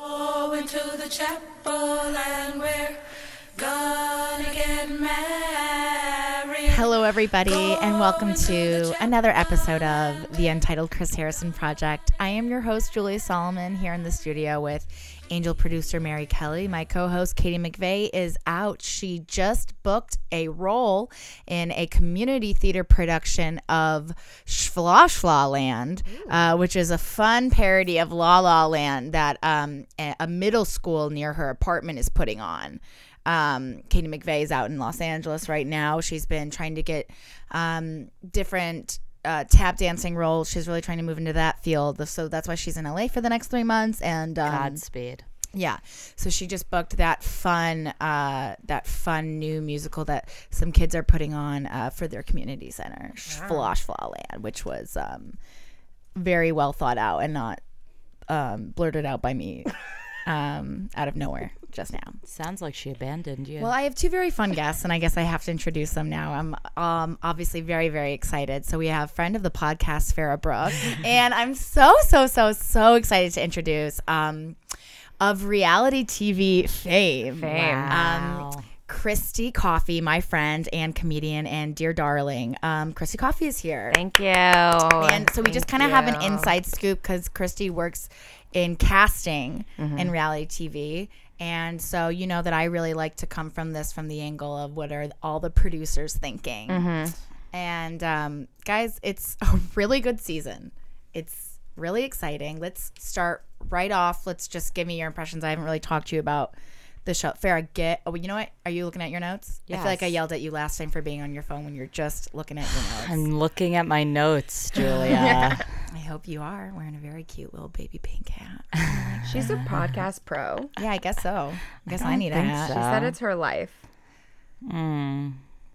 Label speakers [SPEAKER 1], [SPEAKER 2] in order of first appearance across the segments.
[SPEAKER 1] going to the chapel and we're gonna get married.
[SPEAKER 2] Hello, everybody, and welcome to another episode of the Untitled Chris Harrison Project. I am your host, Julia Solomon, here in the studio with angel producer Mary Kelly. My co host, Katie McVeigh, is out. She just booked a role in a community theater production of Schfla Schla Land, uh, which is a fun parody of La La Land that um, a a middle school near her apartment is putting on. Um, Katie McVeigh is out in Los Angeles right now. She's been trying to get um, different uh, tap dancing roles. She's really trying to move into that field. So that's why she's in LA for the next three months. And um,
[SPEAKER 3] Godspeed.
[SPEAKER 2] yeah, so she just booked that fun, uh, that fun new musical that some kids are putting on uh, for their community center, Flosh Flaw Land, which was um, very well thought out and not um, blurted out by me um, out of nowhere just now.
[SPEAKER 3] Sounds like she abandoned you.
[SPEAKER 2] Well, I have two very fun guests, and I guess I have to introduce them now. I'm um, obviously very, very excited. So we have friend of the podcast, Farah Brooke, and I'm so, so, so, so excited to introduce um, of reality TV fame.
[SPEAKER 3] Wow.
[SPEAKER 2] Um, Christy Coffee, my friend and comedian and dear darling. Um, Christy Coffee is here.
[SPEAKER 4] Thank you. And
[SPEAKER 2] and so we just kind of have an inside scoop because Christy works in casting in reality TV. And so you know that I really like to come from this from the angle of what are all the producers thinking. And um, guys, it's a really good season. It's really exciting. Let's start right off. Let's just give me your impressions. I haven't really talked to you about the show. Farah, get. Oh, you know what? Are you looking at your notes? I feel like I
[SPEAKER 3] Yes.
[SPEAKER 2] yelled at you last time for being on your phone when you're just looking at your notes.
[SPEAKER 3] I'm looking at my notes, Julia.
[SPEAKER 2] I hope you are wearing a very cute little baby pink hat.
[SPEAKER 4] she's a podcast pro.
[SPEAKER 2] yeah, I guess so. I guess I, need a hat.
[SPEAKER 4] She said it's her life.
[SPEAKER 2] Hmm.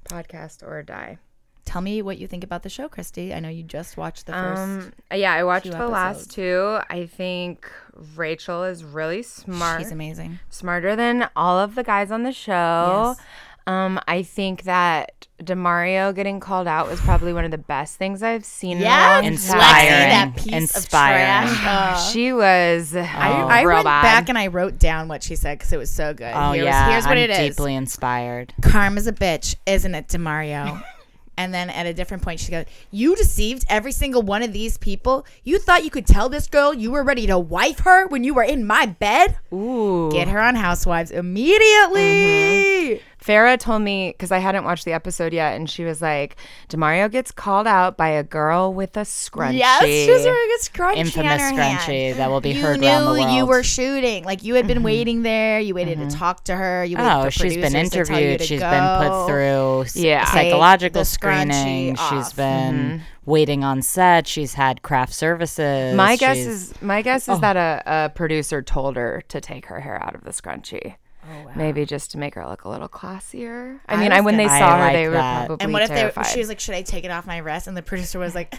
[SPEAKER 4] Podcast or die.
[SPEAKER 2] Tell me what you think about the show, Christy. I know you just watched the first.
[SPEAKER 4] Um, yeah, I watched
[SPEAKER 2] few
[SPEAKER 4] the last two. I think Rachel is really smart,
[SPEAKER 2] She's amazing.
[SPEAKER 4] smarter than all of the guys on the show.
[SPEAKER 2] Yes.
[SPEAKER 4] Um, I think that Demario getting called out was probably one of the best things I've seen. in a long
[SPEAKER 3] Inspiring.
[SPEAKER 2] Lexi, that
[SPEAKER 4] time.
[SPEAKER 2] piece
[SPEAKER 3] Inspiring.
[SPEAKER 2] of trash.
[SPEAKER 4] She was.
[SPEAKER 2] Oh, I, I went
[SPEAKER 4] robot.
[SPEAKER 2] back and I wrote down what she said because it was so good.
[SPEAKER 3] oh
[SPEAKER 2] here's,
[SPEAKER 3] yeah,
[SPEAKER 2] here's what it
[SPEAKER 3] I'm
[SPEAKER 2] is.
[SPEAKER 3] deeply inspired.
[SPEAKER 2] Karma's a bitch, isn't it, Demario? and then at a different point, she goes, "You deceived every single one of these people. You thought you could tell this girl you were ready to wife her when you were in my bed.
[SPEAKER 4] Ooh.
[SPEAKER 2] Get her on Housewives immediately."
[SPEAKER 3] Mm-hmm.
[SPEAKER 4] Farah told me because I hadn't watched the episode yet, and she was like, "Demario gets called out by a girl with a scrunchie."
[SPEAKER 2] Yes, she's wearing a scrunchie
[SPEAKER 3] Infamous
[SPEAKER 2] on her
[SPEAKER 3] scrunchie
[SPEAKER 2] hand.
[SPEAKER 3] that will be
[SPEAKER 2] you
[SPEAKER 3] heard
[SPEAKER 2] knew
[SPEAKER 3] around the world. Mm-hmm.
[SPEAKER 2] you were shooting. Like you had been waiting there. You waited to talk to her. You waited
[SPEAKER 3] Oh,
[SPEAKER 2] for
[SPEAKER 3] she's been
[SPEAKER 2] producers to tell you
[SPEAKER 3] interviewed.
[SPEAKER 2] to
[SPEAKER 3] She's
[SPEAKER 2] go.
[SPEAKER 3] been put through s-
[SPEAKER 4] Yeah. Take
[SPEAKER 3] psychological
[SPEAKER 2] the scrunchie
[SPEAKER 3] screening. She's
[SPEAKER 2] off. Mm-hmm.
[SPEAKER 3] been waiting on set. She's had craft services.
[SPEAKER 4] My guess
[SPEAKER 3] She's-
[SPEAKER 4] is my guess is that a, a producer told her to take her hair out of the scrunchie. Maybe just to make her look a little classier. I, mean,
[SPEAKER 2] Oh, was
[SPEAKER 4] I, when they
[SPEAKER 3] gonna-
[SPEAKER 4] saw
[SPEAKER 3] I
[SPEAKER 4] her,
[SPEAKER 3] like
[SPEAKER 4] they were
[SPEAKER 3] that.
[SPEAKER 4] probably
[SPEAKER 2] And what if they,
[SPEAKER 4] terrified.
[SPEAKER 2] she was like, "Should I take it off my wrist?" And the producer was like,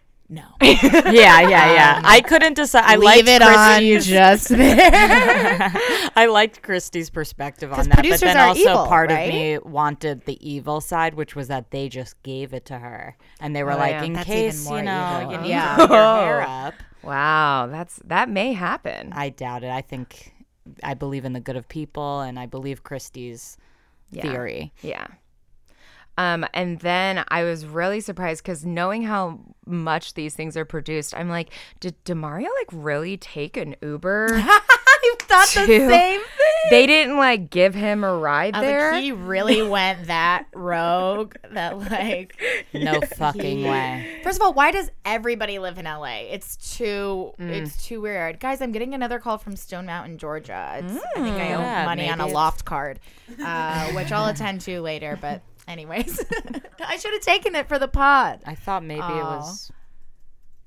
[SPEAKER 2] "No,
[SPEAKER 3] yeah, yeah, yeah. I couldn't decide. I
[SPEAKER 2] leave
[SPEAKER 3] liked
[SPEAKER 2] it on
[SPEAKER 3] Chrissy's-
[SPEAKER 2] just there."
[SPEAKER 3] I liked Christie's perspective on
[SPEAKER 2] 'Cause
[SPEAKER 3] that, but
[SPEAKER 2] producers
[SPEAKER 3] then
[SPEAKER 2] are
[SPEAKER 3] also
[SPEAKER 2] evil,
[SPEAKER 3] part
[SPEAKER 2] right?
[SPEAKER 3] of me wanted the evil side, which was that they just gave it to her, and they were
[SPEAKER 4] Oh,
[SPEAKER 3] like,
[SPEAKER 4] yeah.
[SPEAKER 3] in
[SPEAKER 2] That's even
[SPEAKER 3] case
[SPEAKER 2] more
[SPEAKER 3] you know,
[SPEAKER 2] evil.
[SPEAKER 3] you need
[SPEAKER 2] Yeah.
[SPEAKER 3] to put your hair up.
[SPEAKER 4] "Wow, that's that may happen."
[SPEAKER 3] I doubt it. I think I believe in the good of people, and I believe Christie's theory.
[SPEAKER 4] Yeah. Um, and then I was really surprised because knowing how much these things are produced, I'm like, did Demario like really take an Uber?
[SPEAKER 2] I thought the
[SPEAKER 4] Two.
[SPEAKER 2] same thing.
[SPEAKER 4] they didn't like give him a ride
[SPEAKER 2] I was
[SPEAKER 4] there.
[SPEAKER 2] like, he really went that rogue. That like,
[SPEAKER 3] No fucking way.
[SPEAKER 2] First of all, why does everybody live in LA? It's too
[SPEAKER 3] Mm.
[SPEAKER 2] it's too weird. Guys, I'm getting another call from Stone Mountain, Georgia. It's, I think I owe
[SPEAKER 3] Mm. Yeah,
[SPEAKER 2] money on a
[SPEAKER 3] maybe
[SPEAKER 2] loft card, uh, which I'll attend to later. But anyways, I should have taken it for the pod.
[SPEAKER 3] I thought maybe it was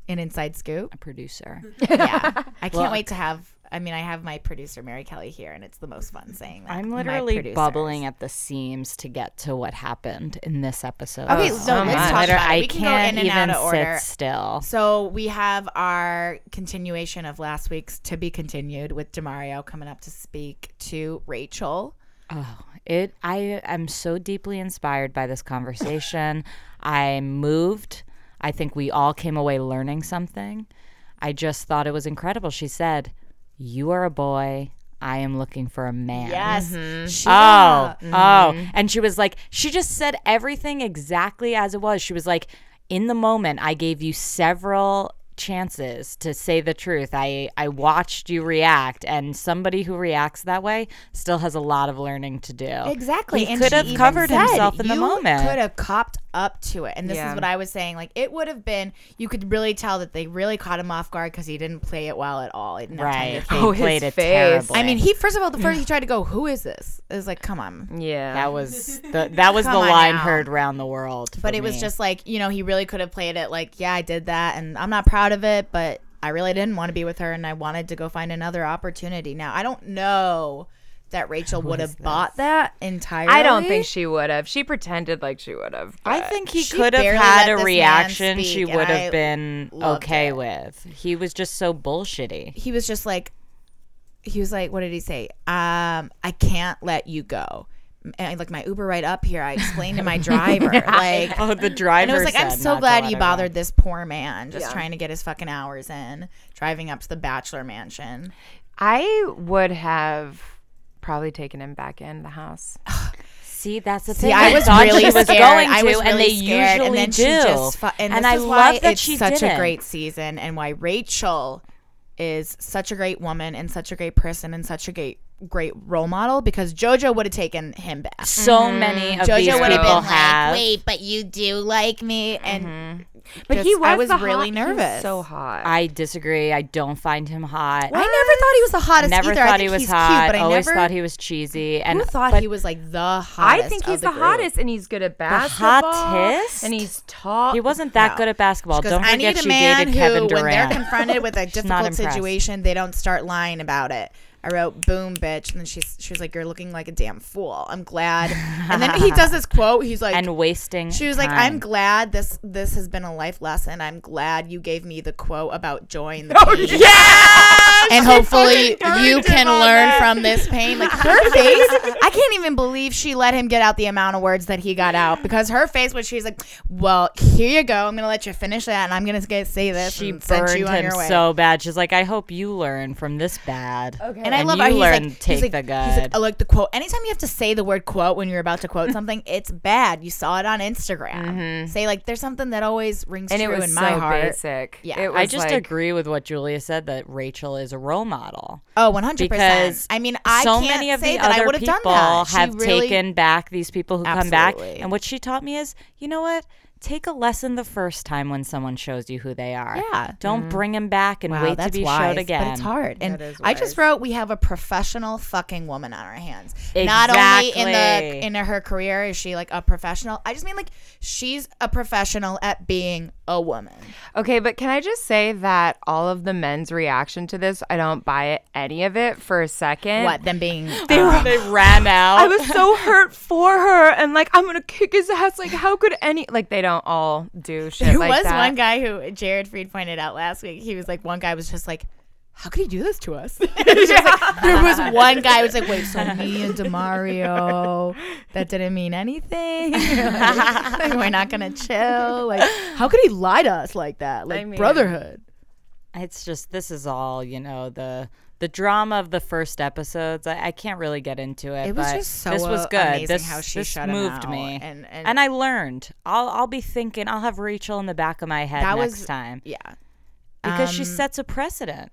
[SPEAKER 2] An inside scoop.
[SPEAKER 3] a producer.
[SPEAKER 2] Yeah, I can't wait to have. I mean, I have my producer Mary Kelly here, and it's the most fun saying that.
[SPEAKER 3] I'm
[SPEAKER 2] My
[SPEAKER 3] literally
[SPEAKER 2] producers.
[SPEAKER 3] bubbling at the seams to get to what happened in this episode.
[SPEAKER 2] Okay,
[SPEAKER 3] so
[SPEAKER 2] so let's talk
[SPEAKER 3] Liter-
[SPEAKER 2] about it.
[SPEAKER 3] I
[SPEAKER 2] We can go
[SPEAKER 3] can't
[SPEAKER 2] in and out
[SPEAKER 3] even
[SPEAKER 2] of order.
[SPEAKER 3] sit still.
[SPEAKER 2] So we have our continuation of last week's to be continued with Demario coming up to speak to Rachel.
[SPEAKER 3] Oh, it I am so deeply inspired by this conversation. I'm moved. I think we all came away learning something. I just thought it was incredible. She said, "You are a boy. I am looking for a man.
[SPEAKER 2] Yes. She-
[SPEAKER 3] Oh, oh. And she was like, she just said everything exactly as it was. She was like, in the moment, I gave you several chances to say the truth. I, I watched you react, and somebody who reacts that way still has a lot of learning to do.
[SPEAKER 2] Exactly.
[SPEAKER 3] He could
[SPEAKER 2] she
[SPEAKER 3] have
[SPEAKER 2] even
[SPEAKER 3] covered
[SPEAKER 2] said
[SPEAKER 3] himself in the
[SPEAKER 2] you
[SPEAKER 3] moment.
[SPEAKER 2] Could have copped up to it. And this
[SPEAKER 4] Yeah.
[SPEAKER 2] is what I was saying. Like it would have been you could really tell that they really caught him off guard because he didn't play it well at all. He didn't have time to
[SPEAKER 3] Right.
[SPEAKER 2] think.
[SPEAKER 3] He
[SPEAKER 4] Oh, his
[SPEAKER 3] played it
[SPEAKER 4] face.
[SPEAKER 3] terribly.
[SPEAKER 2] I mean, he first of all, the first he tried to go, Who is this? It was like, come
[SPEAKER 3] Mm,
[SPEAKER 2] on.
[SPEAKER 4] Yeah.
[SPEAKER 3] that was the that was the
[SPEAKER 2] Come on
[SPEAKER 3] line
[SPEAKER 2] now.
[SPEAKER 3] heard round the world. for
[SPEAKER 2] But it was
[SPEAKER 3] me.
[SPEAKER 2] just like, you know, he really could have played it like, Yeah, I did that and I'm not proud of it, but I really didn't want to be with her and I wanted to go find another opportunity. Now I don't know that Rachel would have bought that entirely.
[SPEAKER 4] I don't think she would have. She pretended like she would have.
[SPEAKER 3] I
[SPEAKER 4] but-
[SPEAKER 3] think he
[SPEAKER 2] She
[SPEAKER 3] could have
[SPEAKER 2] barely
[SPEAKER 3] uh, had
[SPEAKER 2] let
[SPEAKER 3] a
[SPEAKER 2] this man
[SPEAKER 3] reaction she
[SPEAKER 2] speak,
[SPEAKER 3] would
[SPEAKER 2] and
[SPEAKER 3] have
[SPEAKER 2] I
[SPEAKER 3] been
[SPEAKER 2] loved
[SPEAKER 3] okay
[SPEAKER 2] it.
[SPEAKER 3] with. He was just so bullshitty.
[SPEAKER 2] he was just like he was like what did he say um i can't let you go and like my uber right up here i explained to my driver like
[SPEAKER 3] Oh, the driver.
[SPEAKER 2] and it was like i'm
[SPEAKER 3] said
[SPEAKER 2] so
[SPEAKER 3] not to
[SPEAKER 2] glad
[SPEAKER 3] let
[SPEAKER 2] you
[SPEAKER 3] her
[SPEAKER 2] bothered
[SPEAKER 3] go.
[SPEAKER 2] this poor man just trying to get his fucking hours in driving up to the bachelor mansion
[SPEAKER 4] I would have probably taken him back in the house.
[SPEAKER 3] See, that's the
[SPEAKER 2] See,
[SPEAKER 3] thing.
[SPEAKER 2] I was
[SPEAKER 3] thought
[SPEAKER 2] really
[SPEAKER 3] she was
[SPEAKER 2] scared.
[SPEAKER 3] going
[SPEAKER 2] I
[SPEAKER 3] to,
[SPEAKER 2] was really
[SPEAKER 3] and they
[SPEAKER 2] scared,
[SPEAKER 3] usually
[SPEAKER 2] and then
[SPEAKER 3] do.
[SPEAKER 2] She just fu- and
[SPEAKER 3] and
[SPEAKER 2] this
[SPEAKER 3] I
[SPEAKER 2] is
[SPEAKER 3] love
[SPEAKER 2] why
[SPEAKER 3] that
[SPEAKER 2] it's
[SPEAKER 3] she
[SPEAKER 2] such
[SPEAKER 3] didn't.
[SPEAKER 2] a great season, and why Rachel is such a great woman and such a great person and such a great great role model because JoJo would have taken him back.
[SPEAKER 3] So many of these
[SPEAKER 2] Mm-hmm. JoJo would have
[SPEAKER 3] people
[SPEAKER 2] been
[SPEAKER 3] have. Mm-hmm.
[SPEAKER 2] like, "Wait, but you do like me," and
[SPEAKER 4] But he
[SPEAKER 2] just-
[SPEAKER 4] was,
[SPEAKER 2] I was
[SPEAKER 4] the
[SPEAKER 2] really
[SPEAKER 4] hot- he was
[SPEAKER 2] nervous.
[SPEAKER 4] so hot.
[SPEAKER 3] I disagree. I don't find him hot.
[SPEAKER 2] I never thought he was the hottest
[SPEAKER 3] never
[SPEAKER 2] either. I
[SPEAKER 3] thought
[SPEAKER 2] think
[SPEAKER 3] he was
[SPEAKER 2] he's
[SPEAKER 3] hot.
[SPEAKER 2] Cute, but I
[SPEAKER 3] Always
[SPEAKER 2] never
[SPEAKER 3] thought he was cheesy. And
[SPEAKER 2] who thought
[SPEAKER 3] but
[SPEAKER 2] he was like the hottest.
[SPEAKER 4] I think he's
[SPEAKER 2] of
[SPEAKER 4] the,
[SPEAKER 2] group.
[SPEAKER 4] hottest, and he's good at basketball.
[SPEAKER 3] hottest?
[SPEAKER 4] and he's tall.
[SPEAKER 3] he wasn't that
[SPEAKER 2] No.
[SPEAKER 3] good at basketball.
[SPEAKER 2] Because
[SPEAKER 3] Don't
[SPEAKER 2] I
[SPEAKER 3] forget
[SPEAKER 2] need a
[SPEAKER 3] she
[SPEAKER 2] man
[SPEAKER 3] dated
[SPEAKER 2] who,
[SPEAKER 3] Kevin
[SPEAKER 2] when they're
[SPEAKER 3] Durant.
[SPEAKER 2] confronted with a
[SPEAKER 3] She's not
[SPEAKER 2] difficult
[SPEAKER 3] impressed.
[SPEAKER 2] situation, they don't start lying about it. I wrote "boom, bitch," and then she's she was like, "You're looking like a damn fool." I'm glad. And then he does this quote. He's like,
[SPEAKER 3] and wasting.
[SPEAKER 2] she was like,
[SPEAKER 3] time.
[SPEAKER 2] "I'm glad this this has been a life lesson. I'm glad you gave me the quote about joy and the
[SPEAKER 3] Oh,
[SPEAKER 2] pain,
[SPEAKER 4] yeah.
[SPEAKER 2] and hopefully
[SPEAKER 4] fucking
[SPEAKER 2] you
[SPEAKER 4] encouraged him
[SPEAKER 2] can
[SPEAKER 4] on
[SPEAKER 2] learn
[SPEAKER 4] that.
[SPEAKER 2] from this pain." Like her face, I can't even believe she let him get out the amount of words that he got out because her face was she's like, "Well, here you go. I'm gonna let you finish that, and I'm gonna get, say this."
[SPEAKER 3] She
[SPEAKER 2] and sent
[SPEAKER 3] burned
[SPEAKER 2] you on
[SPEAKER 3] him
[SPEAKER 2] your way.
[SPEAKER 3] so bad. She's like, I hope you learn from this bad. Okay.
[SPEAKER 2] And I love
[SPEAKER 3] you
[SPEAKER 2] how he's
[SPEAKER 3] learn
[SPEAKER 2] like, he's
[SPEAKER 3] take
[SPEAKER 2] like,
[SPEAKER 3] the
[SPEAKER 2] He's like,
[SPEAKER 3] good.
[SPEAKER 2] I like the quote. Anytime you have to say the word quote when you're about to quote something, it's bad. You saw it on Instagram.
[SPEAKER 3] Mm-hmm.
[SPEAKER 2] Say like, there's something that always rings
[SPEAKER 4] and it
[SPEAKER 2] true
[SPEAKER 4] was
[SPEAKER 2] in
[SPEAKER 4] so
[SPEAKER 2] my heart.
[SPEAKER 4] basic.
[SPEAKER 2] Yeah.
[SPEAKER 4] It was
[SPEAKER 3] I just
[SPEAKER 4] like,
[SPEAKER 3] agree with what Julia said that Rachel is a role model.
[SPEAKER 2] Oh, 100%.
[SPEAKER 3] Because
[SPEAKER 2] I mean, I
[SPEAKER 3] so
[SPEAKER 2] can't
[SPEAKER 3] many of
[SPEAKER 2] say
[SPEAKER 3] the
[SPEAKER 2] that I
[SPEAKER 3] other
[SPEAKER 2] would have
[SPEAKER 3] people
[SPEAKER 2] done that. She
[SPEAKER 3] have
[SPEAKER 2] really-
[SPEAKER 3] taken back these people who come back.
[SPEAKER 2] Absolutely.
[SPEAKER 3] And what she taught me is, you know what? Take a lesson the first time when someone shows you who they are.
[SPEAKER 2] Yeah. Mm.
[SPEAKER 3] Don't bring them back and
[SPEAKER 2] Wow,
[SPEAKER 3] wait to
[SPEAKER 2] that's
[SPEAKER 3] be
[SPEAKER 2] wise,
[SPEAKER 3] showed again.
[SPEAKER 2] But it's hard. And
[SPEAKER 4] That is
[SPEAKER 2] I just
[SPEAKER 4] wise.
[SPEAKER 2] wrote we have a professional fucking woman on our hands. Not only in
[SPEAKER 3] Exactly.
[SPEAKER 2] the in her career is she like a professional. I just mean like she's a professional at being a woman.
[SPEAKER 4] Okay, but can I just say that all of the men's reaction to this, I don't buy it, any of it for a second.
[SPEAKER 2] What them being
[SPEAKER 3] They ran out.
[SPEAKER 4] I was so hurt for her, and like I'm gonna kick his ass. Like, how could any like they don't all do shit
[SPEAKER 2] There
[SPEAKER 4] like
[SPEAKER 2] was
[SPEAKER 4] that?
[SPEAKER 2] one guy who Jared Fried pointed out last week. He was like, one guy was just like, how could he do this to us? He was like- there was one guy who was like, wait, so me and Demario, that didn't mean anything. Like, like, we're not gonna chill. Like, how could he lie to us like that? Like
[SPEAKER 4] mean-
[SPEAKER 2] brotherhood.
[SPEAKER 3] It's just this is all you know the the drama of the first episodes. I, I can't really get into it.
[SPEAKER 2] It was
[SPEAKER 3] but
[SPEAKER 2] just so
[SPEAKER 3] this was
[SPEAKER 2] uh,
[SPEAKER 3] good.
[SPEAKER 2] amazing
[SPEAKER 3] this
[SPEAKER 2] how she
[SPEAKER 3] this
[SPEAKER 2] shut 'em
[SPEAKER 3] moved
[SPEAKER 2] out
[SPEAKER 3] me,
[SPEAKER 2] and- and-
[SPEAKER 3] I learned. I'll I'll be thinking. I'll have Rachel in the back of my head
[SPEAKER 2] That
[SPEAKER 3] next
[SPEAKER 2] was-
[SPEAKER 3] time
[SPEAKER 2] Yeah.
[SPEAKER 3] because she
[SPEAKER 2] um,
[SPEAKER 3] sets a precedent.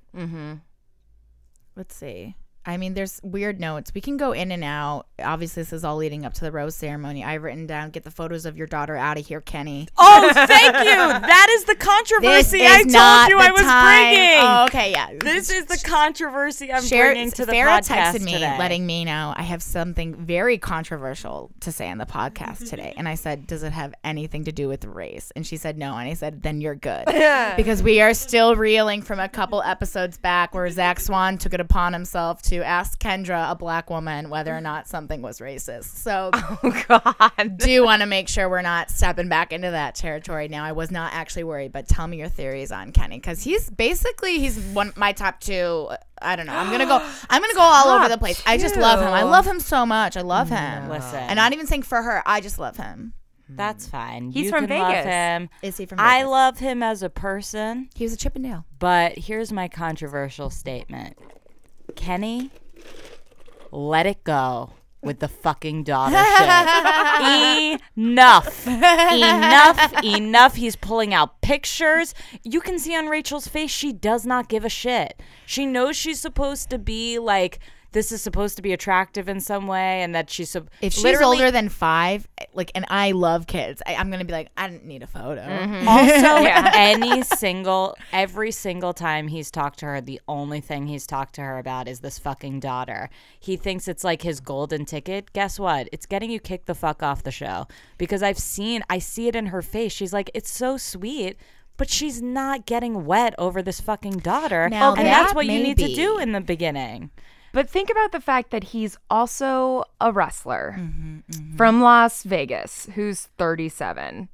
[SPEAKER 2] Let's see. I mean, there's weird notes. We can go in and out. Obviously, this is all leading up to the rose ceremony. I've written down, get the photos of your daughter out of here, Kenny.
[SPEAKER 3] Oh, thank you. That is the
[SPEAKER 2] This
[SPEAKER 3] controversy
[SPEAKER 2] is
[SPEAKER 3] I told
[SPEAKER 2] not
[SPEAKER 3] you
[SPEAKER 2] the
[SPEAKER 3] I was
[SPEAKER 2] time.
[SPEAKER 3] bringing.
[SPEAKER 2] Oh, okay, yeah.
[SPEAKER 3] This is the controversy I'm
[SPEAKER 2] Share-
[SPEAKER 3] bringing to the
[SPEAKER 2] Farrah
[SPEAKER 3] podcast
[SPEAKER 2] texted me,
[SPEAKER 3] today.
[SPEAKER 2] letting me know I have something very controversial to say on the podcast today, and I said, "Does it have anything to do with race?" And she said, "No." And I said, "Then you're good," because we are still reeling from a couple episodes back where Zach Swan took it upon himself to ask Kendra, a black woman, whether or not something was racist. So
[SPEAKER 4] Oh God.
[SPEAKER 2] do want to make sure we're not stepping back into that territory now. I was not actually worried, but tell me your theories on Kenny because he's basically he's one my top two. I don't know. I'm gonna go. I'm gonna go all over the place. I just love him. I love him so much. I love him.
[SPEAKER 3] Listen.
[SPEAKER 2] and not even saying for her. I just love him.
[SPEAKER 3] That's fine.
[SPEAKER 4] He's
[SPEAKER 3] you
[SPEAKER 4] from
[SPEAKER 3] can love
[SPEAKER 4] Vegas.
[SPEAKER 3] him.
[SPEAKER 2] Is he from?
[SPEAKER 3] I
[SPEAKER 2] I
[SPEAKER 3] love him as a person.
[SPEAKER 2] he was a Chippendale.
[SPEAKER 3] But here's my controversial statement Kenny let it go with the fucking daughter shit. enough. Enough. Enough. He's pulling out pictures. You can see on Rachel's face, she does not give a shit. She knows she's supposed to be like, this is supposed to be attractive in some way, and that she's. Sub-
[SPEAKER 2] If she's
[SPEAKER 3] Literally-
[SPEAKER 2] older than five, like, and I love kids, I, I'm gonna be like, I didn't need a photo.
[SPEAKER 3] Also, any single, every single time he's talked to her, the only thing he's talked to her about is this fucking daughter. He thinks it's like his golden ticket. Guess what? It's getting you kicked the fuck off the show because I've seen, I see it in her face. She's like, it's so sweet. But she's not getting wet over this fucking daughter.
[SPEAKER 2] Now
[SPEAKER 3] and that's
[SPEAKER 2] that
[SPEAKER 3] what you need to
[SPEAKER 2] maybe.
[SPEAKER 3] do in the beginning.
[SPEAKER 4] But think about the fact that he's also a wrestler from Las Vegas who's 37.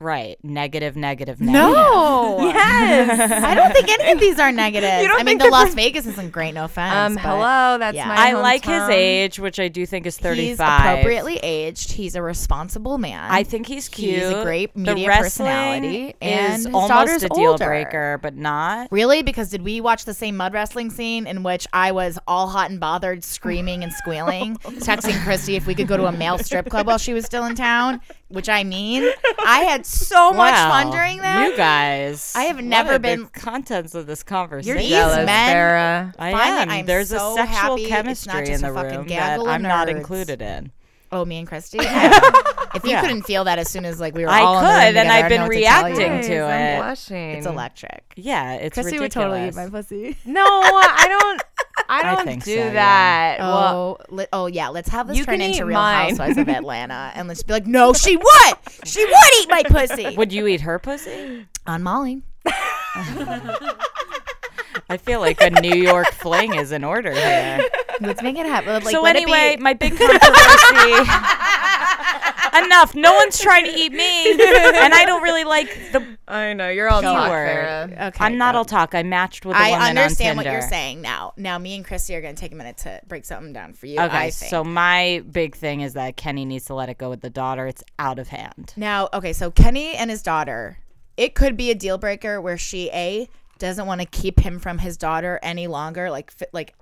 [SPEAKER 3] Right. Negative, negative, negative.
[SPEAKER 4] No. yes.
[SPEAKER 2] I don't think any of these are negative.
[SPEAKER 4] don't
[SPEAKER 2] I mean,
[SPEAKER 4] think
[SPEAKER 2] the
[SPEAKER 4] that
[SPEAKER 2] Las
[SPEAKER 4] they're-
[SPEAKER 2] Vegas isn't great, no offense.
[SPEAKER 4] Um,
[SPEAKER 2] but
[SPEAKER 4] hello, that's
[SPEAKER 2] yeah.
[SPEAKER 4] my
[SPEAKER 3] I like his
[SPEAKER 4] hometown.
[SPEAKER 3] age, which I do think is 35.
[SPEAKER 2] He's appropriately aged. He's a responsible man.
[SPEAKER 3] I think he's cute.
[SPEAKER 2] He's a great media
[SPEAKER 3] the wrestling
[SPEAKER 2] personality, and his
[SPEAKER 3] is almost
[SPEAKER 2] daughter's
[SPEAKER 3] a deal
[SPEAKER 2] older.
[SPEAKER 3] breaker, but not.
[SPEAKER 2] Really? Because did we watch the same mud wrestling scene in which I was all hot and bothered, screaming and squealing, texting Christy if we could go to a male strip club while she was still in town? Which I mean, I had so much fun during that.
[SPEAKER 3] You guys,
[SPEAKER 2] I have
[SPEAKER 3] what
[SPEAKER 2] never
[SPEAKER 3] are
[SPEAKER 2] been-
[SPEAKER 3] the contents of this conversation.
[SPEAKER 2] These
[SPEAKER 4] Jealous,
[SPEAKER 2] men-
[SPEAKER 4] Vera.
[SPEAKER 3] I
[SPEAKER 2] Finally,
[SPEAKER 3] am.
[SPEAKER 2] I'm
[SPEAKER 3] There's
[SPEAKER 2] so
[SPEAKER 3] a sexual
[SPEAKER 2] happy it's not
[SPEAKER 3] chemistry
[SPEAKER 2] just a
[SPEAKER 3] in the
[SPEAKER 2] fucking
[SPEAKER 3] room that
[SPEAKER 2] gaggle of
[SPEAKER 3] I'm not
[SPEAKER 2] nerds.
[SPEAKER 3] included in.
[SPEAKER 2] oh, me and Christy. I- if you
[SPEAKER 3] Yeah.
[SPEAKER 2] couldn't feel that as soon as like we were
[SPEAKER 3] I
[SPEAKER 2] all in the room
[SPEAKER 3] could, and
[SPEAKER 2] together,
[SPEAKER 3] I've
[SPEAKER 2] I don't
[SPEAKER 3] been
[SPEAKER 2] know what to tell you.
[SPEAKER 3] reacting to
[SPEAKER 4] Guys, I'm
[SPEAKER 3] it.
[SPEAKER 4] blushing.
[SPEAKER 2] It's electric.
[SPEAKER 3] Yeah, it's
[SPEAKER 5] Chrissy would
[SPEAKER 3] ridiculous.
[SPEAKER 5] totally eat my pussy.
[SPEAKER 4] No, I don't. I don't
[SPEAKER 3] think
[SPEAKER 4] do
[SPEAKER 3] so, yeah.
[SPEAKER 4] that. Well,
[SPEAKER 2] Oh, li- oh yeah. Let's have this
[SPEAKER 4] You
[SPEAKER 2] turn
[SPEAKER 4] can
[SPEAKER 2] into
[SPEAKER 4] eat
[SPEAKER 2] Real
[SPEAKER 4] mine.
[SPEAKER 2] Housewives of Atlanta, and let's be like, no, she would, she would eat my pussy
[SPEAKER 3] Would you eat her pussy?
[SPEAKER 2] on Molly.
[SPEAKER 3] I feel like a New York fling is in order here.
[SPEAKER 2] Let's make it happen. Like,
[SPEAKER 3] so
[SPEAKER 2] let it
[SPEAKER 3] anyway,
[SPEAKER 2] be-
[SPEAKER 3] my big controversy. Enough. No one's trying to eat me, and I don't really like the.
[SPEAKER 4] I know you're all talk,
[SPEAKER 3] Keyword.
[SPEAKER 4] Vera.
[SPEAKER 2] okay,
[SPEAKER 3] I'm not
[SPEAKER 2] go.
[SPEAKER 3] all talk. I matched with a woman
[SPEAKER 2] I
[SPEAKER 3] on
[SPEAKER 2] understand what you're
[SPEAKER 3] Tinder.
[SPEAKER 2] saying now. Now, me and Christy are going to take a minute to break something down for you.
[SPEAKER 3] Okay,
[SPEAKER 2] I think.
[SPEAKER 3] so my big thing is that Kenny needs to let it go with the daughter. It's out of hand.
[SPEAKER 2] now, okay, so Kenny and his daughter, it could be a deal breaker where she a doesn't want to keep him from his daughter any longer, like fi- like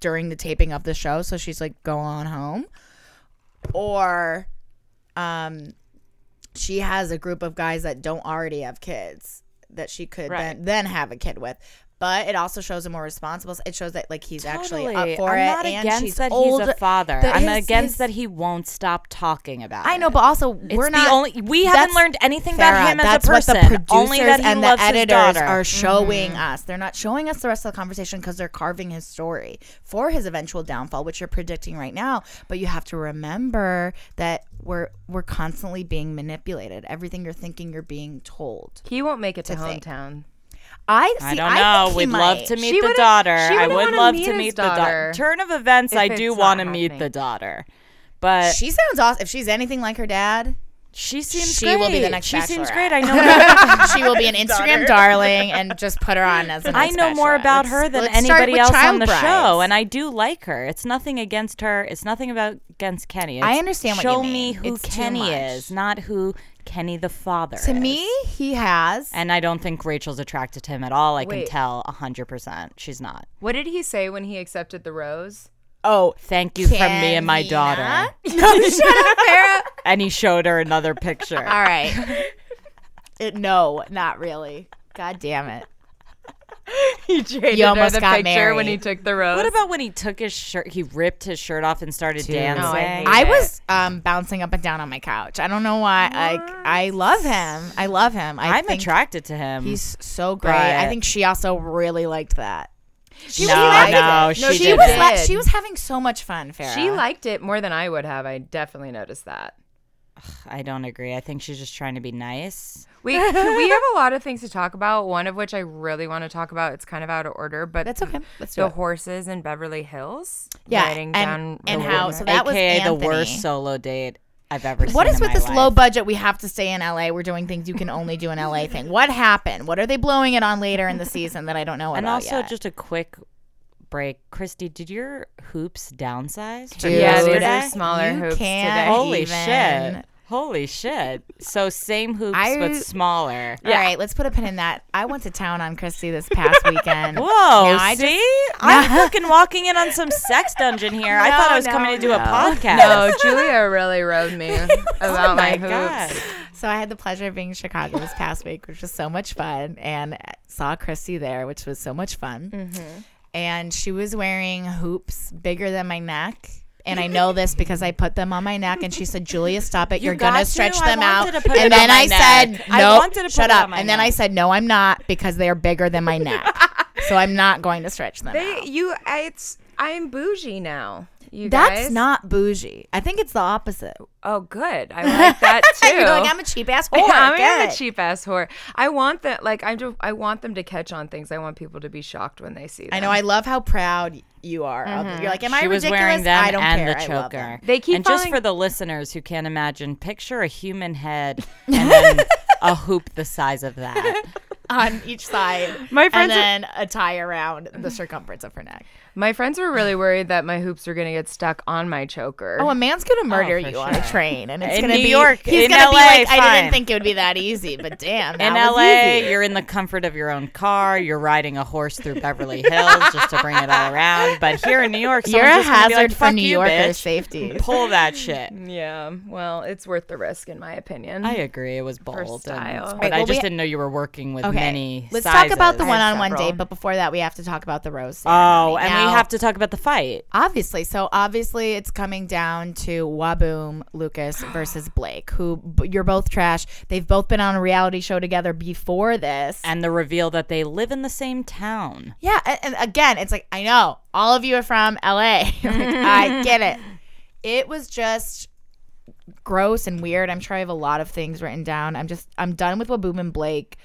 [SPEAKER 2] during the taping of the show. So she's like, go on home, or um, she has a group of guys that don't already have kids that she could then, then have a kid with. But it also shows him more responsible. It shows that like he's actually
[SPEAKER 3] Totally.
[SPEAKER 2] up for
[SPEAKER 3] I'm
[SPEAKER 2] it,
[SPEAKER 3] not
[SPEAKER 2] and
[SPEAKER 3] against
[SPEAKER 2] she's
[SPEAKER 3] that
[SPEAKER 2] old.
[SPEAKER 3] he's a father.
[SPEAKER 2] that
[SPEAKER 3] I'm
[SPEAKER 2] his-
[SPEAKER 3] against
[SPEAKER 2] his-
[SPEAKER 3] that he won't stop talking about.
[SPEAKER 2] I know,
[SPEAKER 3] it.
[SPEAKER 2] but also
[SPEAKER 3] It's
[SPEAKER 2] we're
[SPEAKER 3] the
[SPEAKER 2] not
[SPEAKER 3] only. We
[SPEAKER 2] that's-
[SPEAKER 3] haven't learned anything about
[SPEAKER 2] Farrah,
[SPEAKER 3] him as a
[SPEAKER 2] that's what
[SPEAKER 3] person.
[SPEAKER 2] the producers
[SPEAKER 3] only that he
[SPEAKER 2] and
[SPEAKER 3] loves
[SPEAKER 2] the
[SPEAKER 3] his
[SPEAKER 2] editors
[SPEAKER 3] daughter. Mm-hmm.
[SPEAKER 2] are showing us. They're not showing us the rest of the conversation because they're carving his story for his eventual downfall, which you're predicting right now. But you have to remember that we're we're constantly being manipulated. Everything you're thinking, you're being told.
[SPEAKER 4] He won't make it to,
[SPEAKER 2] think.
[SPEAKER 4] hometown.
[SPEAKER 2] I see.
[SPEAKER 3] I don't know.
[SPEAKER 2] think he
[SPEAKER 3] We'd love
[SPEAKER 2] might.
[SPEAKER 3] to meet
[SPEAKER 4] She
[SPEAKER 3] the
[SPEAKER 4] wouldn't-
[SPEAKER 3] daughter.
[SPEAKER 4] she
[SPEAKER 3] I
[SPEAKER 4] wouldn't
[SPEAKER 3] would
[SPEAKER 4] wanna
[SPEAKER 3] love
[SPEAKER 4] meet
[SPEAKER 3] to
[SPEAKER 4] his
[SPEAKER 3] meet the daughter.
[SPEAKER 4] daughter
[SPEAKER 3] Turn of events,
[SPEAKER 4] if
[SPEAKER 3] I
[SPEAKER 4] it's
[SPEAKER 3] do
[SPEAKER 4] not
[SPEAKER 3] want to meet
[SPEAKER 4] happening.
[SPEAKER 3] the daughter, but she,
[SPEAKER 2] She sounds awesome. If she's anything like her dad,
[SPEAKER 3] seems
[SPEAKER 2] she will be the
[SPEAKER 3] great.
[SPEAKER 2] next
[SPEAKER 3] She seems
[SPEAKER 2] bachelorette.
[SPEAKER 3] great. I know.
[SPEAKER 2] she will be an Instagram darling and just put her on as an.
[SPEAKER 3] I know more about her than anybody else on the show, and I do like her. It's nothing against her. It's nothing about against Kenny.
[SPEAKER 2] I
[SPEAKER 3] It's
[SPEAKER 2] understand what you
[SPEAKER 3] show me
[SPEAKER 2] mean.
[SPEAKER 3] who
[SPEAKER 2] It's too
[SPEAKER 3] Kenny
[SPEAKER 2] much.
[SPEAKER 3] is, not who Kenny the father.
[SPEAKER 2] to
[SPEAKER 3] is.
[SPEAKER 2] me, he has.
[SPEAKER 3] and I don't think Rachel's attracted to him at all. I can
[SPEAKER 4] Wait.
[SPEAKER 3] tell hundred percent she's not.
[SPEAKER 4] What did he say when he accepted the rose?
[SPEAKER 2] oh,
[SPEAKER 3] Thank you from me and my daughter.
[SPEAKER 2] No, shut up, Farrah.
[SPEAKER 3] And he showed her another picture.
[SPEAKER 2] All right. It- no, not really. God damn it.
[SPEAKER 4] He traded
[SPEAKER 2] You
[SPEAKER 4] her
[SPEAKER 2] almost
[SPEAKER 4] the
[SPEAKER 2] got
[SPEAKER 4] picture when
[SPEAKER 2] married.
[SPEAKER 4] he took the rose.
[SPEAKER 3] What about when he took his shirt? He ripped his shirt off and started dancing.
[SPEAKER 4] No, I hate
[SPEAKER 2] I
[SPEAKER 4] it.
[SPEAKER 2] was um, bouncing up and down on my couch. I don't know why. Like I love him. I love him. I
[SPEAKER 3] I'm
[SPEAKER 2] think
[SPEAKER 3] attracted to him.
[SPEAKER 2] He's so great. I
[SPEAKER 3] but-
[SPEAKER 2] think she also really liked that. She
[SPEAKER 3] No,
[SPEAKER 2] laughing.
[SPEAKER 3] no, she
[SPEAKER 2] she
[SPEAKER 3] didn't.
[SPEAKER 2] was la-
[SPEAKER 4] Did.
[SPEAKER 2] she was having so much fun. Farrah.
[SPEAKER 4] She liked it more than I would have. I definitely noticed that.
[SPEAKER 3] I don't agree. I think she's just trying to be nice.
[SPEAKER 4] We we have a lot of things to talk about. One of which I really want to talk about. It's kind of out of order, but
[SPEAKER 2] That's okay. Let's do
[SPEAKER 4] the
[SPEAKER 2] it.
[SPEAKER 4] horses in Beverly Hills.
[SPEAKER 2] Yeah,
[SPEAKER 4] riding
[SPEAKER 2] and-
[SPEAKER 4] down
[SPEAKER 2] and
[SPEAKER 4] the
[SPEAKER 2] how-
[SPEAKER 4] river.
[SPEAKER 2] so that was
[SPEAKER 3] AKA the
[SPEAKER 2] Anthony.
[SPEAKER 3] worst solo date I've ever seen.
[SPEAKER 2] What is
[SPEAKER 3] in
[SPEAKER 2] with
[SPEAKER 3] my
[SPEAKER 2] this
[SPEAKER 3] life.
[SPEAKER 2] low budget? We have to stay in LA. We're doing things you can only do in LA thing. What happened? What are they blowing it on later in the season that I don't know
[SPEAKER 3] And
[SPEAKER 2] about
[SPEAKER 3] also,
[SPEAKER 2] yet?
[SPEAKER 3] just a quick break. Christy, did your hoops downsize? from
[SPEAKER 2] Dude,
[SPEAKER 4] yeah,
[SPEAKER 3] yesterday?
[SPEAKER 4] these are smaller
[SPEAKER 2] you
[SPEAKER 4] hoops
[SPEAKER 2] can't
[SPEAKER 4] today.
[SPEAKER 3] Holy
[SPEAKER 2] even-
[SPEAKER 3] shit. Holy shit. So same hoops
[SPEAKER 2] I-
[SPEAKER 3] but smaller.
[SPEAKER 2] All right, let's put a pin in that. I went to town on Christy this past weekend.
[SPEAKER 3] Whoa,
[SPEAKER 2] Now, I
[SPEAKER 3] see? I'm fucking walking in on some sex dungeon here. I thought I
[SPEAKER 2] No,
[SPEAKER 3] was coming
[SPEAKER 2] no,
[SPEAKER 3] to do a
[SPEAKER 2] no.
[SPEAKER 3] podcast.
[SPEAKER 4] No, Oh, Julia really rode me about
[SPEAKER 3] Oh
[SPEAKER 4] my,
[SPEAKER 3] my
[SPEAKER 4] hoops.
[SPEAKER 3] god.
[SPEAKER 2] So I had the pleasure of being in Chicago this past week, which was so much fun, and saw Christy there, which was so much fun.
[SPEAKER 3] Mm-hmm.
[SPEAKER 2] And she was wearing hoops bigger than my neck. And I know this because I put them on my neck, and she said, "Julia, stop it! You're
[SPEAKER 3] got
[SPEAKER 2] gonna
[SPEAKER 3] to.
[SPEAKER 2] stretch
[SPEAKER 3] I
[SPEAKER 2] them out."
[SPEAKER 3] wanted to put it
[SPEAKER 2] and
[SPEAKER 3] on
[SPEAKER 2] then
[SPEAKER 3] my
[SPEAKER 2] I said,
[SPEAKER 3] neck.
[SPEAKER 2] "No,
[SPEAKER 3] I wanted to put
[SPEAKER 2] shut
[SPEAKER 3] it on
[SPEAKER 2] up!"
[SPEAKER 3] my
[SPEAKER 2] And then I
[SPEAKER 3] neck.
[SPEAKER 2] said, "No, I'm not because they are bigger than my neck, so I'm not going to stretch them." out.
[SPEAKER 4] They, you, I- it's. I'm bougie now. You
[SPEAKER 2] That's
[SPEAKER 4] guys.
[SPEAKER 2] not bougie. I think it's the opposite.
[SPEAKER 4] Oh, good. I like that too.
[SPEAKER 2] You're like, I'm a cheap ass
[SPEAKER 3] Oh
[SPEAKER 2] whore.
[SPEAKER 4] I'm
[SPEAKER 2] Get
[SPEAKER 4] a
[SPEAKER 2] it."
[SPEAKER 4] cheap ass whore. I want that. Like I do. I want them to catch on things. I want people to be shocked when they see. Them.
[SPEAKER 2] I know. I love how proud you are. of it. You're like, am I
[SPEAKER 3] Mm-hmm. she was
[SPEAKER 2] ridiculous?
[SPEAKER 3] wearing them
[SPEAKER 2] I don't
[SPEAKER 3] and
[SPEAKER 2] care.
[SPEAKER 3] the
[SPEAKER 2] I love them.
[SPEAKER 3] choker.
[SPEAKER 4] They keep
[SPEAKER 3] and just
[SPEAKER 4] falling-
[SPEAKER 3] for the listeners who can't imagine, picture a human head and then a hoop the size of that.
[SPEAKER 2] on each side.
[SPEAKER 4] My
[SPEAKER 2] and
[SPEAKER 4] friends are-
[SPEAKER 2] then a tie around the circumference of her neck.
[SPEAKER 4] My friends were really worried that my hoops were gonna get stuck on my choker.
[SPEAKER 2] Oh, a man's gonna murder
[SPEAKER 3] for
[SPEAKER 2] you on a
[SPEAKER 3] sure.
[SPEAKER 2] train, and it's
[SPEAKER 3] In
[SPEAKER 2] gonna
[SPEAKER 3] New
[SPEAKER 2] be
[SPEAKER 3] York,
[SPEAKER 2] He's
[SPEAKER 3] in
[SPEAKER 2] gonna be
[SPEAKER 3] LA,
[SPEAKER 2] like, I
[SPEAKER 3] fine.
[SPEAKER 2] didn't think it would be that easy, but damn, that
[SPEAKER 3] In
[SPEAKER 2] was
[SPEAKER 3] LA,
[SPEAKER 2] easy.
[SPEAKER 3] you're in the comfort of your own car. You're riding a horse through Beverly Hills just to bring it all around. But here in New York,
[SPEAKER 2] You're a
[SPEAKER 3] someone's just gonna be
[SPEAKER 2] hazard
[SPEAKER 3] like,
[SPEAKER 2] for
[SPEAKER 3] "Fuck
[SPEAKER 2] New
[SPEAKER 3] you,
[SPEAKER 2] Yorkers'
[SPEAKER 3] bitch."
[SPEAKER 2] safety.
[SPEAKER 3] Pull that shit.
[SPEAKER 4] yeah. Well, it's worth the risk, in my opinion.
[SPEAKER 3] I agree. It was bold,
[SPEAKER 4] style.
[SPEAKER 3] and, but
[SPEAKER 4] Right,
[SPEAKER 3] I
[SPEAKER 2] well,
[SPEAKER 3] just
[SPEAKER 2] we-
[SPEAKER 3] didn't know you were working with
[SPEAKER 2] Okay,
[SPEAKER 3] many.
[SPEAKER 2] let's talk about the
[SPEAKER 3] sizes.
[SPEAKER 2] one-on-one
[SPEAKER 4] several.
[SPEAKER 2] date, but before that, we have to talk about the rose.
[SPEAKER 3] Oh, and
[SPEAKER 2] Now-
[SPEAKER 3] we have to talk about the fight.
[SPEAKER 2] Obviously. So obviously it's coming down to Waboom Lucas versus Blake, who b- you're both trash. They've both been on a reality show together before this.
[SPEAKER 3] and the reveal that they live in the same town.
[SPEAKER 2] yeah, and, and again, it's like I know all of you are from LA. Like, I get it. It was just gross and weird. I'm sure I have a lot of things written down. I'm just I'm done with Waboom and Blake.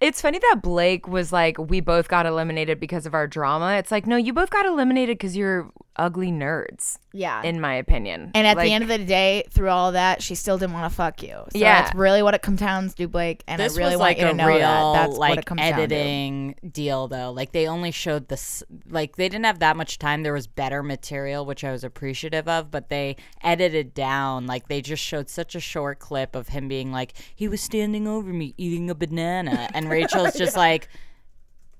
[SPEAKER 4] It's funny that Blake was like, "We both got eliminated because of our drama." It's like, no, you both got eliminated because you're ugly nerds,
[SPEAKER 2] Yeah.
[SPEAKER 4] in my opinion.
[SPEAKER 2] and at
[SPEAKER 4] Like,
[SPEAKER 2] the end of the day, through all that, she still didn't want to fuck you. So
[SPEAKER 4] Yeah.
[SPEAKER 2] that's really what it comes down to, Blake. And
[SPEAKER 3] This
[SPEAKER 2] I really
[SPEAKER 3] was
[SPEAKER 2] want
[SPEAKER 3] like
[SPEAKER 2] you to
[SPEAKER 3] a
[SPEAKER 2] know
[SPEAKER 3] real
[SPEAKER 2] that. That's
[SPEAKER 3] like
[SPEAKER 2] what it comes down to.
[SPEAKER 3] editing deal, though. Like they only showed this, like they didn't have that much time. There was better material, which I was appreciative of, but they edited down. Like they just showed such a short clip of him being like, he was standing over me eating a banana, and Rachel's just like.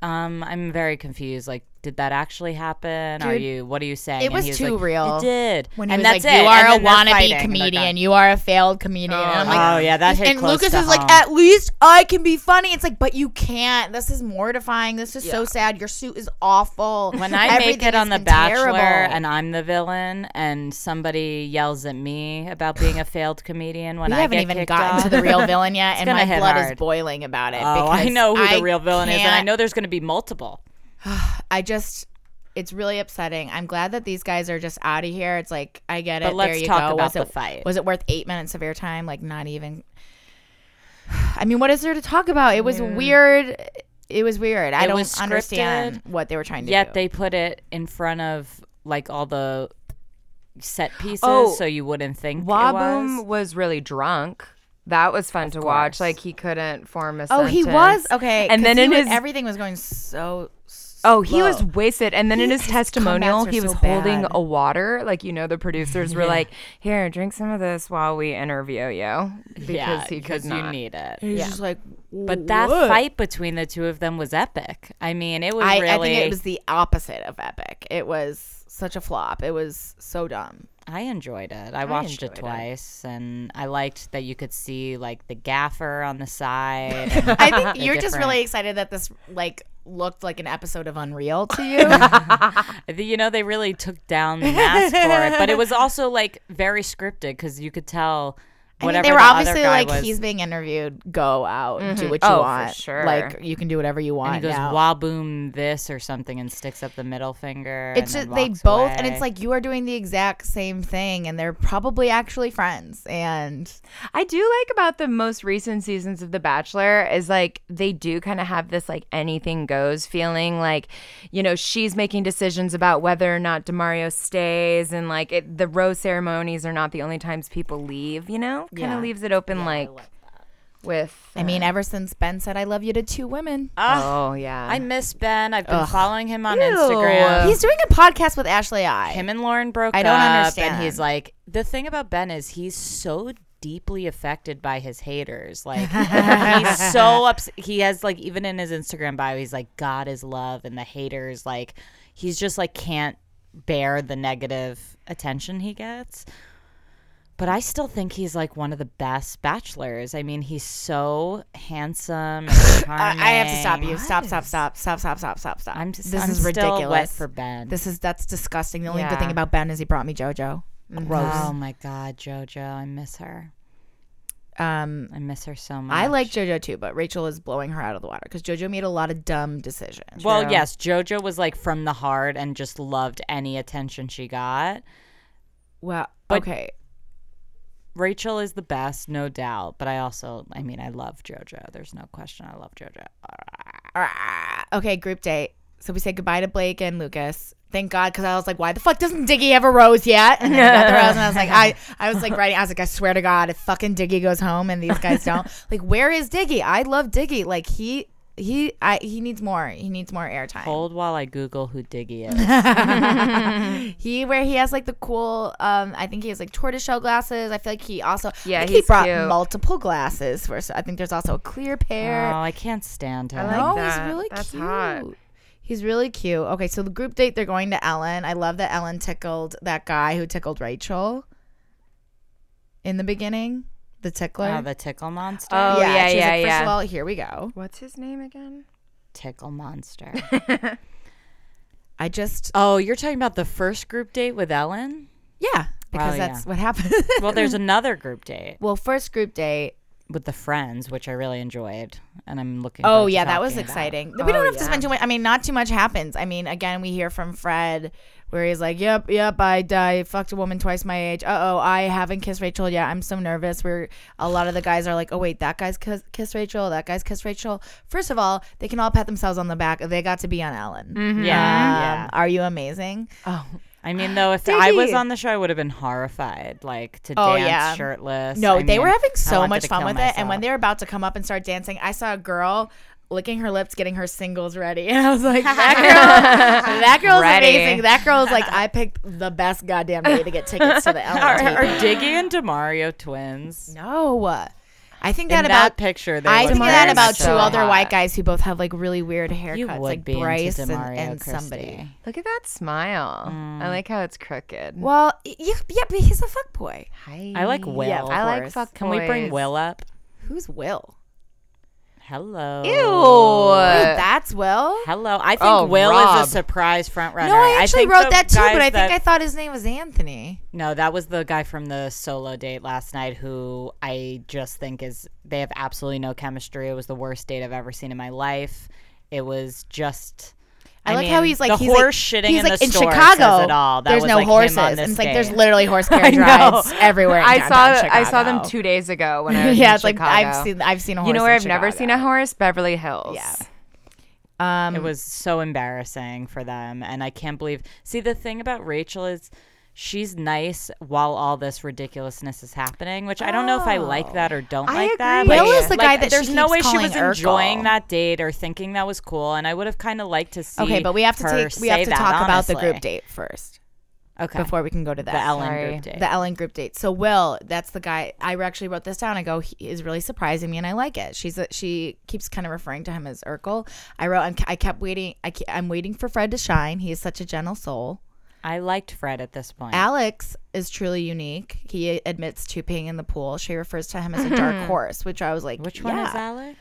[SPEAKER 3] Um, I'm very confused. Like, did that actually happen? are
[SPEAKER 2] Dude,
[SPEAKER 3] you? What are you saying?
[SPEAKER 2] it
[SPEAKER 3] And
[SPEAKER 2] was
[SPEAKER 3] he
[SPEAKER 2] too
[SPEAKER 3] like,
[SPEAKER 2] real.
[SPEAKER 3] It did.
[SPEAKER 2] when he
[SPEAKER 3] and
[SPEAKER 2] was
[SPEAKER 3] that's
[SPEAKER 2] like, "You
[SPEAKER 3] it. And
[SPEAKER 2] are a
[SPEAKER 3] then they're
[SPEAKER 2] wannabe
[SPEAKER 3] fighting, and they're
[SPEAKER 2] comedian.
[SPEAKER 3] done.
[SPEAKER 2] You are a failed comedian." and I'm like,
[SPEAKER 3] Oh, yeah, that hit
[SPEAKER 2] And
[SPEAKER 3] close
[SPEAKER 2] Lucas
[SPEAKER 3] to
[SPEAKER 2] is like,
[SPEAKER 3] home.
[SPEAKER 2] "At least I can be funny." It's like, but you can't. This is mortifying. This is so sad. Your suit is awful.
[SPEAKER 3] When I
[SPEAKER 2] Everything
[SPEAKER 3] make
[SPEAKER 2] has
[SPEAKER 3] it on The
[SPEAKER 2] been
[SPEAKER 3] Bachelor
[SPEAKER 2] terrible.
[SPEAKER 3] and I'm the villain, and somebody yells at me about being a failed comedian when
[SPEAKER 2] we
[SPEAKER 3] I
[SPEAKER 2] haven't
[SPEAKER 3] get
[SPEAKER 2] even
[SPEAKER 3] kicked
[SPEAKER 2] gotten
[SPEAKER 3] off.
[SPEAKER 2] to the real villain yet, and
[SPEAKER 3] gonna
[SPEAKER 2] my
[SPEAKER 3] hit
[SPEAKER 2] blood is
[SPEAKER 3] hard.
[SPEAKER 2] boiling about it.
[SPEAKER 3] oh, I
[SPEAKER 2] because
[SPEAKER 3] know who
[SPEAKER 2] I
[SPEAKER 3] the real villain is, and I
[SPEAKER 2] can't-
[SPEAKER 3] know there's going to be multiple.
[SPEAKER 2] I just. It's really upsetting. I'm glad that these guys are just out of here. It's like I get it.
[SPEAKER 3] But let's
[SPEAKER 2] there you
[SPEAKER 3] talk
[SPEAKER 2] go.
[SPEAKER 3] about
[SPEAKER 2] was
[SPEAKER 3] the
[SPEAKER 2] it,
[SPEAKER 3] fight.
[SPEAKER 2] Was it worth eight minutes of airtime? Like not even. I mean, what is there to talk about? It was weird. It was weird. I
[SPEAKER 3] It
[SPEAKER 2] don't
[SPEAKER 3] was scripted,
[SPEAKER 2] understand what they were trying to
[SPEAKER 3] Yet
[SPEAKER 2] do.
[SPEAKER 3] they put it in front of like all the set pieces,
[SPEAKER 4] Oh,
[SPEAKER 3] so you wouldn't think
[SPEAKER 4] Waboom
[SPEAKER 3] it was.
[SPEAKER 4] was really drunk. That was fun to watch. Like he couldn't form a.
[SPEAKER 2] oh, he was
[SPEAKER 4] sentence.
[SPEAKER 2] okay.
[SPEAKER 4] And
[SPEAKER 2] 'cause
[SPEAKER 4] then
[SPEAKER 2] he
[SPEAKER 4] in
[SPEAKER 2] was-
[SPEAKER 4] his
[SPEAKER 2] everything was going so.
[SPEAKER 4] Oh, he
[SPEAKER 2] slow.
[SPEAKER 4] was wasted. And then in his, testimonial,
[SPEAKER 2] comebacks are
[SPEAKER 4] he was
[SPEAKER 2] so
[SPEAKER 4] holding
[SPEAKER 2] bad.
[SPEAKER 4] a water. Like, you know, the producers were like, here, drink some of this while we interview you. Because
[SPEAKER 3] yeah,
[SPEAKER 4] he could
[SPEAKER 3] because you
[SPEAKER 4] not.
[SPEAKER 3] need it.
[SPEAKER 2] He was just like.
[SPEAKER 3] But that
[SPEAKER 2] "What?"
[SPEAKER 3] fight between the two of them was epic. I mean, it was
[SPEAKER 2] I,
[SPEAKER 3] really.
[SPEAKER 2] I think it was the opposite of epic. It was such a flop. It was so dumb.
[SPEAKER 3] I enjoyed it. I watched
[SPEAKER 4] enjoyed
[SPEAKER 3] it
[SPEAKER 4] it.
[SPEAKER 3] twice, and I liked that you could see like the gaffer on the side. and
[SPEAKER 2] I think
[SPEAKER 3] the
[SPEAKER 2] you're just
[SPEAKER 3] different-
[SPEAKER 2] really excited that this like looked like an episode of Unreal to you.
[SPEAKER 3] I think, you know, they really took down the mask for it, but it was also like very scripted because you could tell whatever
[SPEAKER 2] I mean, they were
[SPEAKER 3] the
[SPEAKER 2] obviously
[SPEAKER 3] other guy
[SPEAKER 2] like,
[SPEAKER 3] was. Mm-hmm.
[SPEAKER 2] he's being interviewed. Go out, do what you
[SPEAKER 4] Oh, for
[SPEAKER 2] want.
[SPEAKER 4] sure.
[SPEAKER 2] Like you can do whatever you want
[SPEAKER 3] and he goes
[SPEAKER 2] now.
[SPEAKER 3] waboom this or something and sticks up the middle finger.
[SPEAKER 2] it's just
[SPEAKER 3] and then
[SPEAKER 2] they
[SPEAKER 3] walks
[SPEAKER 2] both, and
[SPEAKER 3] away.
[SPEAKER 2] it's like you are doing the exact same thing, and they're probably actually friends. And
[SPEAKER 4] I do like about the most recent seasons of The Bachelor is like they do kind of have this like anything goes feeling. Like, you know, she's making decisions about whether or not Demario stays, and like it, the rose ceremonies are not the only times people leave. You know, kind of
[SPEAKER 2] Yeah.
[SPEAKER 4] leaves it open. like, with.
[SPEAKER 2] I mean, ever since Ben said "I love you" to two women,
[SPEAKER 3] Ah,
[SPEAKER 4] oh yeah,
[SPEAKER 3] I miss Ben. I've been following him on
[SPEAKER 4] Ew.
[SPEAKER 3] Instagram.
[SPEAKER 2] he's doing a podcast with Ashley I.
[SPEAKER 3] Oh. him and Lauren broke
[SPEAKER 2] I don't
[SPEAKER 3] up,
[SPEAKER 2] understand.
[SPEAKER 3] and he's like the thing about Ben is he's so deeply affected by his haters. Like he's so ups he has like even in his Instagram bio he's like God is love and the haters like he's just like can't bear the negative attention he gets. But I still think he's like one of the best bachelors. I mean, he's so handsome. And
[SPEAKER 2] I, I have to stop
[SPEAKER 3] charming.
[SPEAKER 2] you. Stop, stop, stop, stop, stop, stop, stop, stop.
[SPEAKER 3] I'm just
[SPEAKER 2] this
[SPEAKER 3] I'm
[SPEAKER 2] is
[SPEAKER 3] still
[SPEAKER 2] ridiculous.
[SPEAKER 3] wet for Ben.
[SPEAKER 2] This is that's disgusting. The only good
[SPEAKER 4] Yeah.
[SPEAKER 2] thing about Ben is he brought me JoJo. Mm, Gross.
[SPEAKER 3] Oh my God, JoJo, I miss her.
[SPEAKER 2] Um,
[SPEAKER 3] I miss her so much.
[SPEAKER 2] I like JoJo too, but Rachel is blowing her out of the water because JoJo made a lot of dumb decisions.
[SPEAKER 3] Well, yes, JoJo was like from the heart and just loved any attention she got.
[SPEAKER 2] Well,
[SPEAKER 3] But-
[SPEAKER 2] okay.
[SPEAKER 3] Rachel is the best, no doubt. But I also, I mean, I love JoJo. There's no question. I love JoJo.
[SPEAKER 2] Ah, Okay, group date. So we said goodbye to Blake and Lucas. Thank God, because I was like, why the fuck doesn't Diggy have a rose yet? And then I got the rose, and I was like, I, I was like, writing, I was like, I swear to God, if fucking Diggy goes home and these guys don't, like, where is Diggy? I love Diggy. Like he, he, I, he needs more. He needs more airtime.
[SPEAKER 3] Hold while I Google who Diggy is.
[SPEAKER 2] He where he has like the cool. Um, I think he has like tortoiseshell glasses. I feel like he also.
[SPEAKER 4] Yeah,
[SPEAKER 2] I think he
[SPEAKER 4] he's
[SPEAKER 2] brought
[SPEAKER 4] cute.
[SPEAKER 2] multiple glasses. For so I think there's also a clear pair.
[SPEAKER 3] oh, I can't stand him.
[SPEAKER 4] like-
[SPEAKER 2] no,
[SPEAKER 4] that.
[SPEAKER 2] he's really
[SPEAKER 4] That's
[SPEAKER 2] cute.
[SPEAKER 4] hot.
[SPEAKER 2] He's really cute. Okay, so the group date they're going to Ellen. I love that Ellen tickled that guy who tickled Rachel. In the beginning, the tickler.
[SPEAKER 3] Oh, the tickle monster.
[SPEAKER 2] Uh,
[SPEAKER 4] Oh yeah, yeah,
[SPEAKER 2] she was
[SPEAKER 4] yeah.
[SPEAKER 2] like, First of all, here we go.
[SPEAKER 4] What's his name again?
[SPEAKER 3] tickle monster.
[SPEAKER 2] I just
[SPEAKER 3] oh, you're talking about the first group date with Ellen?
[SPEAKER 2] yeah because
[SPEAKER 3] Oh, yeah.
[SPEAKER 2] that's what happened.
[SPEAKER 3] Well, there's another group date.
[SPEAKER 2] well, first group date.
[SPEAKER 3] with the friends, which I really enjoyed, and I'm looking.
[SPEAKER 2] Oh
[SPEAKER 3] forward to
[SPEAKER 2] yeah, that was
[SPEAKER 3] talking about.
[SPEAKER 2] exciting. We don't
[SPEAKER 4] Oh,
[SPEAKER 2] have to spend too much. I mean, not too much happens. I mean, again, we hear from Fred where he's like, "Yep, yep, I, I fucked a woman twice my age. Uh oh, I haven't kissed Rachel yet. I'm so nervous." Where a lot of the guys are like, "Oh wait, that guy's kiss, kissed Rachel. That guy's kissed Rachel." First of all, they can all pat themselves on the back. They got to be on Ellen.
[SPEAKER 3] Yeah,
[SPEAKER 2] Um,
[SPEAKER 3] yeah.
[SPEAKER 2] Are you amazing?
[SPEAKER 3] I mean, though, if I was
[SPEAKER 2] Diggy.
[SPEAKER 3] on the show, I would have been horrified, like to
[SPEAKER 2] Oh,
[SPEAKER 3] dance
[SPEAKER 2] yeah.
[SPEAKER 3] shirtless.
[SPEAKER 2] No,
[SPEAKER 3] I
[SPEAKER 2] they were
[SPEAKER 3] mean,
[SPEAKER 2] having
[SPEAKER 3] I
[SPEAKER 2] so
[SPEAKER 3] wanted
[SPEAKER 2] much
[SPEAKER 3] to
[SPEAKER 2] fun
[SPEAKER 3] kill
[SPEAKER 2] with it. And when
[SPEAKER 3] myself.
[SPEAKER 2] they were about to come up and start dancing, I saw a girl licking her lips, getting her singles ready, and I was like, "That girl, that girl's
[SPEAKER 4] Ready.
[SPEAKER 2] amazing. That girl's like, I picked the best goddamn day to get tickets to the
[SPEAKER 3] are, are
[SPEAKER 2] Ellen."
[SPEAKER 3] Diggy and Demario twins?
[SPEAKER 2] no, I think
[SPEAKER 3] In
[SPEAKER 2] that
[SPEAKER 3] that
[SPEAKER 2] about.
[SPEAKER 3] picture, they
[SPEAKER 2] I
[SPEAKER 3] look
[SPEAKER 2] think that
[SPEAKER 3] very
[SPEAKER 2] about two
[SPEAKER 3] much alike.
[SPEAKER 2] other white guys who both have like really weird haircuts,
[SPEAKER 3] You would
[SPEAKER 2] like
[SPEAKER 3] be into
[SPEAKER 2] Bryce and,
[SPEAKER 3] Demario
[SPEAKER 2] and
[SPEAKER 3] Christie.
[SPEAKER 2] somebody.
[SPEAKER 4] Look at that smile.
[SPEAKER 3] Mm.
[SPEAKER 4] I like how it's crooked.
[SPEAKER 2] Well, y- yeah, yeah, but he's a fuck boy.
[SPEAKER 4] Hi.
[SPEAKER 3] I like Will.
[SPEAKER 2] Yeah, of
[SPEAKER 4] I like
[SPEAKER 2] course.
[SPEAKER 4] fuck.
[SPEAKER 3] Can we bring
[SPEAKER 4] boys.
[SPEAKER 3] Will up?
[SPEAKER 2] Who's Will?
[SPEAKER 3] Hello.
[SPEAKER 4] Ew.
[SPEAKER 2] Wait, that's Will.
[SPEAKER 3] Hello. I think
[SPEAKER 4] Oh,
[SPEAKER 3] Will
[SPEAKER 4] Rob.
[SPEAKER 3] is a surprise front runner.
[SPEAKER 2] No, I actually
[SPEAKER 3] think
[SPEAKER 2] wrote
[SPEAKER 3] the
[SPEAKER 2] that too,
[SPEAKER 3] guys
[SPEAKER 2] but I think
[SPEAKER 3] that-
[SPEAKER 2] I thought his name was Anthony.
[SPEAKER 3] No, that was the guy from the solo date last night who I just think is they have absolutely no chemistry. It was the worst date I've ever seen in my life. It was just
[SPEAKER 2] I, like how
[SPEAKER 3] mean,
[SPEAKER 2] he's like
[SPEAKER 3] the
[SPEAKER 2] he's
[SPEAKER 3] horse
[SPEAKER 2] like,
[SPEAKER 3] shitting
[SPEAKER 2] he's
[SPEAKER 3] in
[SPEAKER 2] like
[SPEAKER 3] the
[SPEAKER 2] in
[SPEAKER 3] store
[SPEAKER 2] Chicago.
[SPEAKER 3] says it all. That
[SPEAKER 2] there's
[SPEAKER 3] was
[SPEAKER 2] no
[SPEAKER 3] like him on
[SPEAKER 2] horses. And
[SPEAKER 3] this
[SPEAKER 2] it's like
[SPEAKER 3] date.
[SPEAKER 2] there's literally horse carriage
[SPEAKER 3] know.
[SPEAKER 2] rides everywhere. in
[SPEAKER 4] I saw
[SPEAKER 2] downtown
[SPEAKER 4] I saw them
[SPEAKER 2] Chicago.
[SPEAKER 4] two days ago when I was
[SPEAKER 2] yeah,
[SPEAKER 4] in
[SPEAKER 2] it's like I've
[SPEAKER 4] Chicago.
[SPEAKER 2] seen I've seen a horse.
[SPEAKER 4] You know
[SPEAKER 2] in
[SPEAKER 4] where I've never
[SPEAKER 2] Chicago.
[SPEAKER 4] seen a horse? Beverly Hills.
[SPEAKER 2] Yeah. Um,
[SPEAKER 3] it was so embarrassing for them and i can't believe see the thing about rachel is she's nice while all this ridiculousness is happening which i don't know if i like that or
[SPEAKER 2] Oh,
[SPEAKER 3] don't like that
[SPEAKER 4] agree.
[SPEAKER 3] like-
[SPEAKER 4] Will is
[SPEAKER 2] the
[SPEAKER 3] like,
[SPEAKER 2] guy that she
[SPEAKER 3] there's no
[SPEAKER 2] keeps
[SPEAKER 3] way she
[SPEAKER 2] calling
[SPEAKER 3] was enjoying
[SPEAKER 2] Urkel.
[SPEAKER 3] that date or thinking that was cool and i would have kind of liked to see
[SPEAKER 2] okay, but we have to
[SPEAKER 3] her
[SPEAKER 2] take we have
[SPEAKER 3] say
[SPEAKER 2] to
[SPEAKER 3] that,
[SPEAKER 2] talk about the group
[SPEAKER 3] honestly.
[SPEAKER 2] date first
[SPEAKER 3] okay
[SPEAKER 2] before we can go to that.
[SPEAKER 3] the ellen
[SPEAKER 4] Sorry.
[SPEAKER 3] group date
[SPEAKER 2] The Ellen group date. So Will, that's the guy. I actually wrote this down. I go, he is really surprising me, and I like it. She's a, she keeps kind of referring to him as Urkel. I wrote, and I kept waiting. I ke- I'm waiting for Fred to shine. He is such a gentle soul.
[SPEAKER 3] i liked fred at this point
[SPEAKER 2] Alex is truly unique. He admits to peeing in the pool. She refers to him as a dark horse, which I was like,
[SPEAKER 3] which one
[SPEAKER 2] yeah.
[SPEAKER 3] is alex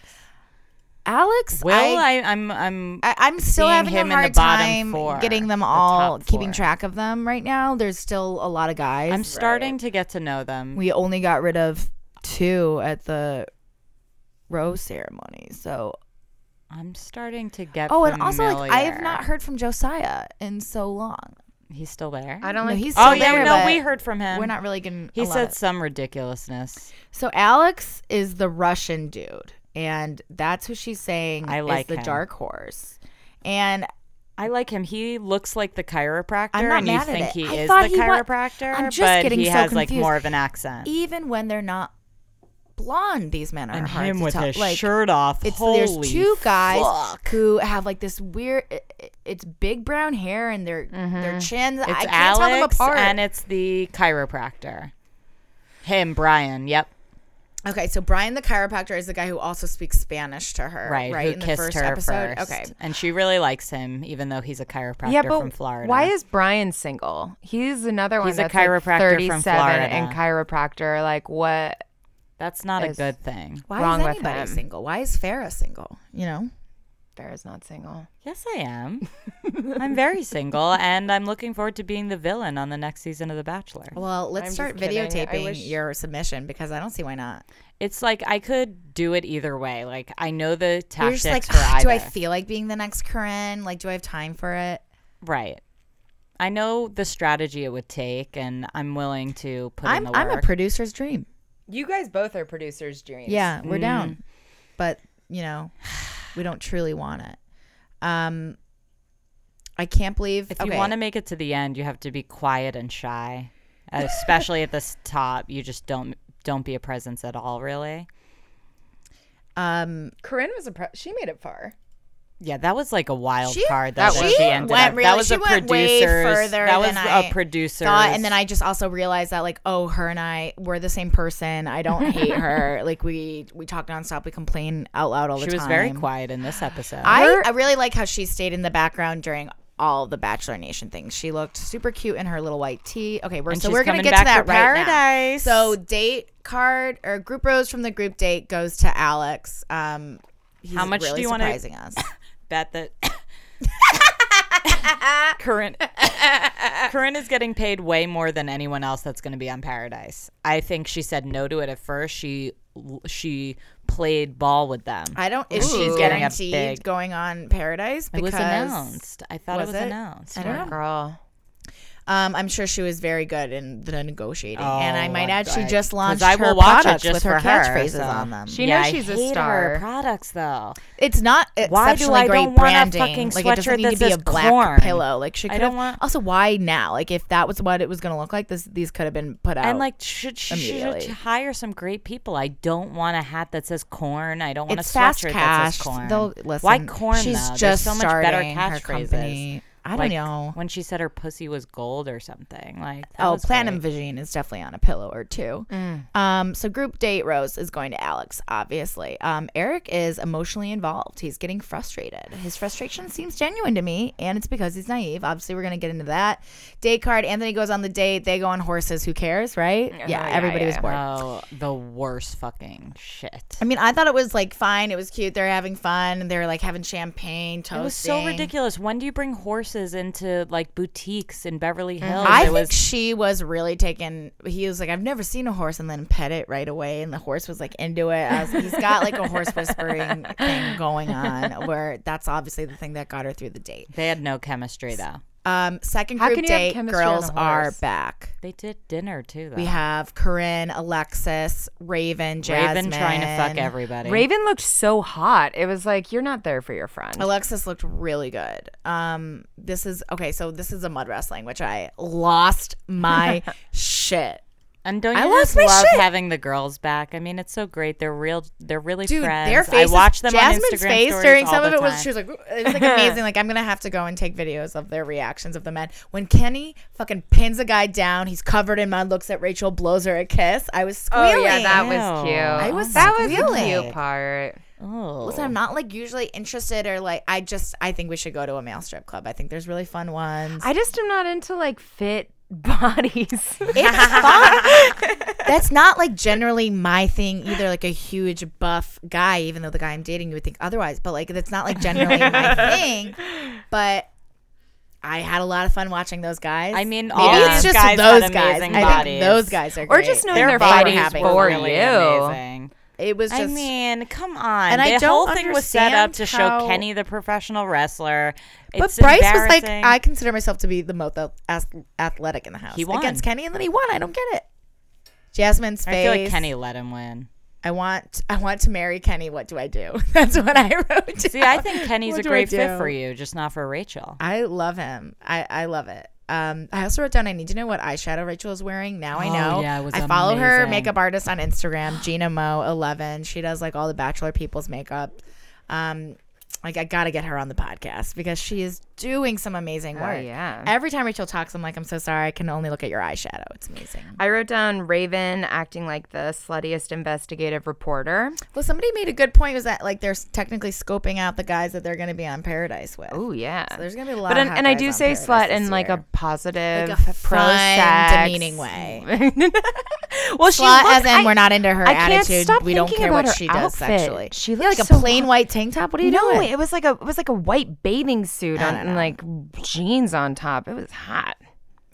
[SPEAKER 2] Alex,
[SPEAKER 3] will
[SPEAKER 2] I,
[SPEAKER 3] I, i'm i'm
[SPEAKER 2] I, I'm still
[SPEAKER 3] seeing
[SPEAKER 2] having
[SPEAKER 3] him
[SPEAKER 2] a
[SPEAKER 3] in
[SPEAKER 2] hard
[SPEAKER 3] the bottom
[SPEAKER 2] time
[SPEAKER 3] four,
[SPEAKER 2] getting them
[SPEAKER 3] the
[SPEAKER 2] all,
[SPEAKER 3] top
[SPEAKER 2] keeping
[SPEAKER 3] four.
[SPEAKER 2] track of them right now. There's still a lot of guys.
[SPEAKER 3] i'm starting to get to know them
[SPEAKER 2] we only got rid of two at the rose ceremony. So
[SPEAKER 3] i'm starting to get
[SPEAKER 2] oh, and also like I have
[SPEAKER 3] familiar.
[SPEAKER 2] not heard from Josiah in so long.
[SPEAKER 3] he's still there
[SPEAKER 4] I don't
[SPEAKER 2] No,
[SPEAKER 4] like.
[SPEAKER 2] he's
[SPEAKER 3] Oh
[SPEAKER 2] still
[SPEAKER 3] yeah,
[SPEAKER 2] there,
[SPEAKER 3] no,
[SPEAKER 2] but
[SPEAKER 3] we heard from him.
[SPEAKER 2] We're not really getting.
[SPEAKER 3] He
[SPEAKER 2] a lot
[SPEAKER 3] said
[SPEAKER 2] of-
[SPEAKER 3] some ridiculousness.
[SPEAKER 2] so. Alex is the Russian dude, and that's who she's saying.
[SPEAKER 3] I
[SPEAKER 2] is
[SPEAKER 3] like
[SPEAKER 2] the
[SPEAKER 3] him.
[SPEAKER 2] dark horse, and
[SPEAKER 3] I like him. He looks like the chiropractor,
[SPEAKER 2] I'm not
[SPEAKER 3] and
[SPEAKER 2] mad at
[SPEAKER 3] you think
[SPEAKER 2] it.
[SPEAKER 3] he
[SPEAKER 2] I
[SPEAKER 3] is
[SPEAKER 2] thought
[SPEAKER 3] the
[SPEAKER 2] he wa-
[SPEAKER 3] chiropractor,
[SPEAKER 2] I'm just
[SPEAKER 3] but
[SPEAKER 2] getting
[SPEAKER 3] he
[SPEAKER 2] so
[SPEAKER 3] has like
[SPEAKER 2] confused.
[SPEAKER 3] more of an accent.
[SPEAKER 2] even when they're not blonde these men are.
[SPEAKER 3] and
[SPEAKER 2] hard
[SPEAKER 3] him
[SPEAKER 2] to
[SPEAKER 3] with
[SPEAKER 2] tell.
[SPEAKER 3] his
[SPEAKER 2] like,
[SPEAKER 3] shirt off.
[SPEAKER 2] It's
[SPEAKER 3] Holy
[SPEAKER 2] there's two guys
[SPEAKER 3] fuck.
[SPEAKER 2] who have like this weird. i- i- It's big brown hair and their their chins. I
[SPEAKER 3] Mm-hmm. It's
[SPEAKER 2] can't
[SPEAKER 3] Alex
[SPEAKER 2] tell them apart.
[SPEAKER 3] and it's the chiropractor. Him, Brian. Yep.
[SPEAKER 2] okay, so Brian the chiropractor is the guy who also speaks Spanish to her,
[SPEAKER 3] Right.
[SPEAKER 2] Er, right?
[SPEAKER 3] who
[SPEAKER 2] in the
[SPEAKER 3] kissed
[SPEAKER 2] first
[SPEAKER 3] her
[SPEAKER 2] episode.
[SPEAKER 3] first.
[SPEAKER 2] Okay,
[SPEAKER 3] And she really likes him, even though he's a chiropractor
[SPEAKER 4] Yeah, but
[SPEAKER 3] from Florida.
[SPEAKER 4] why is Brian single? He's another one
[SPEAKER 3] He's a
[SPEAKER 4] that's
[SPEAKER 3] chiropractor from
[SPEAKER 4] like 37
[SPEAKER 3] Florida.
[SPEAKER 4] and chiropractor. Like what?
[SPEAKER 3] that's not a
[SPEAKER 4] is-
[SPEAKER 3] good thing?
[SPEAKER 2] why
[SPEAKER 4] Wrong
[SPEAKER 2] is
[SPEAKER 4] with
[SPEAKER 2] anybody
[SPEAKER 4] him.
[SPEAKER 2] single? Why is Farah single? You know,
[SPEAKER 4] Farrah's not single.
[SPEAKER 3] Yes, I am. I'm very single, and I'm looking forward to being the villain on the next season of The Bachelor.
[SPEAKER 2] Well, let's
[SPEAKER 4] I'm just
[SPEAKER 2] start
[SPEAKER 4] kidding. I
[SPEAKER 2] videotaping
[SPEAKER 4] wish-
[SPEAKER 2] your submission because I don't see why not.
[SPEAKER 3] It's like I could do it either way. Like I know the
[SPEAKER 2] You're
[SPEAKER 3] tactics
[SPEAKER 2] just like, "Ah,
[SPEAKER 3] for either.
[SPEAKER 2] do I feel like being the next Corinne? Like, do I have time for it?
[SPEAKER 3] right. I know the strategy it would take, and I'm willing to put in
[SPEAKER 2] I'm
[SPEAKER 3] the work.
[SPEAKER 2] I'm a producer's dream.
[SPEAKER 4] You guys both are producers' dreams.
[SPEAKER 2] Yeah, we're down, but you know, we don't truly want it. Um, I can't believe
[SPEAKER 3] If
[SPEAKER 2] okay,
[SPEAKER 3] you want to make it to the end, you have to be quiet and shy, especially at the s- top. You just don't don't be a presence at all, really.
[SPEAKER 2] Um,
[SPEAKER 4] Corinne was a pro- she made it far.
[SPEAKER 3] Yeah, that was like a wild
[SPEAKER 2] She-
[SPEAKER 3] card
[SPEAKER 2] that
[SPEAKER 3] that she,
[SPEAKER 2] was- she
[SPEAKER 3] ended
[SPEAKER 2] went
[SPEAKER 3] up.
[SPEAKER 2] really-
[SPEAKER 3] that was
[SPEAKER 2] she
[SPEAKER 3] a
[SPEAKER 2] went way
[SPEAKER 3] producer.
[SPEAKER 2] further
[SPEAKER 3] That was
[SPEAKER 2] than
[SPEAKER 3] a
[SPEAKER 2] I
[SPEAKER 3] producer.
[SPEAKER 2] thought, and then I just also realized that like, oh, her and I were the same person. I don't hate her. Like we we talk nonstop. We complain out loud all
[SPEAKER 3] she
[SPEAKER 2] the time.
[SPEAKER 3] was very quiet in this episode.
[SPEAKER 2] I, I really like how she stayed in the background during all the Bachelor Nation things. She looked super cute in her little white tee. Okay, we're
[SPEAKER 3] And
[SPEAKER 2] so
[SPEAKER 3] she's
[SPEAKER 2] we're gonna
[SPEAKER 3] coming
[SPEAKER 2] get
[SPEAKER 3] back
[SPEAKER 2] to that
[SPEAKER 3] for
[SPEAKER 2] right
[SPEAKER 3] Paradise.
[SPEAKER 2] now. So date card or group rose from the group date goes to Alex. Um, he's
[SPEAKER 3] How much do
[SPEAKER 2] really
[SPEAKER 3] you wanna-
[SPEAKER 2] surprising us?
[SPEAKER 3] bet that Corinne Corinne is getting paid way more than anyone else that's going to be on Paradise. I think she said no to it at first. She she played ball with them.
[SPEAKER 2] I don't. Is
[SPEAKER 3] She's
[SPEAKER 2] she
[SPEAKER 3] getting a
[SPEAKER 2] guaranteed
[SPEAKER 3] big-
[SPEAKER 2] going on Paradise?
[SPEAKER 3] it was
[SPEAKER 2] Because
[SPEAKER 3] announced. I thought
[SPEAKER 2] was
[SPEAKER 3] it was
[SPEAKER 2] it?
[SPEAKER 3] announced.
[SPEAKER 2] I don't know.
[SPEAKER 4] Girl.
[SPEAKER 2] Um, I'm sure she was very good in the negotiating, and I
[SPEAKER 3] Oh,
[SPEAKER 2] might
[SPEAKER 3] I'm
[SPEAKER 2] add she
[SPEAKER 3] glad.
[SPEAKER 2] just launched
[SPEAKER 3] 'Cause I will
[SPEAKER 2] her
[SPEAKER 3] watch it
[SPEAKER 2] products
[SPEAKER 3] just
[SPEAKER 2] with her
[SPEAKER 3] for her,
[SPEAKER 2] catchphrases
[SPEAKER 3] so.
[SPEAKER 2] on them.
[SPEAKER 4] She knows she's
[SPEAKER 3] I
[SPEAKER 4] a
[SPEAKER 3] hate her
[SPEAKER 4] star.
[SPEAKER 3] products though.
[SPEAKER 2] It's not
[SPEAKER 3] Why do
[SPEAKER 2] exceptionally
[SPEAKER 3] I
[SPEAKER 2] great
[SPEAKER 3] don't want a
[SPEAKER 2] branding.
[SPEAKER 3] fucking
[SPEAKER 2] like it doesn't
[SPEAKER 3] sweatshirt
[SPEAKER 2] need to
[SPEAKER 3] that
[SPEAKER 2] be a
[SPEAKER 3] says
[SPEAKER 2] black
[SPEAKER 3] corn?
[SPEAKER 2] pillow. Like she
[SPEAKER 3] I
[SPEAKER 2] could
[SPEAKER 3] don't
[SPEAKER 2] have,
[SPEAKER 3] want-
[SPEAKER 2] Also, why now? Like if that was what it was going to look like, this these could have been put out.
[SPEAKER 3] And like, should she should
[SPEAKER 2] immediately.
[SPEAKER 3] hire some great people? I don't want a hat that says corn. I don't want
[SPEAKER 2] it's
[SPEAKER 3] a
[SPEAKER 2] fast
[SPEAKER 3] sweatshirt that
[SPEAKER 2] cash.
[SPEAKER 3] says corn.
[SPEAKER 2] They'll listen.
[SPEAKER 3] Why corn?
[SPEAKER 2] She's
[SPEAKER 3] though? There's
[SPEAKER 2] just
[SPEAKER 3] so much better
[SPEAKER 2] starting her
[SPEAKER 3] catchphrases.
[SPEAKER 2] company. I don't
[SPEAKER 3] Like,
[SPEAKER 2] know.
[SPEAKER 3] When she said her pussy was gold or something, like that
[SPEAKER 2] Oh,
[SPEAKER 3] was
[SPEAKER 2] Platinum
[SPEAKER 3] great. Mm.
[SPEAKER 2] Vision is definitely on a pillow or two. Um, so group date Rose is going to Alex, obviously. Um, Eric is emotionally involved. He's getting frustrated. His frustration seems genuine to me, and it's because he's naive. Obviously, we're gonna get into that. Date card. Anthony goes on the date. They go on horses. Who cares, right? yeah,
[SPEAKER 4] yeah,
[SPEAKER 2] everybody was
[SPEAKER 4] yeah.
[SPEAKER 2] bored.
[SPEAKER 3] Oh, the worst fucking shit.
[SPEAKER 2] I mean, I thought it was like fine. It was cute. They're having fun. They're like having champagne, toasting.
[SPEAKER 3] It was so ridiculous. When do you bring horses into like boutiques in Beverly Hills?
[SPEAKER 2] I
[SPEAKER 3] It
[SPEAKER 2] think
[SPEAKER 3] was
[SPEAKER 2] she was really taken. He was like, I've never seen a horse, and then pet it right away, and the horse was like into it. I was, he's got like a horse whispering thing going on, where that's obviously the thing that got her through the date.
[SPEAKER 3] they had no chemistry though.
[SPEAKER 2] Um, second
[SPEAKER 4] How
[SPEAKER 2] group
[SPEAKER 4] can you have
[SPEAKER 2] date,
[SPEAKER 4] chemistry on
[SPEAKER 2] girls
[SPEAKER 4] a
[SPEAKER 2] are
[SPEAKER 4] horse?
[SPEAKER 2] back.
[SPEAKER 3] They did dinner too though.
[SPEAKER 2] We have Corinne, Alexis, Raven, Jasmine.
[SPEAKER 3] Raven trying to fuck everybody.
[SPEAKER 4] Raven looked so hot. It was like you're not there for your friend.
[SPEAKER 2] Alexis looked really good. Um, this is okay. So this is a mud wrestling, which I lost my shit.
[SPEAKER 3] And don't
[SPEAKER 2] I
[SPEAKER 3] you
[SPEAKER 2] lost
[SPEAKER 3] just
[SPEAKER 2] my
[SPEAKER 3] love
[SPEAKER 2] shit.
[SPEAKER 3] having the girls back? I mean, it's so great. They're real. They're really
[SPEAKER 2] Dude,
[SPEAKER 3] friends.
[SPEAKER 2] their faces.
[SPEAKER 3] I watch them
[SPEAKER 2] Jasmine's
[SPEAKER 3] on Instagram
[SPEAKER 2] face
[SPEAKER 3] stories
[SPEAKER 2] during
[SPEAKER 3] all
[SPEAKER 2] some of
[SPEAKER 3] the
[SPEAKER 2] it was
[SPEAKER 3] time.
[SPEAKER 2] she was like, "Ooh," it was like amazing. like I'm gonna have to go and take videos of their reactions of the men. When Kenny fucking pins a guy down, he's covered in mud. Looks at Rachel, blows her a kiss. I was
[SPEAKER 4] oh
[SPEAKER 2] squealing.
[SPEAKER 4] yeah, that
[SPEAKER 3] Ew.
[SPEAKER 4] was cute.
[SPEAKER 3] I
[SPEAKER 2] was
[SPEAKER 4] that was the
[SPEAKER 2] squealing.
[SPEAKER 4] cute part.
[SPEAKER 3] Oh.
[SPEAKER 2] Listen, I'm not like usually interested or like I just I think we should go to a male strip club. I think there's really fun ones.
[SPEAKER 4] I just am not into like fit bodies.
[SPEAKER 2] It's fun. That's not like generally my thing either. Like a huge buff guy, even though the guy I'm dating you would think otherwise. But like that's not like generally my thing. But I had a lot of fun watching those guys.
[SPEAKER 3] I mean,
[SPEAKER 2] maybe
[SPEAKER 3] all
[SPEAKER 2] it's
[SPEAKER 3] these
[SPEAKER 2] just
[SPEAKER 3] guys had
[SPEAKER 2] those guys.
[SPEAKER 3] amazing
[SPEAKER 2] I think
[SPEAKER 3] bodies.
[SPEAKER 2] those guys are
[SPEAKER 4] Or
[SPEAKER 2] great.
[SPEAKER 4] just knowing
[SPEAKER 3] their
[SPEAKER 4] they're bodies
[SPEAKER 3] bodies
[SPEAKER 2] having
[SPEAKER 3] were
[SPEAKER 4] for
[SPEAKER 3] really
[SPEAKER 4] you.
[SPEAKER 3] amazing.
[SPEAKER 2] It was just
[SPEAKER 3] I mean, come on.
[SPEAKER 2] And
[SPEAKER 3] the
[SPEAKER 2] I
[SPEAKER 3] whole
[SPEAKER 2] don't
[SPEAKER 3] thing was set up
[SPEAKER 2] understand
[SPEAKER 3] to
[SPEAKER 2] how-
[SPEAKER 3] show Kenny the professional wrestler.
[SPEAKER 2] But
[SPEAKER 3] It's
[SPEAKER 2] Bryce was like,
[SPEAKER 3] embarrassing.
[SPEAKER 2] I consider myself to be the most ath- athletic in the house.
[SPEAKER 3] He won.
[SPEAKER 2] against Kenny, and then he won. I don't get it. Jasmine's
[SPEAKER 3] I
[SPEAKER 2] face.
[SPEAKER 3] feel like Kenny let him win.
[SPEAKER 2] I want I want to marry Kenny. What do I do? That's what I wrote.
[SPEAKER 3] See, I think Kenny's
[SPEAKER 2] What
[SPEAKER 3] a
[SPEAKER 2] do I
[SPEAKER 3] great fit
[SPEAKER 2] do?
[SPEAKER 3] for you, just not for Rachel.
[SPEAKER 2] I love him. I I love it. Um, I also wrote down. I need to know what eyeshadow Rachel is wearing. Now I
[SPEAKER 3] Oh,
[SPEAKER 2] know.
[SPEAKER 3] yeah, it was
[SPEAKER 2] I follow her
[SPEAKER 3] amazing.
[SPEAKER 2] makeup artist on Instagram, Gina Mo Eleven. She does like all the Bachelor people's makeup. Um, like I gotta get her on the podcast because she is doing some amazing
[SPEAKER 3] Oh,
[SPEAKER 2] work.
[SPEAKER 4] Oh, yeah.
[SPEAKER 2] Every time Rachel talks, I'm like, I'm so sorry. I can only look at your eyeshadow. It's amazing.
[SPEAKER 4] I wrote down Raven acting like the sluttiest investigative reporter.
[SPEAKER 2] Well, somebody made a good point. Was that like they're s- technically scoping out the guys that they're going to be on Paradise with?
[SPEAKER 4] Oh yeah.
[SPEAKER 2] there's gonna be a lot.
[SPEAKER 4] But
[SPEAKER 2] of
[SPEAKER 4] and,
[SPEAKER 2] hot
[SPEAKER 4] and I
[SPEAKER 2] guys
[SPEAKER 4] do
[SPEAKER 2] on
[SPEAKER 4] say
[SPEAKER 2] Paradise
[SPEAKER 4] slut
[SPEAKER 2] this
[SPEAKER 4] in like a
[SPEAKER 2] year.
[SPEAKER 4] positive,
[SPEAKER 2] Like a fun,
[SPEAKER 4] pro-sex-
[SPEAKER 2] demeaning way.
[SPEAKER 4] well, she
[SPEAKER 2] Slut,
[SPEAKER 4] looked-
[SPEAKER 2] as in
[SPEAKER 4] I-
[SPEAKER 2] we're not into her
[SPEAKER 4] I can't
[SPEAKER 2] attitude.
[SPEAKER 4] stop
[SPEAKER 2] we don't
[SPEAKER 4] thinking
[SPEAKER 2] care what
[SPEAKER 4] about her
[SPEAKER 2] she does
[SPEAKER 4] outfit.
[SPEAKER 2] sexually.
[SPEAKER 4] She
[SPEAKER 2] Yeah,
[SPEAKER 4] looks
[SPEAKER 2] like a
[SPEAKER 4] so
[SPEAKER 2] plain
[SPEAKER 4] hot.
[SPEAKER 2] white tank top. What are you
[SPEAKER 4] no,
[SPEAKER 2] doing?
[SPEAKER 4] it was like a it was like a white bathing suit on and like jeans on top. It was hot.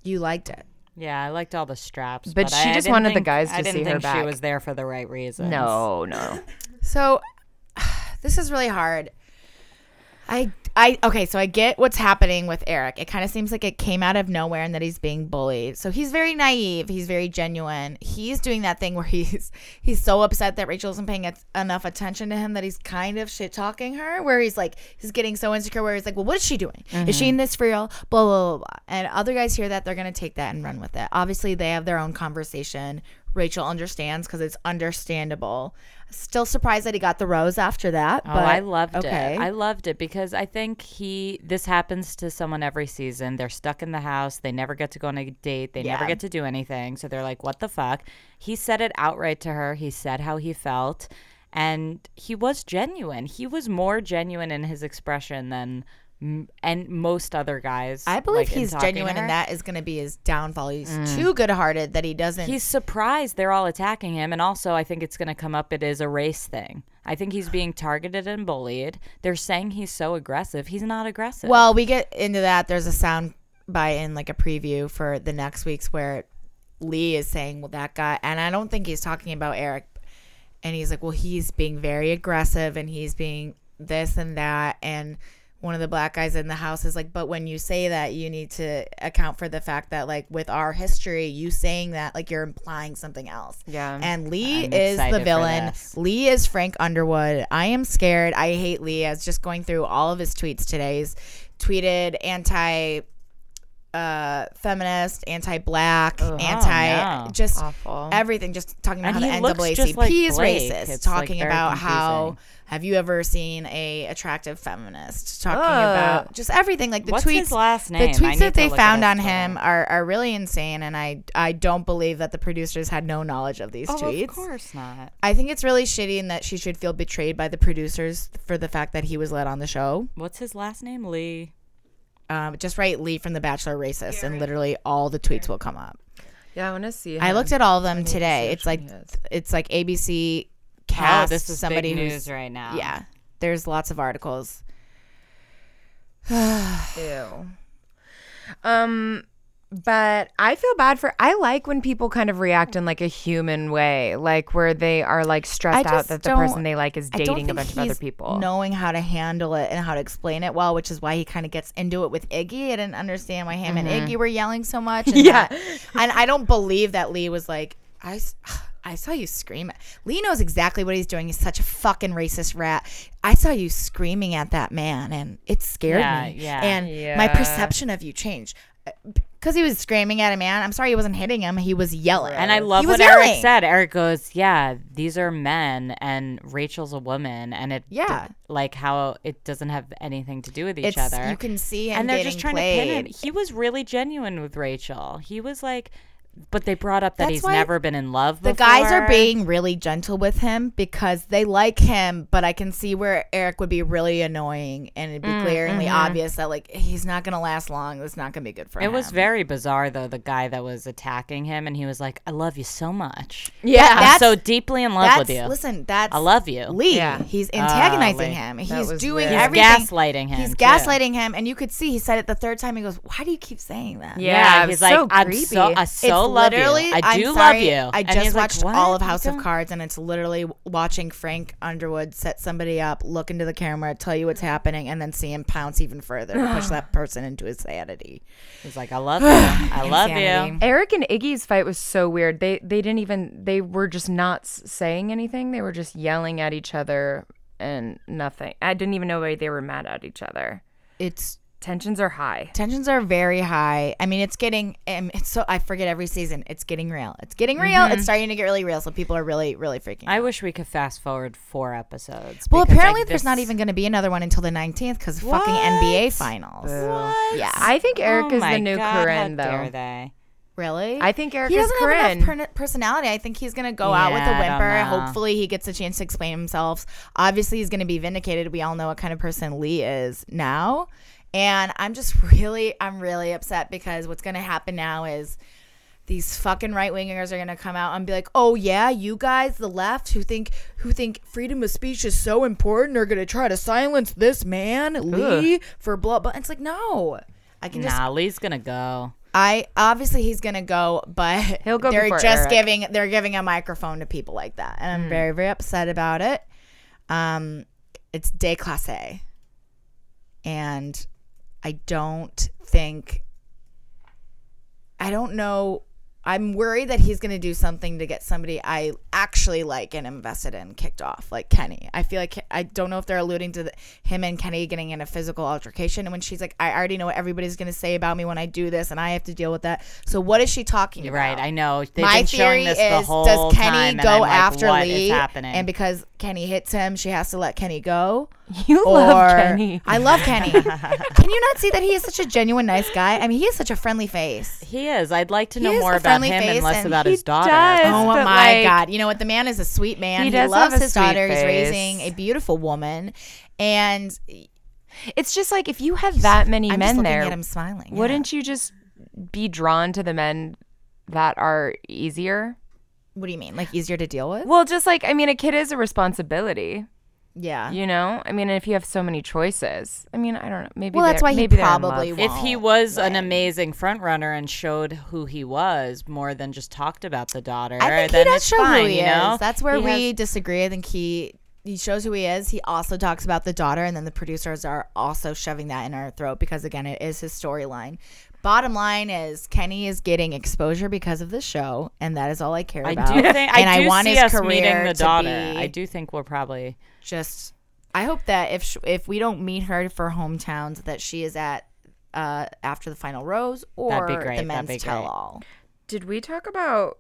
[SPEAKER 2] you liked it.
[SPEAKER 3] Yeah, I liked all the straps,
[SPEAKER 4] But
[SPEAKER 3] but,
[SPEAKER 4] she
[SPEAKER 3] I, I
[SPEAKER 4] just
[SPEAKER 3] didn't
[SPEAKER 4] wanted the
[SPEAKER 3] think-
[SPEAKER 4] guys
[SPEAKER 3] I
[SPEAKER 4] to
[SPEAKER 3] didn't
[SPEAKER 4] see her
[SPEAKER 3] think She
[SPEAKER 4] back.
[SPEAKER 3] was there for the right reasons.
[SPEAKER 4] No, no.
[SPEAKER 2] So this is really hard. I I okay, so I get what's happening with Eric. It kind of seems like it came out of nowhere and that he's being bullied. So he's very naive, he's very genuine. He's doing that thing where he's he's so upset that Rachel isn't paying at- enough attention to him that he's kind of shit talking her where he's like he's getting so insecure where he's like, "Well, what is she doing? Is
[SPEAKER 3] Mm-hmm.
[SPEAKER 2] she in this for real?" blah blah blah. blah. And other guys hear that, they're going to take that and run with it. Obviously, they have their own conversation. Rachel understands because it's understandable. Still surprised that he got the rose after that.
[SPEAKER 3] Oh,
[SPEAKER 2] but
[SPEAKER 3] I loved
[SPEAKER 2] okay.
[SPEAKER 3] it. I loved it because I think he this happens to someone every season. They're stuck in the house. They never get to go on a date. They never
[SPEAKER 2] Yeah.
[SPEAKER 3] get to do anything. So they're like, "What the fuck?" He said it outright to her. He said how he felt, and he was genuine. He was more genuine in his expression than m- and most other guys.
[SPEAKER 2] I believe
[SPEAKER 3] like, in
[SPEAKER 2] he's
[SPEAKER 3] talking to
[SPEAKER 2] genuine,
[SPEAKER 3] her. Mm.
[SPEAKER 2] and that is going to be his downfall. He's too good-hearted that he doesn't.
[SPEAKER 3] He's surprised they're all attacking him, and also I think it's going to come up. It is a race thing. I think he's being targeted and bullied. They're saying he's so aggressive. He's not aggressive.
[SPEAKER 2] well, we get into that. There's a sound by in like a preview for the next week's where Lee is saying, "Well, that guy," and I don't think he's talking about Eric. And he's like, "Well, he's being very aggressive, and he's being this and that." And one of the black guys in the house is like, "But when you say that, you need to account for the fact that, like, with our history, you saying that, like, you're implying something else."
[SPEAKER 4] Yeah.
[SPEAKER 2] And Lee
[SPEAKER 3] I'm
[SPEAKER 2] is
[SPEAKER 3] excited
[SPEAKER 2] the
[SPEAKER 3] for
[SPEAKER 2] villain.
[SPEAKER 3] this.
[SPEAKER 2] Lee is Frank Underwood. I am scared. I hate Lee. I was just going through all of his tweets today. He's tweeted anti uh feminist, anti black,
[SPEAKER 3] Oh,
[SPEAKER 2] anti
[SPEAKER 3] no.
[SPEAKER 2] just
[SPEAKER 4] Awful.
[SPEAKER 2] everything, just talking about
[SPEAKER 3] And
[SPEAKER 2] how
[SPEAKER 3] he
[SPEAKER 2] the
[SPEAKER 3] looks
[SPEAKER 2] NAACP
[SPEAKER 3] just like
[SPEAKER 2] is
[SPEAKER 3] Blake.
[SPEAKER 2] racist.
[SPEAKER 3] It's, like,
[SPEAKER 2] talking
[SPEAKER 3] very
[SPEAKER 2] about how
[SPEAKER 3] confusing.
[SPEAKER 2] have you ever seen a attractive feminist? Talking
[SPEAKER 4] Ugh.
[SPEAKER 2] about just everything. Like the
[SPEAKER 3] What's
[SPEAKER 2] tweets
[SPEAKER 3] his last
[SPEAKER 2] the
[SPEAKER 3] name? I
[SPEAKER 2] tweets
[SPEAKER 3] need
[SPEAKER 2] that
[SPEAKER 3] to
[SPEAKER 2] they
[SPEAKER 3] look at
[SPEAKER 2] found
[SPEAKER 3] his
[SPEAKER 2] on him are, are really insane and I I don't believe that the producers had no knowledge of these tweets.
[SPEAKER 3] Oh, Of course not.
[SPEAKER 2] I think it's really shitty in that she should feel betrayed by the producers for the fact that he was let on the show.
[SPEAKER 3] What's his last name? Lee.
[SPEAKER 2] Um, just write Lee from The Bachelor Racist, and literally all the tweets will come up.
[SPEAKER 4] Yeah, I want to see.
[SPEAKER 2] I
[SPEAKER 4] him.
[SPEAKER 2] looked at all of them today. It's like
[SPEAKER 4] he is.
[SPEAKER 2] it's like ABC
[SPEAKER 3] Wow,
[SPEAKER 2] cast
[SPEAKER 3] Oh, this is
[SPEAKER 2] somebody
[SPEAKER 3] big
[SPEAKER 2] who's
[SPEAKER 3] news right now.
[SPEAKER 2] yeah. There's lots of articles.
[SPEAKER 4] Ew. Um, but I feel bad for. I like when people kind of react in like a human way, like where they are like stressed out
[SPEAKER 2] just
[SPEAKER 4] that the
[SPEAKER 2] don't-
[SPEAKER 4] person they like is
[SPEAKER 2] I don't
[SPEAKER 4] dating
[SPEAKER 2] think
[SPEAKER 4] a bunch of other
[SPEAKER 2] he's
[SPEAKER 4] people.
[SPEAKER 2] knowing how to handle it and how to explain it well, which is why he kind of gets into it with Iggy. I didn't understand why him
[SPEAKER 3] Mm-hmm.
[SPEAKER 2] and Iggy were yelling so much. And
[SPEAKER 4] Yeah.
[SPEAKER 2] that- and I don't believe that Lee was like, I, s- I saw you scream. at-" Lee knows exactly what he's doing. He's such a fucking racist rat. I saw you screaming at that man, and it scared
[SPEAKER 3] Yeah,
[SPEAKER 2] me.
[SPEAKER 3] yeah.
[SPEAKER 2] and my perception of you changed. uh, Because he was screaming at a man. I'm sorry he wasn't hitting him. He was yelling.
[SPEAKER 3] And I love
[SPEAKER 2] He was
[SPEAKER 3] what Eric
[SPEAKER 2] yelling.
[SPEAKER 3] said. Eric goes, "Yeah, these are men, and Rachel's a woman, and it
[SPEAKER 2] Yeah.
[SPEAKER 3] like how it doesn't have anything to do with each
[SPEAKER 2] It's-
[SPEAKER 3] other.
[SPEAKER 2] you can see him
[SPEAKER 3] and they're just
[SPEAKER 2] getting
[SPEAKER 3] trying to pin him.
[SPEAKER 2] played.
[SPEAKER 3] He was really genuine with Rachel. He was like, but they brought up that
[SPEAKER 2] That's
[SPEAKER 3] he's
[SPEAKER 2] why
[SPEAKER 3] never been in love.
[SPEAKER 2] The guys are
[SPEAKER 3] before.
[SPEAKER 2] being really gentle with him because they like him, but I can see where Eric would be really annoying and it'd be
[SPEAKER 3] Mm,
[SPEAKER 2] glaringly obvious that like he's not gonna last long. It's not gonna be good for
[SPEAKER 3] mm-hmm. It
[SPEAKER 2] him.
[SPEAKER 3] was very bizarre though. The guy that was attacking him, and he was like, "I love you so much.
[SPEAKER 2] yeah.
[SPEAKER 3] I'm so deeply in love
[SPEAKER 2] that's
[SPEAKER 3] with you.
[SPEAKER 2] listen. That's
[SPEAKER 3] I love you." Uh,
[SPEAKER 2] Lee.
[SPEAKER 4] Yeah.
[SPEAKER 2] He's antagonizing
[SPEAKER 3] Lee.
[SPEAKER 2] him.
[SPEAKER 4] That
[SPEAKER 2] He's
[SPEAKER 4] was
[SPEAKER 2] doing
[SPEAKER 4] weird. He's
[SPEAKER 2] everything.
[SPEAKER 3] gaslighting him,
[SPEAKER 2] He's
[SPEAKER 3] too.
[SPEAKER 2] gaslighting him, and you could see he said it the third time. He goes, "Why do you keep saying that?"
[SPEAKER 3] Yeah,
[SPEAKER 4] it
[SPEAKER 3] he's
[SPEAKER 4] was
[SPEAKER 3] like,
[SPEAKER 4] so
[SPEAKER 3] I'm
[SPEAKER 4] creepy.
[SPEAKER 3] so, I
[SPEAKER 2] It's
[SPEAKER 3] so love you.
[SPEAKER 2] literally-
[SPEAKER 3] I
[SPEAKER 2] I'm
[SPEAKER 3] do love
[SPEAKER 2] sorry,
[SPEAKER 3] you.
[SPEAKER 2] I
[SPEAKER 3] And
[SPEAKER 2] just
[SPEAKER 3] he's like,
[SPEAKER 2] watched
[SPEAKER 3] "What?
[SPEAKER 2] all of
[SPEAKER 3] You
[SPEAKER 2] House of
[SPEAKER 3] don't-"
[SPEAKER 2] Cards, and it's literally watching Frank Underwood set somebody up, look into the camera, tell you what's happening, and then see him pounce even further to push that person into insanity.
[SPEAKER 3] He's like, I love you. I love you.
[SPEAKER 2] Insanity.
[SPEAKER 4] Eric and Iggy's fight was so weird. They they didn't even they were just not s- saying anything. They were just yelling at each other and nothing. I didn't even know why they were mad at each other.
[SPEAKER 2] It's
[SPEAKER 4] Tensions are high.
[SPEAKER 2] Tensions are very high. I mean, it's getting um, it's so I forget every season. It's getting real. It's getting real. It's starting to get really real. So people are really, really freaking. out.
[SPEAKER 3] Mm-hmm. I wish we could fast forward four episodes.
[SPEAKER 2] well,
[SPEAKER 3] because, like,
[SPEAKER 2] apparently there's not
[SPEAKER 3] this-
[SPEAKER 2] even going to be another one until the 19th because fucking NBA finals. Yeah.
[SPEAKER 4] I think Eric
[SPEAKER 3] oh
[SPEAKER 4] is
[SPEAKER 3] my
[SPEAKER 4] the new
[SPEAKER 3] God,
[SPEAKER 4] Corinne,
[SPEAKER 3] how dare
[SPEAKER 4] though.
[SPEAKER 3] they?
[SPEAKER 2] Really?
[SPEAKER 4] I think Eric
[SPEAKER 2] he
[SPEAKER 4] is
[SPEAKER 2] doesn't have
[SPEAKER 4] Corinne.
[SPEAKER 2] enough per- personality. I think he's going to go out with a
[SPEAKER 3] Yeah, I don't
[SPEAKER 2] whimper.
[SPEAKER 3] know.
[SPEAKER 2] Hopefully, he gets a chance to explain himself. Obviously, he's going to be vindicated. We all know what kind of person Lee is now, and I'm just really, I'm really upset because what's going to happen now is. These fucking right wingers are gonna come out and be like, "Oh yeah, you guys, the left, who think who think freedom of speech is so important, are gonna try to silence this man Lee for blah blah." It's like, no, I can just
[SPEAKER 3] Nah, Lee's gonna go.
[SPEAKER 2] I obviously he's gonna go, but
[SPEAKER 4] He'll go
[SPEAKER 2] they're
[SPEAKER 4] before
[SPEAKER 2] just
[SPEAKER 4] Eric. Mm.
[SPEAKER 2] giving they're giving a microphone to people like that, and I'm very very upset about it. Um, it's de classe, and I don't think I don't know. I'm worried that he's gonna do something to get somebody I actually like and invested in kicked off, like Kenny. I feel like I don't know if they're alluding to the, him and Kenny getting in a physical altercation. And when she's like, "I already know what everybody's gonna say about me when I do this, and I have to deal with that." So what is she talking about?
[SPEAKER 3] Right, I know. They've
[SPEAKER 2] My
[SPEAKER 3] been
[SPEAKER 2] theory
[SPEAKER 3] showing this
[SPEAKER 2] is,
[SPEAKER 3] the whole
[SPEAKER 2] does Kenny
[SPEAKER 3] time,
[SPEAKER 2] go
[SPEAKER 3] and I'm like,
[SPEAKER 2] after
[SPEAKER 3] what is
[SPEAKER 2] Lee?
[SPEAKER 3] happening?
[SPEAKER 2] And because Kenny hits him, she has to let Kenny go.
[SPEAKER 4] You love Kenny.
[SPEAKER 2] I love Kenny. Can you not see that he is such a genuine nice guy? I mean, he has such a friendly face.
[SPEAKER 3] he is. I'd like to
[SPEAKER 2] He
[SPEAKER 3] know
[SPEAKER 2] is
[SPEAKER 3] more
[SPEAKER 2] a
[SPEAKER 3] about
[SPEAKER 2] friendly
[SPEAKER 3] him
[SPEAKER 2] face
[SPEAKER 3] and less
[SPEAKER 2] and
[SPEAKER 3] about
[SPEAKER 4] he
[SPEAKER 3] his daughter.
[SPEAKER 4] does.
[SPEAKER 2] Oh
[SPEAKER 4] but,
[SPEAKER 2] my
[SPEAKER 4] like-
[SPEAKER 2] God! You know what? The man is a sweet man.
[SPEAKER 4] He
[SPEAKER 2] He,
[SPEAKER 4] does
[SPEAKER 2] loves
[SPEAKER 4] have a
[SPEAKER 2] his
[SPEAKER 4] sweet
[SPEAKER 2] daughter. He's
[SPEAKER 4] face.
[SPEAKER 2] raising a beautiful woman, and
[SPEAKER 4] It's just like if you have that many
[SPEAKER 2] I'm just
[SPEAKER 4] men
[SPEAKER 2] looking
[SPEAKER 4] there,
[SPEAKER 2] at him smiling. yeah.
[SPEAKER 4] wouldn't you just be drawn to the men that are easier?
[SPEAKER 2] What do you mean? Like easier to deal with?
[SPEAKER 4] Well, just like I mean, a kid is a responsibility.
[SPEAKER 2] Yeah.
[SPEAKER 4] You know, I mean, if you have so many choices, I mean, I don't know. Maybe
[SPEAKER 2] Well, that's
[SPEAKER 4] they're-
[SPEAKER 2] why he
[SPEAKER 4] maybe they're in
[SPEAKER 2] probably
[SPEAKER 4] love.
[SPEAKER 2] won't.
[SPEAKER 3] If he was an amazing front runner and showed who he was more than just talked about the daughter,
[SPEAKER 2] I think
[SPEAKER 3] then
[SPEAKER 2] he does
[SPEAKER 3] it's
[SPEAKER 2] show
[SPEAKER 3] fine,
[SPEAKER 2] who he
[SPEAKER 3] you know?
[SPEAKER 2] is. That's where
[SPEAKER 4] He
[SPEAKER 2] we
[SPEAKER 4] has-
[SPEAKER 2] disagree. I think he he shows who he is. He also talks about the daughter, and then the producers are also shoving that in our throat because again, it is his storyline. Bottom line is Kenny is getting exposure because of the show, and that is all I care
[SPEAKER 3] I
[SPEAKER 2] about.
[SPEAKER 3] do think
[SPEAKER 2] and
[SPEAKER 3] I do
[SPEAKER 2] want
[SPEAKER 3] see
[SPEAKER 2] his
[SPEAKER 3] us
[SPEAKER 2] career
[SPEAKER 3] meeting the
[SPEAKER 2] to
[SPEAKER 3] daughter.
[SPEAKER 2] be
[SPEAKER 3] I do think we're probably
[SPEAKER 2] just. I hope that if sh- if we don't meet her for hometowns, that she is at uh, after the final rose or
[SPEAKER 3] be great.
[SPEAKER 2] the
[SPEAKER 3] That'd
[SPEAKER 2] men's
[SPEAKER 3] be great.
[SPEAKER 2] tell all.
[SPEAKER 4] Did we talk about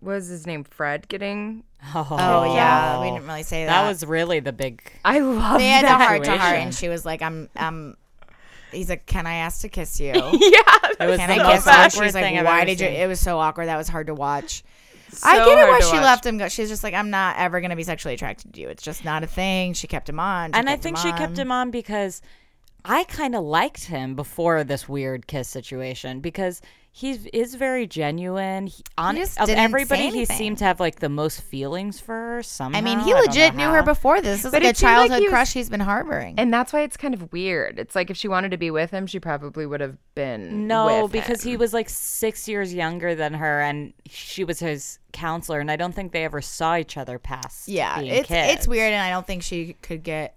[SPEAKER 4] what was his name? Fred getting?
[SPEAKER 3] Oh,
[SPEAKER 2] Oh yeah, we didn't really say that.
[SPEAKER 3] That was really the big
[SPEAKER 4] I love
[SPEAKER 2] they had
[SPEAKER 4] that.
[SPEAKER 2] a heart to heart,
[SPEAKER 3] situation.
[SPEAKER 2] and she was like, "I'm, I'm." He's like, "Can I ask to kiss you?
[SPEAKER 3] it was
[SPEAKER 2] Can
[SPEAKER 3] the
[SPEAKER 2] I
[SPEAKER 3] most
[SPEAKER 2] kiss you?"
[SPEAKER 3] awkward
[SPEAKER 2] She's
[SPEAKER 3] thing
[SPEAKER 2] like,
[SPEAKER 3] I've
[SPEAKER 2] "Why
[SPEAKER 3] ever
[SPEAKER 2] did you?"
[SPEAKER 3] seen.
[SPEAKER 2] It was so awkward. That was hard to watch. I get it
[SPEAKER 4] hard
[SPEAKER 2] why
[SPEAKER 4] to
[SPEAKER 2] she
[SPEAKER 4] watch.
[SPEAKER 2] left him go. She's just like, "I'm not ever gonna be sexually attracted to you. It's just not a thing." She kept him on, she
[SPEAKER 3] and I
[SPEAKER 2] kept him
[SPEAKER 3] think she kept
[SPEAKER 2] on.
[SPEAKER 3] him on because I kind of liked him before this weird kiss situation because he is very genuine. He, on,
[SPEAKER 2] just
[SPEAKER 3] of
[SPEAKER 2] didn't say
[SPEAKER 3] everybody, he
[SPEAKER 2] anything.
[SPEAKER 3] seemed to have like the most feelings for her. Somehow,
[SPEAKER 2] I mean, he
[SPEAKER 3] don't
[SPEAKER 2] legit
[SPEAKER 3] know
[SPEAKER 2] knew her
[SPEAKER 3] how.
[SPEAKER 2] before this. This is
[SPEAKER 4] But
[SPEAKER 2] like a
[SPEAKER 4] it seemed like
[SPEAKER 2] childhood
[SPEAKER 4] he was-
[SPEAKER 2] crush he's been harboring.
[SPEAKER 4] And that's why it's kind of weird. It's like if she wanted to be with him, she probably would have been.
[SPEAKER 3] No,
[SPEAKER 4] with
[SPEAKER 3] because
[SPEAKER 4] him.
[SPEAKER 3] he was like six years younger than her, and she was his counselor, and I don't think they ever saw each other past.
[SPEAKER 2] yeah,
[SPEAKER 3] being
[SPEAKER 2] it's it's
[SPEAKER 3] kids.
[SPEAKER 2] weird, and I don't think she could get.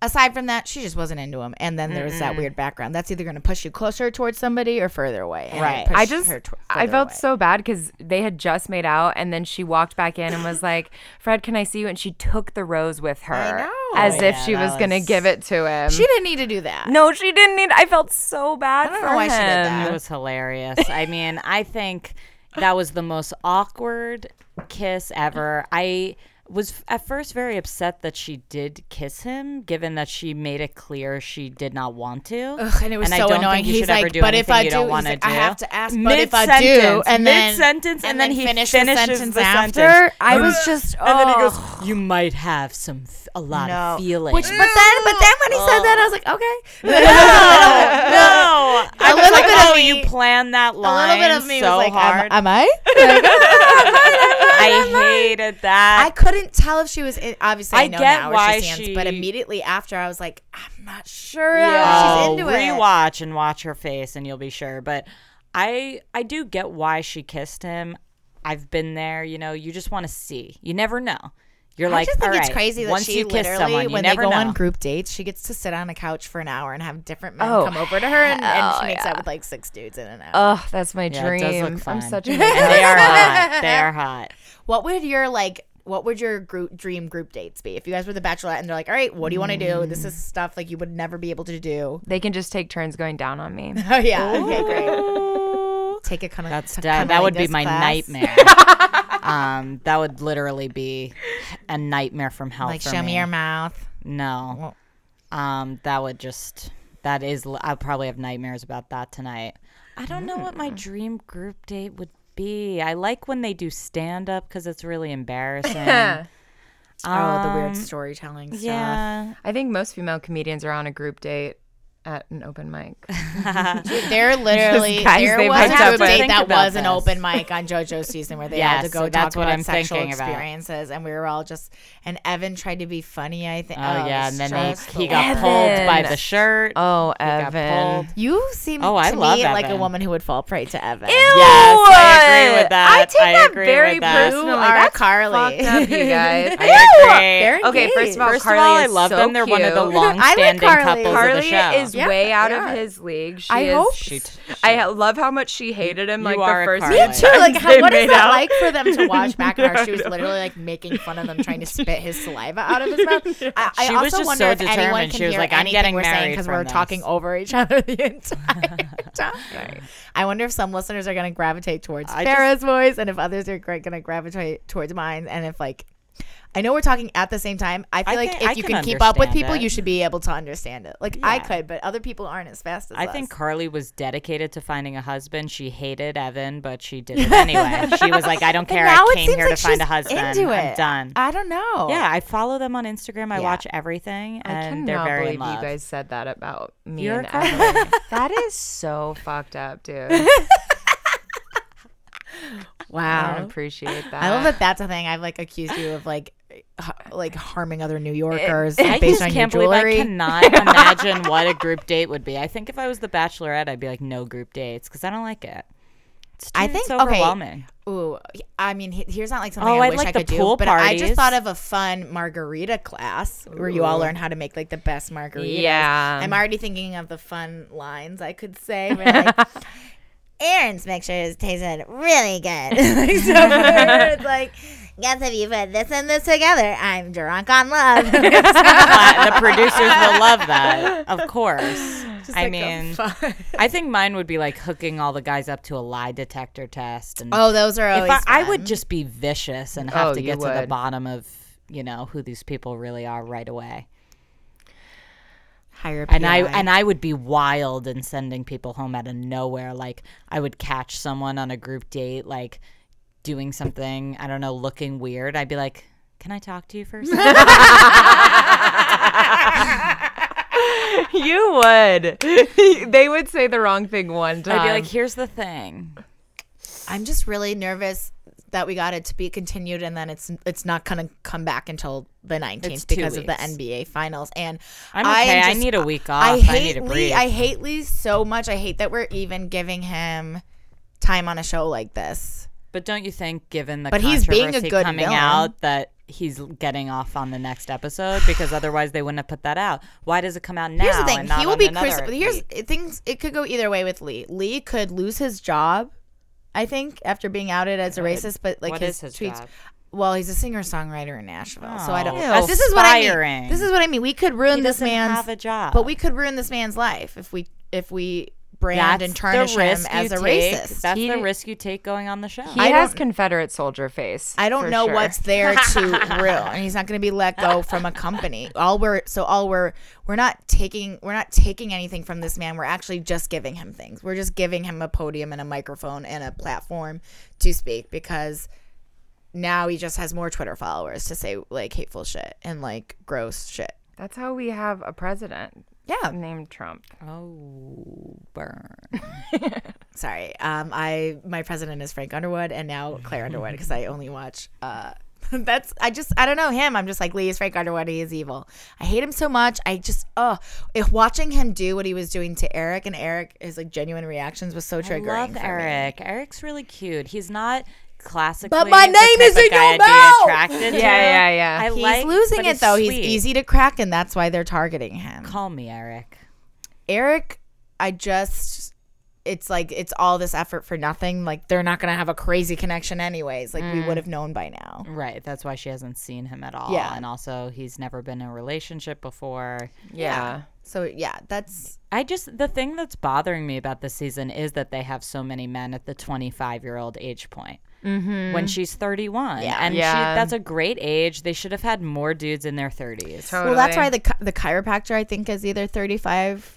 [SPEAKER 2] Aside from that, she just wasn't into him. And then there was that weird background. That's either going to push you closer towards somebody or further away. and it
[SPEAKER 3] Right.
[SPEAKER 2] pushed
[SPEAKER 4] I just,
[SPEAKER 2] her tw-
[SPEAKER 4] I
[SPEAKER 2] further
[SPEAKER 4] felt
[SPEAKER 2] away.
[SPEAKER 4] so bad because they had just made out, and then she walked back in and was like, "Fred, can I see you?" And she took the rose with her,
[SPEAKER 2] know.
[SPEAKER 4] as if
[SPEAKER 3] Oh, Yeah,
[SPEAKER 4] she
[SPEAKER 3] that
[SPEAKER 4] was, gonna
[SPEAKER 3] was-
[SPEAKER 4] give it to him.
[SPEAKER 2] She didn't need to do that.
[SPEAKER 4] no, she didn't need. I felt so bad.
[SPEAKER 2] I don't
[SPEAKER 4] for
[SPEAKER 2] know why she did
[SPEAKER 4] him.
[SPEAKER 2] that.
[SPEAKER 3] It was hilarious. I mean, I think that was the most awkward kiss ever. I was at first very upset that she did kiss him, given that she made it clear she did not want to.
[SPEAKER 2] Ugh, and it was
[SPEAKER 3] I
[SPEAKER 2] so
[SPEAKER 3] don't
[SPEAKER 2] annoying.
[SPEAKER 3] Think you
[SPEAKER 2] He's
[SPEAKER 3] should ever
[SPEAKER 2] like,
[SPEAKER 3] do
[SPEAKER 2] "But if
[SPEAKER 3] anything
[SPEAKER 2] I
[SPEAKER 3] you
[SPEAKER 2] do,"
[SPEAKER 3] don't
[SPEAKER 2] he's
[SPEAKER 3] want
[SPEAKER 2] like,
[SPEAKER 3] do.
[SPEAKER 2] "I have to ask, but if I do,"
[SPEAKER 3] Mid-sentence,
[SPEAKER 2] and then-
[SPEAKER 3] mid-sentence, and,
[SPEAKER 2] and
[SPEAKER 3] then,
[SPEAKER 2] then
[SPEAKER 3] he
[SPEAKER 2] finish
[SPEAKER 3] finishes
[SPEAKER 2] the
[SPEAKER 3] the
[SPEAKER 2] sentence
[SPEAKER 3] sentence
[SPEAKER 2] after.
[SPEAKER 3] after.
[SPEAKER 4] I was just. Oh.
[SPEAKER 3] And then he goes, "You might have some f- a lot of feelings."
[SPEAKER 2] Which, but then, but then when he said that, I was like, okay.
[SPEAKER 3] no, I
[SPEAKER 2] A
[SPEAKER 3] was
[SPEAKER 2] little
[SPEAKER 3] like,
[SPEAKER 2] bit of
[SPEAKER 3] "Oh,
[SPEAKER 2] me-
[SPEAKER 3] you planned that
[SPEAKER 2] A
[SPEAKER 3] line
[SPEAKER 2] little bit of me
[SPEAKER 3] so
[SPEAKER 2] was like,
[SPEAKER 3] hard."
[SPEAKER 2] am, am I?
[SPEAKER 3] I hated that.
[SPEAKER 2] I couldn't tell if she was. In, obviously, I,
[SPEAKER 3] I
[SPEAKER 2] know
[SPEAKER 3] get
[SPEAKER 2] now
[SPEAKER 3] why
[SPEAKER 2] where she stands, but
[SPEAKER 3] she-
[SPEAKER 2] immediately after, I was like, I'm not sure
[SPEAKER 3] Yeah.
[SPEAKER 2] how she's
[SPEAKER 3] Oh,
[SPEAKER 2] into it.
[SPEAKER 3] rewatch and watch her face, and you'll be sure. But I I do get why she kissed him. I've been there. You know, you just want to see. You never know. You're
[SPEAKER 2] I
[SPEAKER 3] like,
[SPEAKER 2] just think
[SPEAKER 3] all
[SPEAKER 2] it's
[SPEAKER 3] right,
[SPEAKER 2] crazy that
[SPEAKER 3] once
[SPEAKER 2] she
[SPEAKER 3] you kiss
[SPEAKER 2] literally,
[SPEAKER 3] someone, you
[SPEAKER 2] when they
[SPEAKER 3] never
[SPEAKER 2] go
[SPEAKER 3] know.
[SPEAKER 2] on group dates, she gets to sit on a couch for an hour and have different men
[SPEAKER 4] Oh,
[SPEAKER 2] come over to her, and, and she
[SPEAKER 4] hell
[SPEAKER 2] makes
[SPEAKER 4] yeah.
[SPEAKER 2] out with like six dudes in an hour.
[SPEAKER 4] Oh, that's my
[SPEAKER 3] Yeah, it
[SPEAKER 4] dream.
[SPEAKER 3] does look fun.
[SPEAKER 4] I'm such a.
[SPEAKER 3] and they are hot. They are hot.
[SPEAKER 2] What would your like what would your group dream group dates be? If you guys were the Bachelorette and they're like, all right, what do you want to do? This is stuff like you would never be able to do.
[SPEAKER 4] They can just take turns going down on me.
[SPEAKER 2] Oh yeah, okay, great. Take a kind
[SPEAKER 3] That's da- that would be my nightmare. um, that would literally be a nightmare from hell.
[SPEAKER 2] Like
[SPEAKER 3] for
[SPEAKER 2] show me your
[SPEAKER 3] me.
[SPEAKER 2] mouth.
[SPEAKER 3] No. Um, that would just that is l- I'll probably have nightmares about that tonight. I don't know what my dream group date would be. I like when they do stand up because it's really embarrassing.
[SPEAKER 2] oh, the weird storytelling stuff.
[SPEAKER 3] Um, yeah,
[SPEAKER 4] I think most female comedians are on a group date at an open mic.
[SPEAKER 2] They're literally
[SPEAKER 4] guys
[SPEAKER 2] there
[SPEAKER 4] they
[SPEAKER 2] was
[SPEAKER 4] might
[SPEAKER 2] a
[SPEAKER 4] have
[SPEAKER 2] group
[SPEAKER 4] to
[SPEAKER 2] date
[SPEAKER 3] think
[SPEAKER 2] that
[SPEAKER 3] about
[SPEAKER 2] was an
[SPEAKER 3] this.
[SPEAKER 2] open mic on JoJo's season where they had to
[SPEAKER 3] Yes,
[SPEAKER 2] go talk
[SPEAKER 3] that's
[SPEAKER 2] about
[SPEAKER 3] what I'm
[SPEAKER 2] sexual
[SPEAKER 3] thinking about.
[SPEAKER 2] experiences, and we were all just and Evan tried to be funny. I think.
[SPEAKER 3] oh yeah, and then they, he got
[SPEAKER 4] worst.
[SPEAKER 3] pulled by
[SPEAKER 4] Evan.
[SPEAKER 3] the shirt.
[SPEAKER 4] Oh,
[SPEAKER 3] got
[SPEAKER 4] Evan.
[SPEAKER 3] pulled.
[SPEAKER 2] You seem
[SPEAKER 3] Oh,
[SPEAKER 2] to
[SPEAKER 3] I
[SPEAKER 2] me
[SPEAKER 3] love
[SPEAKER 2] like a
[SPEAKER 3] Evan.
[SPEAKER 2] woman who would fall prey to Evan.
[SPEAKER 3] Yes, I agree with that.
[SPEAKER 4] I take
[SPEAKER 3] I
[SPEAKER 4] that
[SPEAKER 3] agree
[SPEAKER 4] very
[SPEAKER 3] with that.
[SPEAKER 4] personally.
[SPEAKER 2] You are
[SPEAKER 4] That's
[SPEAKER 2] Carly.
[SPEAKER 4] fucked up, you guys.
[SPEAKER 3] I agree.
[SPEAKER 4] Okay, first of all,
[SPEAKER 3] First
[SPEAKER 4] Carly
[SPEAKER 3] of all, I
[SPEAKER 4] is
[SPEAKER 3] love
[SPEAKER 4] so
[SPEAKER 3] them. They're one of the
[SPEAKER 4] cute.
[SPEAKER 3] long-standing
[SPEAKER 2] Carly.
[SPEAKER 3] couples of the
[SPEAKER 4] Carly
[SPEAKER 3] show.
[SPEAKER 4] is
[SPEAKER 2] Yeah,
[SPEAKER 4] way out
[SPEAKER 2] they
[SPEAKER 4] of
[SPEAKER 2] are.
[SPEAKER 4] his league. She
[SPEAKER 2] I
[SPEAKER 4] is,
[SPEAKER 2] hope-
[SPEAKER 3] She t-
[SPEAKER 4] I love how much she hated him.
[SPEAKER 3] You
[SPEAKER 4] Like
[SPEAKER 3] are
[SPEAKER 4] the
[SPEAKER 3] a
[SPEAKER 4] first.
[SPEAKER 3] Carly.
[SPEAKER 4] few
[SPEAKER 2] too. Like,
[SPEAKER 4] times
[SPEAKER 2] how,
[SPEAKER 4] they
[SPEAKER 2] what is
[SPEAKER 4] made
[SPEAKER 2] that
[SPEAKER 4] out.
[SPEAKER 2] like for them to watch back at her? She was literally like making fun of them, trying to spit his saliva out of his mouth. I, I
[SPEAKER 3] She was
[SPEAKER 2] also
[SPEAKER 3] just
[SPEAKER 2] wonder
[SPEAKER 3] so
[SPEAKER 2] if anyone
[SPEAKER 3] determined.
[SPEAKER 2] can
[SPEAKER 3] She was
[SPEAKER 2] hear
[SPEAKER 3] like, "I'm
[SPEAKER 2] anything
[SPEAKER 3] getting
[SPEAKER 2] we're saying
[SPEAKER 3] married
[SPEAKER 2] because
[SPEAKER 3] from
[SPEAKER 2] we're
[SPEAKER 3] this."
[SPEAKER 2] talking over each other the entire time. I wonder if some listeners are going to gravitate towards
[SPEAKER 3] I
[SPEAKER 2] Farrah's voice, and if others are going to gravitate towards mine, and if like. I know we're talking at the same time. I feel
[SPEAKER 3] I
[SPEAKER 2] like
[SPEAKER 3] think-
[SPEAKER 2] if
[SPEAKER 3] I
[SPEAKER 2] you
[SPEAKER 3] can
[SPEAKER 2] can keep up with
[SPEAKER 3] understand
[SPEAKER 2] people,
[SPEAKER 3] it.
[SPEAKER 2] you should be able to understand it. Like I
[SPEAKER 3] Yeah.
[SPEAKER 2] could, but other people aren't as fast as
[SPEAKER 3] I
[SPEAKER 2] us.
[SPEAKER 3] think Carly was dedicated to finding a husband. She hated Evan, but she did it anyway. she was like, I don't care.
[SPEAKER 2] now
[SPEAKER 3] I
[SPEAKER 2] it
[SPEAKER 3] came
[SPEAKER 2] seems
[SPEAKER 3] here
[SPEAKER 2] like
[SPEAKER 3] to find a
[SPEAKER 2] she's
[SPEAKER 3] husband.
[SPEAKER 2] into
[SPEAKER 3] I'm
[SPEAKER 2] it.
[SPEAKER 3] done.
[SPEAKER 2] I don't know.
[SPEAKER 3] yeah, I follow them on Instagram. I
[SPEAKER 2] Oh. Yeah.
[SPEAKER 3] watch everything,
[SPEAKER 4] I
[SPEAKER 3] and
[SPEAKER 4] cannot
[SPEAKER 3] they're very
[SPEAKER 4] believe
[SPEAKER 3] in love.
[SPEAKER 4] you guys said that about me
[SPEAKER 3] You're
[SPEAKER 4] and
[SPEAKER 3] a Carly.
[SPEAKER 4] Evan. that is so fucked up, dude. I
[SPEAKER 2] Wow.
[SPEAKER 4] don't appreciate that.
[SPEAKER 2] I love
[SPEAKER 3] Uh,
[SPEAKER 2] that that's a thing. I've like accused you of like h- like harming other New Yorkers
[SPEAKER 3] I
[SPEAKER 2] based
[SPEAKER 3] just
[SPEAKER 2] on your
[SPEAKER 3] can't believe I
[SPEAKER 2] jewelry.
[SPEAKER 3] cannot imagine what a group date would be. I think if I was the Bachelorette, I'd be like, no group dates because I don't like it. It's too,
[SPEAKER 2] I think-
[SPEAKER 3] it's
[SPEAKER 2] okay.
[SPEAKER 3] overwhelming.
[SPEAKER 2] Ooh, I mean, he- here's not like something
[SPEAKER 3] Oh,
[SPEAKER 2] I
[SPEAKER 3] I'd
[SPEAKER 2] wish
[SPEAKER 3] like
[SPEAKER 2] I
[SPEAKER 3] the
[SPEAKER 2] could
[SPEAKER 3] pool
[SPEAKER 2] do, but I just
[SPEAKER 3] parties.
[SPEAKER 2] thought of a fun margarita class where you all learn how to make like the best margaritas.
[SPEAKER 4] Yeah.
[SPEAKER 2] I'm already thinking of the fun lines I could say. where, like, Aaron's mixtures tasted really good. like, so where it's like, guess if you put this and this together, I'm drunk on love.
[SPEAKER 3] Uh, the producers will love that, of course. I
[SPEAKER 2] oh,
[SPEAKER 3] mean, I think mine would be like hooking all the guys up to a lie detector test. And
[SPEAKER 2] oh, those are always.
[SPEAKER 3] if I, I would
[SPEAKER 2] fun.
[SPEAKER 3] just be vicious and have
[SPEAKER 4] Oh,
[SPEAKER 3] to
[SPEAKER 4] you
[SPEAKER 3] get to the
[SPEAKER 4] would.
[SPEAKER 3] bottom of you know who these people really are right away.
[SPEAKER 2] hire a
[SPEAKER 3] And I
[SPEAKER 2] PI.
[SPEAKER 3] and I would be wild in sending people home out of nowhere. Like I would catch someone on a group date, like doing something I don't know, looking weird. I'd be like, "Can I talk to you for a second?
[SPEAKER 4] you would. they would say the wrong thing one time.
[SPEAKER 3] I'd be like, "Here's the thing."
[SPEAKER 2] I'm just really nervous that we got it to be continued and then it's it's not gonna come back until the 19th
[SPEAKER 3] It's two
[SPEAKER 2] because of the
[SPEAKER 3] weeks.
[SPEAKER 2] NBA finals and
[SPEAKER 3] I'm
[SPEAKER 2] I
[SPEAKER 3] okay.
[SPEAKER 2] am
[SPEAKER 3] I
[SPEAKER 2] just-
[SPEAKER 3] need a week off.
[SPEAKER 2] I
[SPEAKER 3] I,
[SPEAKER 2] hate
[SPEAKER 3] need to
[SPEAKER 2] Lee
[SPEAKER 3] breathe.
[SPEAKER 2] I hate Lee so much I hate that we're even giving him time on a show like this
[SPEAKER 3] but don't you think, given the
[SPEAKER 2] But he's
[SPEAKER 3] controversy
[SPEAKER 2] being a good
[SPEAKER 3] coming
[SPEAKER 2] villain.
[SPEAKER 3] out, that he's getting off on the next episode because otherwise they wouldn't have put that out. Why does it come out now?
[SPEAKER 2] here's the thing
[SPEAKER 3] and not
[SPEAKER 2] he will
[SPEAKER 3] on
[SPEAKER 2] be
[SPEAKER 3] another
[SPEAKER 2] crucified here's
[SPEAKER 3] week?
[SPEAKER 2] things it could go either way with Lee Lee could lose his job I think after being outed as a racist but like
[SPEAKER 3] what
[SPEAKER 2] his,
[SPEAKER 3] is his
[SPEAKER 2] tweets
[SPEAKER 3] job?
[SPEAKER 2] well he's a singer songwriter in Nashville so I don't
[SPEAKER 3] Oh,
[SPEAKER 2] know
[SPEAKER 3] Ew.
[SPEAKER 2] this is what I mean
[SPEAKER 3] Inspiring.
[SPEAKER 2] this is what I mean we could ruin
[SPEAKER 3] He
[SPEAKER 2] this
[SPEAKER 3] doesn't
[SPEAKER 2] man's
[SPEAKER 3] have a job.
[SPEAKER 2] But we could ruin this man's life if we if we brand
[SPEAKER 3] That's
[SPEAKER 2] and tarnish
[SPEAKER 3] the
[SPEAKER 2] him
[SPEAKER 3] risk
[SPEAKER 2] as a
[SPEAKER 3] you take.
[SPEAKER 2] racist.
[SPEAKER 3] That's the
[SPEAKER 4] He-
[SPEAKER 3] risk you take going on the show.
[SPEAKER 4] he
[SPEAKER 2] I
[SPEAKER 4] has
[SPEAKER 2] don't-
[SPEAKER 4] Confederate soldier face.
[SPEAKER 2] I don't
[SPEAKER 4] for
[SPEAKER 2] know
[SPEAKER 4] sure.
[SPEAKER 2] what's there to ruin, and he's not going to be let go from a company. All we're so all we're we're not taking we're not taking anything from this man. We're actually just giving him things. We're just giving him a podium and a microphone and a platform to speak because now he just has more Twitter followers to say like hateful shit and like gross shit.
[SPEAKER 4] That's how we have a president
[SPEAKER 2] Yeah,
[SPEAKER 4] named Trump.
[SPEAKER 3] oh, burn.
[SPEAKER 2] Sorry. Um, I my president is Frank Underwood, and now Claire Underwood because I only watch. Uh, that's I just I don't know him. I'm just like Lee is Frank Underwood. He is evil. I hate him so much. I just oh, if watching him do what he was doing to Eric and Eric his like genuine reactions was so
[SPEAKER 3] I
[SPEAKER 2] triggering. for
[SPEAKER 3] love
[SPEAKER 2] me.
[SPEAKER 3] Eric. Eric's really cute. He's not classically.
[SPEAKER 2] my
[SPEAKER 3] the
[SPEAKER 2] name
[SPEAKER 3] type
[SPEAKER 2] is
[SPEAKER 3] of
[SPEAKER 2] in
[SPEAKER 3] guy
[SPEAKER 2] your
[SPEAKER 3] I'd be
[SPEAKER 2] mouth!
[SPEAKER 3] attracted to.
[SPEAKER 4] yeah, yeah.
[SPEAKER 3] I
[SPEAKER 2] He's
[SPEAKER 3] like,
[SPEAKER 2] losing
[SPEAKER 3] but
[SPEAKER 2] it though. He's
[SPEAKER 3] sweet.
[SPEAKER 2] easy to crack, and that's why they're targeting him.
[SPEAKER 3] Call me Eric.
[SPEAKER 2] Eric, I just it's like it's all this effort for nothing. Like they're not gonna have a crazy connection anyways. Like
[SPEAKER 3] Mm.
[SPEAKER 2] we would have known by now.
[SPEAKER 3] Right. That's why she hasn't seen him at all.
[SPEAKER 2] Yeah.
[SPEAKER 3] And also, he's never been in a relationship before.
[SPEAKER 4] Yeah.
[SPEAKER 2] So yeah, that's
[SPEAKER 3] I just, the thing that's bothering me about this season is that they have so many men at the 25 year old age point. Mm-hmm. When she's 31. Yeah. And
[SPEAKER 4] Yeah.
[SPEAKER 3] She, that's a great age. They should have had more dudes in their 30s.
[SPEAKER 4] Totally.
[SPEAKER 2] well. That's why the chi- the chiropractor I think is either thirty five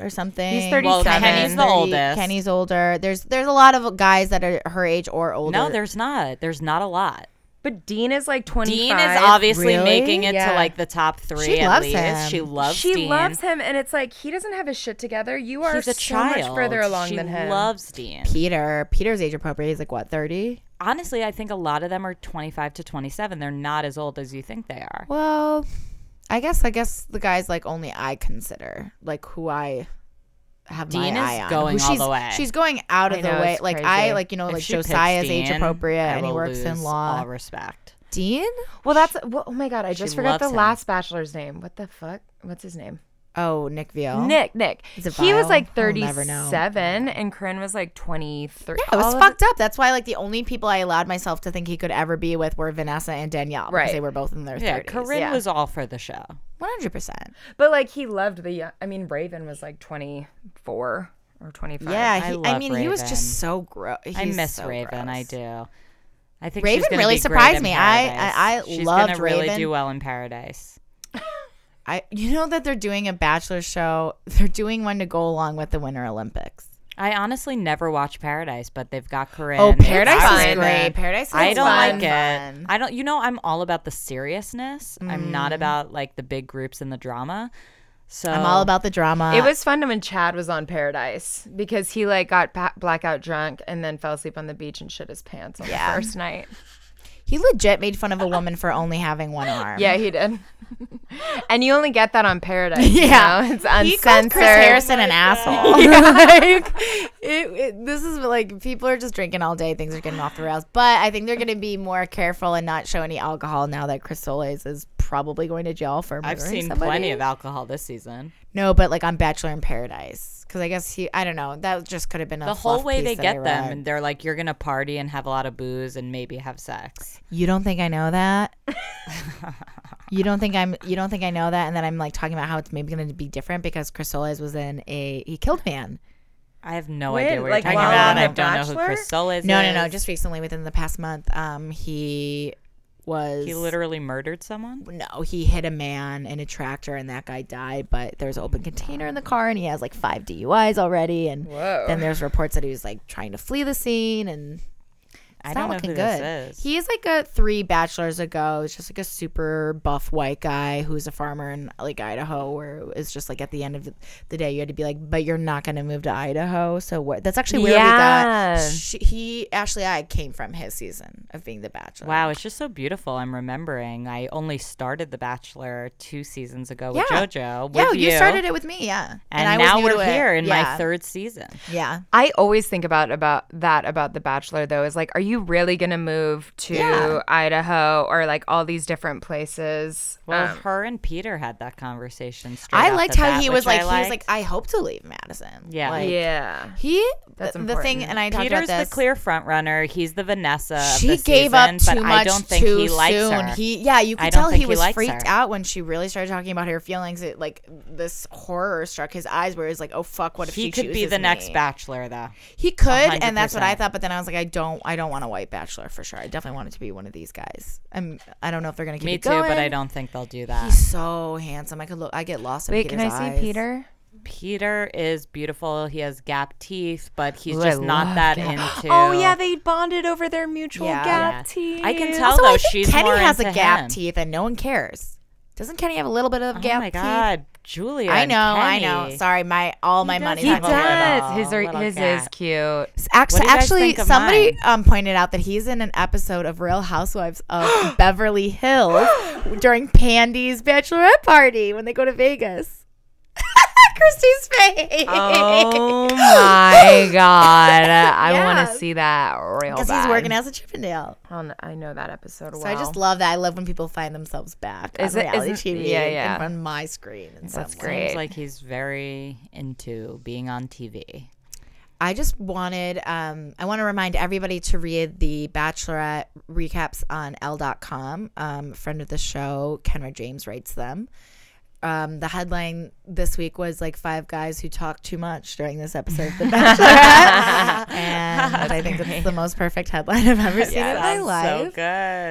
[SPEAKER 2] or something.
[SPEAKER 4] He's
[SPEAKER 3] Well,
[SPEAKER 4] 37.
[SPEAKER 3] Kenny's the oldest.
[SPEAKER 2] Kenny's older. There's there's a lot of guys that are her age or older.
[SPEAKER 3] No, there's not. There's not a lot.
[SPEAKER 4] But Dean is like 25.
[SPEAKER 3] Dean is obviously
[SPEAKER 2] Really?
[SPEAKER 3] making it
[SPEAKER 4] Yeah.
[SPEAKER 3] to like the top three.
[SPEAKER 2] She
[SPEAKER 3] at
[SPEAKER 2] loves
[SPEAKER 3] least.
[SPEAKER 2] him.
[SPEAKER 3] She loves.
[SPEAKER 4] She
[SPEAKER 3] Dean.
[SPEAKER 4] loves him, and it's like he doesn't have his shit together. You are
[SPEAKER 3] He's a
[SPEAKER 4] so
[SPEAKER 3] child.
[SPEAKER 4] much further along
[SPEAKER 3] she
[SPEAKER 4] than him.
[SPEAKER 3] Loves Dean.
[SPEAKER 2] Peter. Peter's age appropriate. He's like what thirty.
[SPEAKER 3] Honestly, I think a lot of them are 25 to 27. They're not as old as you think they are.
[SPEAKER 2] Well, I guess I guess the guys like only I consider like who I have
[SPEAKER 3] Dean
[SPEAKER 2] my
[SPEAKER 3] is
[SPEAKER 2] eye on.
[SPEAKER 3] going
[SPEAKER 2] Who
[SPEAKER 3] all
[SPEAKER 2] she's,
[SPEAKER 3] the way.
[SPEAKER 2] She's going out of
[SPEAKER 4] I
[SPEAKER 2] the
[SPEAKER 4] know,
[SPEAKER 2] way.
[SPEAKER 4] it's
[SPEAKER 2] Like
[SPEAKER 4] crazy.
[SPEAKER 2] I like you know
[SPEAKER 3] If
[SPEAKER 2] like
[SPEAKER 3] she picks
[SPEAKER 2] Josiah's
[SPEAKER 3] Dean,
[SPEAKER 2] age appropriate
[SPEAKER 3] I
[SPEAKER 2] and he
[SPEAKER 3] will
[SPEAKER 2] works in
[SPEAKER 3] lose
[SPEAKER 2] law.
[SPEAKER 3] All respect.
[SPEAKER 2] Dean?
[SPEAKER 4] Well, that's well, oh my god, I just forgot the
[SPEAKER 3] loves him.
[SPEAKER 4] last bachelor's name. What the fuck? What's his name?
[SPEAKER 2] Oh, Nick Veal.
[SPEAKER 4] Nick. Nick.
[SPEAKER 2] Is it
[SPEAKER 4] He was
[SPEAKER 2] Vile?
[SPEAKER 4] like
[SPEAKER 2] I'll never know.
[SPEAKER 4] 37, and Corinne was like 23.
[SPEAKER 2] I was
[SPEAKER 4] All of
[SPEAKER 2] fucked up. That's why, like, the only people I allowed myself to think he could ever be with were Vanessa and Danielle because
[SPEAKER 4] Right.
[SPEAKER 2] they were both in their
[SPEAKER 3] Yeah,
[SPEAKER 2] thirties.
[SPEAKER 3] Corinne
[SPEAKER 4] yeah.
[SPEAKER 3] was all for the show.
[SPEAKER 2] One hundred percent.
[SPEAKER 4] it. But like he loved the. young- I mean, Raven was like 24 or 25.
[SPEAKER 2] Yeah,
[SPEAKER 3] I
[SPEAKER 2] he, I,
[SPEAKER 3] love
[SPEAKER 2] mean, he was
[SPEAKER 3] Raven.
[SPEAKER 2] just so gross.
[SPEAKER 3] I miss
[SPEAKER 2] so
[SPEAKER 3] Raven. I
[SPEAKER 2] gross.
[SPEAKER 3] do. I think
[SPEAKER 2] Raven
[SPEAKER 3] she's gonna
[SPEAKER 2] really
[SPEAKER 3] be great
[SPEAKER 2] surprised
[SPEAKER 3] in
[SPEAKER 2] me. I-
[SPEAKER 3] Paradise.
[SPEAKER 2] I- I
[SPEAKER 3] she's
[SPEAKER 2] loved
[SPEAKER 3] gonna really
[SPEAKER 2] Raven.
[SPEAKER 3] do well in Paradise.
[SPEAKER 2] I you know that they're doing a bachelor show. They're doing one to go along with the Winter Olympics.
[SPEAKER 3] I honestly never watch Paradise, but they've got Corinne.
[SPEAKER 2] Oh,
[SPEAKER 3] They've
[SPEAKER 2] Paradise
[SPEAKER 3] got-
[SPEAKER 2] is
[SPEAKER 4] fine.
[SPEAKER 2] great. Paradise is
[SPEAKER 3] I don't
[SPEAKER 2] fun.
[SPEAKER 3] like it.
[SPEAKER 2] Fun. Mm-hmm.
[SPEAKER 3] I don't. You know, I'm all about the seriousness. I'm not about like the big groups and the drama. So
[SPEAKER 2] I'm all about the drama.
[SPEAKER 4] It was fun when Chad was on Paradise because he like got ba- blackout drunk and then fell asleep on the beach and shit his pants on the first night.
[SPEAKER 2] he legit made fun of a woman for only having one arm.
[SPEAKER 4] Yeah, he did. and you only get that on Paradise. you
[SPEAKER 2] Yeah.
[SPEAKER 4] know? it's
[SPEAKER 2] He called
[SPEAKER 4] uncensored.
[SPEAKER 2] Chris Harrison an asshole. like, it, it, this is like people are just drinking all day. Things are getting off the rails. But I think they're going to be more careful and not show any alcohol now that Chris Solis is probably going to jail for murdering
[SPEAKER 3] I've seen
[SPEAKER 2] somebody.
[SPEAKER 3] plenty of alcohol this season.
[SPEAKER 2] No, but like on Bachelor in Paradise, because I guess he. I don't know. That just could have been a
[SPEAKER 3] The whole
[SPEAKER 2] fluff
[SPEAKER 3] way
[SPEAKER 2] piece
[SPEAKER 3] they
[SPEAKER 2] that
[SPEAKER 3] get
[SPEAKER 2] I
[SPEAKER 3] them,
[SPEAKER 2] read.
[SPEAKER 3] and they're like, "You're gonna party and have a lot of booze and maybe have sex."
[SPEAKER 2] You don't think I know that? you don't think I'm you don't think I know that and then I'm like talking about how it's maybe going to be different because Chris Solis was in a he killed a man.
[SPEAKER 3] I have no
[SPEAKER 4] When?
[SPEAKER 3] idea what
[SPEAKER 4] Like,
[SPEAKER 3] you're talking
[SPEAKER 4] while
[SPEAKER 3] about.
[SPEAKER 4] on
[SPEAKER 3] I
[SPEAKER 4] The
[SPEAKER 3] don't know who Chris
[SPEAKER 4] Bachelor?
[SPEAKER 3] Solis is.
[SPEAKER 2] No, no, no, just recently within the past month um he was
[SPEAKER 3] he literally murdered someone.
[SPEAKER 2] no, he hit a man in a tractor and that guy died, but there's open container in the car and he has like 5 DUIs already and
[SPEAKER 4] Whoa.
[SPEAKER 2] then there's reports that he was like trying to flee the scene and
[SPEAKER 3] I
[SPEAKER 2] It's not
[SPEAKER 3] don't know
[SPEAKER 2] looking
[SPEAKER 3] who
[SPEAKER 2] good.
[SPEAKER 3] this is.
[SPEAKER 2] He's like a three bachelors ago. It's just like a super buff white guy who's a farmer in like Idaho, where it's just like at the end of the day you had to be like, but you're not going to move to Idaho. So what? That's actually where we
[SPEAKER 4] Yeah.
[SPEAKER 2] got she, he Ashley I came from his season of being the Bachelor.
[SPEAKER 3] Wow, it's just so beautiful. I'm remembering. I only started The Bachelor two seasons ago with
[SPEAKER 2] Yeah.
[SPEAKER 3] JoJo. With
[SPEAKER 2] Yeah, you.
[SPEAKER 3] you
[SPEAKER 2] started it with me, yeah,
[SPEAKER 3] and,
[SPEAKER 2] I was
[SPEAKER 3] now
[SPEAKER 2] new to
[SPEAKER 3] we're
[SPEAKER 2] it.
[SPEAKER 3] here in
[SPEAKER 2] yeah.
[SPEAKER 3] my third season.
[SPEAKER 2] Yeah,
[SPEAKER 4] I always think about about that about The Bachelor though is like, are you really gonna move to Idaho or like all these different places?
[SPEAKER 3] Well,
[SPEAKER 4] Um,
[SPEAKER 3] her and Peter had that conversation. Straight
[SPEAKER 2] I
[SPEAKER 3] off
[SPEAKER 2] liked
[SPEAKER 3] the
[SPEAKER 2] how
[SPEAKER 3] bat,
[SPEAKER 2] he was
[SPEAKER 3] which
[SPEAKER 2] like
[SPEAKER 3] I
[SPEAKER 2] he was like
[SPEAKER 3] liked.
[SPEAKER 2] I hope to leave Madison.
[SPEAKER 3] Yeah.
[SPEAKER 2] like,
[SPEAKER 4] yeah.
[SPEAKER 2] He
[SPEAKER 4] That's
[SPEAKER 2] the the thing,
[SPEAKER 4] important.
[SPEAKER 2] and I talked
[SPEAKER 3] Peter's
[SPEAKER 2] about this.
[SPEAKER 3] the clear front runner. He's the Vanessa. of
[SPEAKER 2] she
[SPEAKER 3] the
[SPEAKER 2] gave
[SPEAKER 3] season,
[SPEAKER 2] up too
[SPEAKER 3] but
[SPEAKER 2] much
[SPEAKER 3] I don't think
[SPEAKER 2] too
[SPEAKER 3] he likes
[SPEAKER 2] soon.
[SPEAKER 3] her.
[SPEAKER 2] He, yeah, you
[SPEAKER 3] I
[SPEAKER 2] could
[SPEAKER 3] don't
[SPEAKER 2] tell
[SPEAKER 3] think
[SPEAKER 2] he
[SPEAKER 3] he
[SPEAKER 2] was
[SPEAKER 3] likes
[SPEAKER 2] freaked
[SPEAKER 3] her.
[SPEAKER 2] out when she really started talking about her feelings. It like this horror struck his eyes, where he's like, "Oh fuck, what if
[SPEAKER 3] he
[SPEAKER 2] she
[SPEAKER 3] could be
[SPEAKER 2] chooses
[SPEAKER 3] the next
[SPEAKER 2] me?
[SPEAKER 3] Bachelor, though.
[SPEAKER 2] He could, and that's what I
[SPEAKER 3] 100%.
[SPEAKER 2] thought. But then I was like, I don't, I don't want a white bachelor for sure. I definitely want it to be one of these guys. I'm, I don't know if they're gonna keep
[SPEAKER 3] Me
[SPEAKER 2] it
[SPEAKER 3] too,
[SPEAKER 2] going.
[SPEAKER 3] but I don't think they'll do that.
[SPEAKER 2] He's so handsome. I could look. I get lost. in
[SPEAKER 4] Wait,
[SPEAKER 2] Peter's
[SPEAKER 4] can I see
[SPEAKER 2] eyes.
[SPEAKER 4] Peter?
[SPEAKER 3] Peter is beautiful. He has gap teeth, but he's
[SPEAKER 4] Ooh, I
[SPEAKER 3] just
[SPEAKER 4] love
[SPEAKER 3] not that
[SPEAKER 4] gap-
[SPEAKER 3] into.
[SPEAKER 2] Oh,
[SPEAKER 4] they bonded over their mutual
[SPEAKER 2] Yeah.
[SPEAKER 3] I can tell
[SPEAKER 2] Also,
[SPEAKER 3] though
[SPEAKER 2] I think
[SPEAKER 3] she's
[SPEAKER 2] Kenny
[SPEAKER 3] more
[SPEAKER 2] has
[SPEAKER 3] into
[SPEAKER 2] a gap
[SPEAKER 3] him.
[SPEAKER 2] teeth, and no one cares. Doesn't Kenny have a little bit of
[SPEAKER 3] Oh
[SPEAKER 2] gap
[SPEAKER 3] my
[SPEAKER 2] teeth?
[SPEAKER 3] god, Julia!
[SPEAKER 2] I
[SPEAKER 3] and
[SPEAKER 2] know, I
[SPEAKER 3] Kenny.
[SPEAKER 2] know. Sorry, my all my money.
[SPEAKER 4] He
[SPEAKER 3] He's
[SPEAKER 2] Actually,
[SPEAKER 4] does.
[SPEAKER 3] little-
[SPEAKER 4] His are,
[SPEAKER 3] little
[SPEAKER 4] his is
[SPEAKER 3] cat.
[SPEAKER 4] cute.
[SPEAKER 3] What do you guys
[SPEAKER 2] actually,
[SPEAKER 3] think of
[SPEAKER 2] somebody
[SPEAKER 3] mine?
[SPEAKER 2] um, pointed out that he's in an episode of Real Housewives of Beverly Hills during Pandy's bachelorette party when they go to Vegas. Christy's face.
[SPEAKER 4] Oh my god! I want
[SPEAKER 2] Yes.
[SPEAKER 4] to see that real
[SPEAKER 2] Because he's working as a Chippendale.
[SPEAKER 4] on. I know that episode.
[SPEAKER 2] So I just love that. I love when people find themselves back
[SPEAKER 4] Is
[SPEAKER 2] on
[SPEAKER 4] it-
[SPEAKER 2] reality
[SPEAKER 4] isn't-
[SPEAKER 2] TV
[SPEAKER 4] yeah, yeah.
[SPEAKER 2] in front of my screen. In
[SPEAKER 4] That's
[SPEAKER 2] some way.
[SPEAKER 4] great.
[SPEAKER 3] Seems like he's very into being on TV.
[SPEAKER 2] I just wanted, um, I want to remind everybody to read the Bachelorette recaps on L.com. Um, friend of the show, Kenra James, writes them. Um, the headline this week was like five guys who talk too much during this episode of The Bachelorette. and I think it's the most perfect headline I've ever seen in my life.
[SPEAKER 3] so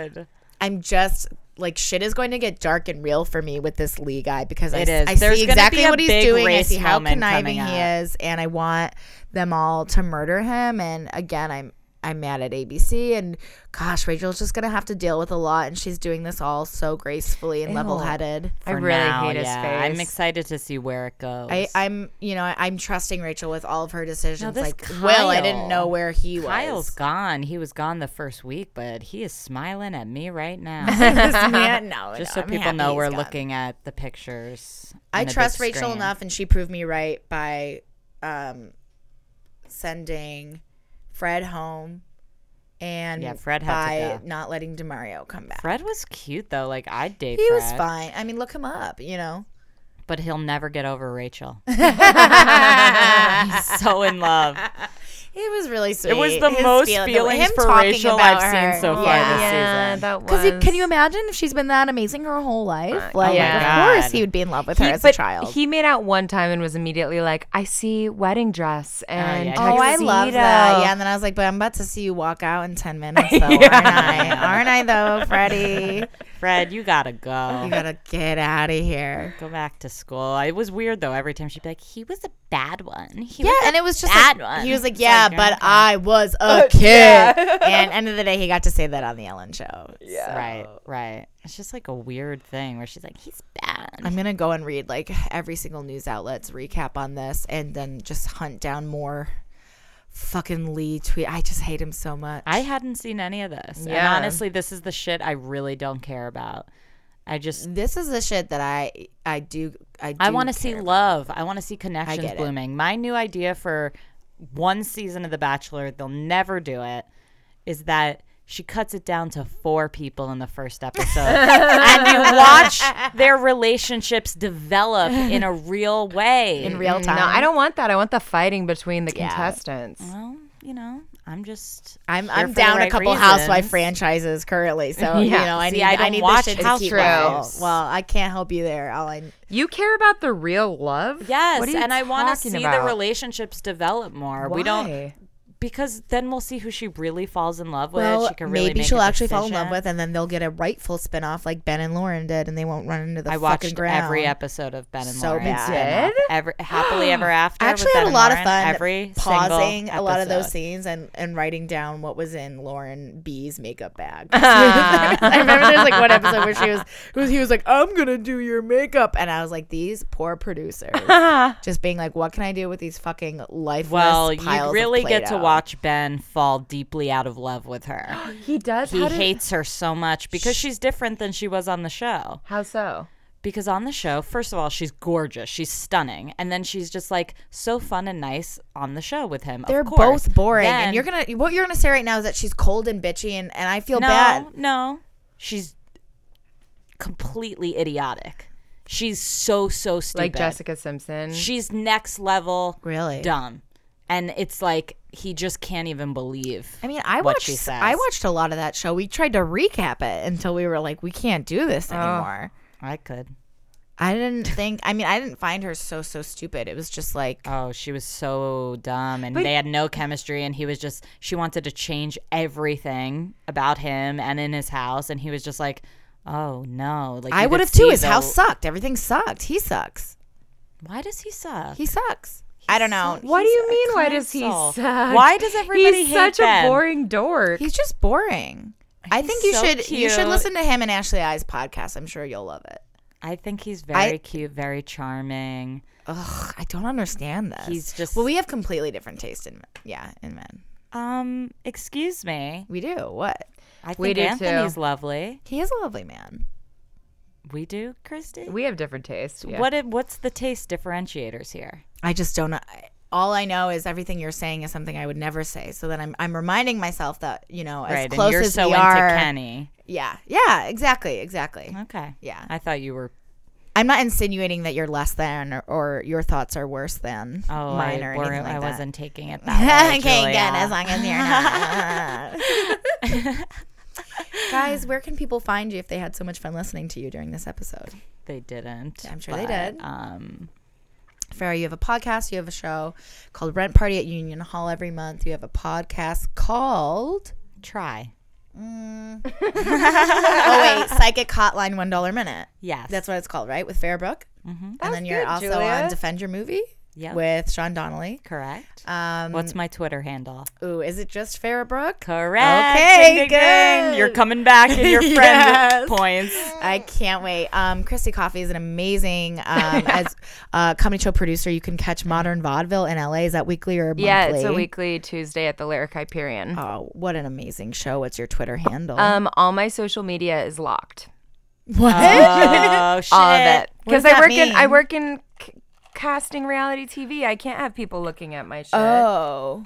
[SPEAKER 3] good.
[SPEAKER 2] I'm just like shit is going to get dark and real for me with this Lee guy because
[SPEAKER 3] It
[SPEAKER 2] I,
[SPEAKER 3] is.
[SPEAKER 2] I
[SPEAKER 3] There's
[SPEAKER 2] see
[SPEAKER 3] gonna
[SPEAKER 2] exactly
[SPEAKER 3] be a
[SPEAKER 2] what he's
[SPEAKER 3] big
[SPEAKER 2] doing. I
[SPEAKER 3] race
[SPEAKER 2] see how
[SPEAKER 3] moment
[SPEAKER 2] conniving
[SPEAKER 3] coming
[SPEAKER 2] he
[SPEAKER 3] up.
[SPEAKER 2] is, and I want them all to murder him. And again, I'm I'm mad at ABC, and gosh, Rachel's just gonna have to deal with a lot, and she's doing this all so gracefully and level headed.
[SPEAKER 4] I
[SPEAKER 3] For
[SPEAKER 4] really
[SPEAKER 3] now,
[SPEAKER 4] hate his
[SPEAKER 3] yeah.
[SPEAKER 4] face.
[SPEAKER 3] I'm excited to see where it goes.
[SPEAKER 2] I, I'm, you know, I- I'm trusting Rachel with all of her decisions.
[SPEAKER 3] this
[SPEAKER 2] like, Will, I
[SPEAKER 3] Kyle-
[SPEAKER 2] didn't know where he was.
[SPEAKER 3] Kyle's gone. He was gone the first week, but he is smiling at me right now.
[SPEAKER 2] This man- no,
[SPEAKER 3] Just
[SPEAKER 2] no,
[SPEAKER 3] so
[SPEAKER 2] I'm
[SPEAKER 3] people
[SPEAKER 2] happy
[SPEAKER 3] know
[SPEAKER 2] he's
[SPEAKER 3] we're
[SPEAKER 2] gone.
[SPEAKER 3] looking at the pictures.
[SPEAKER 2] I
[SPEAKER 3] on the big
[SPEAKER 2] trust Rachel
[SPEAKER 3] screen.
[SPEAKER 2] enough, and she proved me right by um, sending Fred home and
[SPEAKER 3] Yeah, Fred had
[SPEAKER 2] by
[SPEAKER 3] to go.
[SPEAKER 2] not letting Demario come back.
[SPEAKER 3] Fred was cute though. Like I'd date
[SPEAKER 2] he
[SPEAKER 3] Fred,
[SPEAKER 2] was fine. I mean, look him up. You know,
[SPEAKER 3] but he'll never get over Rachel. He's so in love.
[SPEAKER 2] it was really sweet.
[SPEAKER 3] It was the
[SPEAKER 2] His
[SPEAKER 3] most
[SPEAKER 2] feel- the-
[SPEAKER 3] feelings
[SPEAKER 2] him
[SPEAKER 3] for
[SPEAKER 2] talking
[SPEAKER 3] Rachel
[SPEAKER 2] about
[SPEAKER 3] I've
[SPEAKER 2] her.
[SPEAKER 3] seen so far
[SPEAKER 2] Yeah.
[SPEAKER 3] this
[SPEAKER 4] yeah,
[SPEAKER 3] season.
[SPEAKER 4] that was.
[SPEAKER 2] Because can you imagine if she's been that amazing her whole life? Like,
[SPEAKER 4] yeah.
[SPEAKER 2] of course,
[SPEAKER 3] Uh, oh God.
[SPEAKER 2] he would be in love with
[SPEAKER 4] He-
[SPEAKER 2] her as a
[SPEAKER 4] but
[SPEAKER 2] child.
[SPEAKER 4] He made out one time and was immediately like, "I see wedding dress and
[SPEAKER 3] yeah.
[SPEAKER 2] Oh, I love
[SPEAKER 4] tuxedo."
[SPEAKER 2] that. Yeah, and then I was like, but I'm about to see you walk out in 10 minutes, though, aren't I? Aren't I, though, Freddie?
[SPEAKER 3] Fred, you gotta
[SPEAKER 2] You
[SPEAKER 3] go.
[SPEAKER 2] gotta get out of here.
[SPEAKER 3] Go back to school. It was weird though. Every time she'd be like, "He was a bad one." He
[SPEAKER 2] Yeah,
[SPEAKER 3] was a
[SPEAKER 2] and it was just
[SPEAKER 3] bad
[SPEAKER 2] like,
[SPEAKER 3] one.
[SPEAKER 2] he was like, yeah,
[SPEAKER 3] like,
[SPEAKER 2] but
[SPEAKER 3] okay.
[SPEAKER 2] I was a kid. and end of the day, he got to say that on the Ellen show. Yeah,
[SPEAKER 3] Right, right. It's just like a weird thing where she's like, he's bad.
[SPEAKER 2] I'm gonna go and read like every single news outlet's recap on this, and then just hunt down more fucking Lee tweet. I just hate him so much.
[SPEAKER 3] I hadn't seen any of this. And
[SPEAKER 4] Yeah.
[SPEAKER 3] honestly, this is the shit I really don't care about. I just,
[SPEAKER 2] this is the shit that I I do I do
[SPEAKER 3] I want to see
[SPEAKER 2] care.
[SPEAKER 3] love. I want to see connections
[SPEAKER 2] get it.
[SPEAKER 3] blooming. My new idea for one season of The Bachelor, they'll never do it, is that she cuts it down to four people in the first episode. and you watch their relationships develop in a real way.
[SPEAKER 2] in real time.
[SPEAKER 4] Mm,
[SPEAKER 2] Mm.
[SPEAKER 4] No, I don't want that. I want the fighting between the contestants.
[SPEAKER 3] Well, you know, I'm just.
[SPEAKER 2] I'm,
[SPEAKER 3] here
[SPEAKER 2] I'm
[SPEAKER 3] for the
[SPEAKER 2] down
[SPEAKER 3] right
[SPEAKER 2] a couple
[SPEAKER 3] reasons.
[SPEAKER 2] Housewife franchises currently, so you
[SPEAKER 4] Yeah.
[SPEAKER 2] know I
[SPEAKER 3] See,
[SPEAKER 2] need
[SPEAKER 3] I
[SPEAKER 2] I,
[SPEAKER 3] don't
[SPEAKER 2] need
[SPEAKER 3] watch
[SPEAKER 2] this shit to
[SPEAKER 3] Housewives.
[SPEAKER 2] keep well. Well, I can't help you there. All I
[SPEAKER 4] You care about the real love?
[SPEAKER 3] Yes,
[SPEAKER 4] What are you
[SPEAKER 3] and I want to
[SPEAKER 4] talking
[SPEAKER 3] see
[SPEAKER 4] about?
[SPEAKER 3] the relationships develop more. We don't
[SPEAKER 4] Why?
[SPEAKER 3] because then we'll see who she really falls in love with.
[SPEAKER 2] well,
[SPEAKER 3] she can really
[SPEAKER 2] maybe
[SPEAKER 3] make
[SPEAKER 2] she'll
[SPEAKER 3] a
[SPEAKER 2] actually fall in
[SPEAKER 3] decision.
[SPEAKER 2] love with, and then they'll get a rightful spin off like Ben and Lauren did, and they won't run into the
[SPEAKER 3] I
[SPEAKER 2] fucking
[SPEAKER 3] watched
[SPEAKER 2] ground.
[SPEAKER 3] every episode of Ben and
[SPEAKER 2] So
[SPEAKER 3] Lauren.
[SPEAKER 2] bad.
[SPEAKER 3] spin-off.
[SPEAKER 4] Did?
[SPEAKER 3] Every, happily ever after.
[SPEAKER 2] I
[SPEAKER 3] with
[SPEAKER 2] actually
[SPEAKER 3] Ben
[SPEAKER 2] had a
[SPEAKER 3] and
[SPEAKER 2] lot of
[SPEAKER 3] Lauren,
[SPEAKER 2] fun
[SPEAKER 3] Every
[SPEAKER 2] pausing
[SPEAKER 3] single
[SPEAKER 2] a lot of those
[SPEAKER 3] episode.
[SPEAKER 2] scenes and, and writing down what was in Lauren B's makeup bag. I remember there's like one episode where she was, who- he was like, "I'm gonna do your makeup," and I was like, "These poor producers, just being like, what can I do with these fucking lifeless
[SPEAKER 3] Well,
[SPEAKER 2] piles
[SPEAKER 3] you
[SPEAKER 2] of
[SPEAKER 3] really get to
[SPEAKER 2] Play-Doh?"
[SPEAKER 3] watch Ben fall deeply out of love with her.
[SPEAKER 4] He does.
[SPEAKER 3] he
[SPEAKER 4] How did-
[SPEAKER 3] hates her so much because she's different than she was on the show.
[SPEAKER 4] How so?
[SPEAKER 3] because on the show, first of all, she's gorgeous, she's stunning, and then she's just like so fun and nice on the show with him.
[SPEAKER 2] They're
[SPEAKER 3] of course.
[SPEAKER 2] both boring,
[SPEAKER 3] Then-
[SPEAKER 2] and you're gonna what you're gonna say right now is that she's cold and bitchy, and and I feel
[SPEAKER 3] no,
[SPEAKER 2] bad.
[SPEAKER 3] no, she's completely idiotic. She's so so stupid.
[SPEAKER 4] Like Jessica Simpson.
[SPEAKER 3] she's next level
[SPEAKER 2] Really?
[SPEAKER 3] dumb, and it's like he just can't even believe.
[SPEAKER 2] I mean, I
[SPEAKER 3] what
[SPEAKER 2] watched
[SPEAKER 3] she says.
[SPEAKER 2] I watched a lot of that show. We tried to recap it until we were like, we can't do this anymore.
[SPEAKER 3] I could.
[SPEAKER 2] I didn't think. I mean, I didn't find her so so stupid. It was just like
[SPEAKER 3] Oh, she was so dumb, and they had no chemistry. And he was just she wanted to change everything about him and in his house, and he was just like, "Oh no!" Like
[SPEAKER 2] I
[SPEAKER 3] you
[SPEAKER 2] would
[SPEAKER 3] could
[SPEAKER 2] have too.
[SPEAKER 3] see
[SPEAKER 2] His
[SPEAKER 3] the-
[SPEAKER 2] house sucked. Everything sucked. He sucks.
[SPEAKER 3] Why does he suck?
[SPEAKER 2] He sucks. I don't know.
[SPEAKER 4] what do
[SPEAKER 3] he's
[SPEAKER 4] you
[SPEAKER 3] a
[SPEAKER 4] mean? Why
[SPEAKER 3] kind
[SPEAKER 4] does he
[SPEAKER 3] soul.
[SPEAKER 4] suck?
[SPEAKER 3] Why does everybody
[SPEAKER 4] He's
[SPEAKER 3] hate
[SPEAKER 4] such
[SPEAKER 3] Ben?
[SPEAKER 4] a boring dork.
[SPEAKER 2] He's just boring. I
[SPEAKER 3] He's
[SPEAKER 2] think you
[SPEAKER 3] so
[SPEAKER 2] should you should
[SPEAKER 3] cute.
[SPEAKER 2] listen to him and Ashley I's podcast. I'm sure you'll love it.
[SPEAKER 3] I think he's very cute, very charming.
[SPEAKER 2] Ugh, I don't understand this.
[SPEAKER 3] He's just-
[SPEAKER 2] well, we have completely different taste in yeah in men.
[SPEAKER 3] Um, excuse me.
[SPEAKER 2] We do what?
[SPEAKER 3] I think
[SPEAKER 4] We do, too.
[SPEAKER 3] Anthony's lovely.
[SPEAKER 2] He is a lovely man.
[SPEAKER 3] We do, Christy.
[SPEAKER 4] we have different tastes. yeah.
[SPEAKER 3] What? i- What's the taste differentiators here?
[SPEAKER 2] I just don't. I- All I know is everything you're saying is something I would never say. So then I'm I'm reminding myself that you know as
[SPEAKER 3] right,
[SPEAKER 2] close
[SPEAKER 3] and you're
[SPEAKER 2] as
[SPEAKER 3] so
[SPEAKER 2] we
[SPEAKER 3] into
[SPEAKER 2] are.
[SPEAKER 3] Kenny.
[SPEAKER 2] Yeah, yeah, exactly, exactly.
[SPEAKER 3] Okay.
[SPEAKER 2] Yeah.
[SPEAKER 3] I thought you were
[SPEAKER 2] I'm not insinuating that you're less than or, or your thoughts are worse than
[SPEAKER 3] Oh,
[SPEAKER 2] mine
[SPEAKER 3] I,
[SPEAKER 2] or
[SPEAKER 3] weren't-
[SPEAKER 2] anything like
[SPEAKER 3] I
[SPEAKER 2] that.
[SPEAKER 3] wasn't taking it that way.
[SPEAKER 2] okay, good.
[SPEAKER 3] Julia.
[SPEAKER 2] As long as you're not. Guys, where can people find you if they had so much fun listening to you during this episode?
[SPEAKER 3] They didn't.
[SPEAKER 2] I'm sure they
[SPEAKER 3] but,
[SPEAKER 2] did.
[SPEAKER 3] Um,
[SPEAKER 2] Farrah, you have a podcast. You have a show called Rent Party at Union Hall every month. You have a podcast called.
[SPEAKER 3] try.
[SPEAKER 2] Oh wait, Psychic Hotline One Dollar Minute.
[SPEAKER 3] Yes.
[SPEAKER 2] That's what it's called, right? With Farrah Brook. and then you're
[SPEAKER 4] good,
[SPEAKER 2] also
[SPEAKER 4] Julia.
[SPEAKER 2] on Defend Your Movie
[SPEAKER 3] Yep.
[SPEAKER 2] with Sean Donnelly.
[SPEAKER 3] correct.
[SPEAKER 2] Um,
[SPEAKER 3] What's my Twitter handle?
[SPEAKER 2] ooh, is it just Farrah Brook?
[SPEAKER 3] Correct.
[SPEAKER 2] Okay,
[SPEAKER 3] Ding, ding, ding. You're
[SPEAKER 2] good.
[SPEAKER 3] coming back in your friend
[SPEAKER 2] Yes.
[SPEAKER 3] points.
[SPEAKER 2] I can't wait. Um, Christy Coffey is an amazing um, as uh, comedy show producer. You can catch Modern Vaudeville in LA. Is that weekly or monthly?
[SPEAKER 4] Yeah, it's a weekly Tuesday at the Lyric Hyperion.
[SPEAKER 2] Oh, what an amazing show! What's your Twitter handle?
[SPEAKER 4] Um, all my social media is locked.
[SPEAKER 2] what?
[SPEAKER 3] Oh shit.
[SPEAKER 4] All of it.
[SPEAKER 2] What does
[SPEAKER 4] Because I
[SPEAKER 2] that
[SPEAKER 4] work in I
[SPEAKER 2] mean?
[SPEAKER 4] work in c- casting reality TV. I can't have people looking at my shit.
[SPEAKER 2] oh.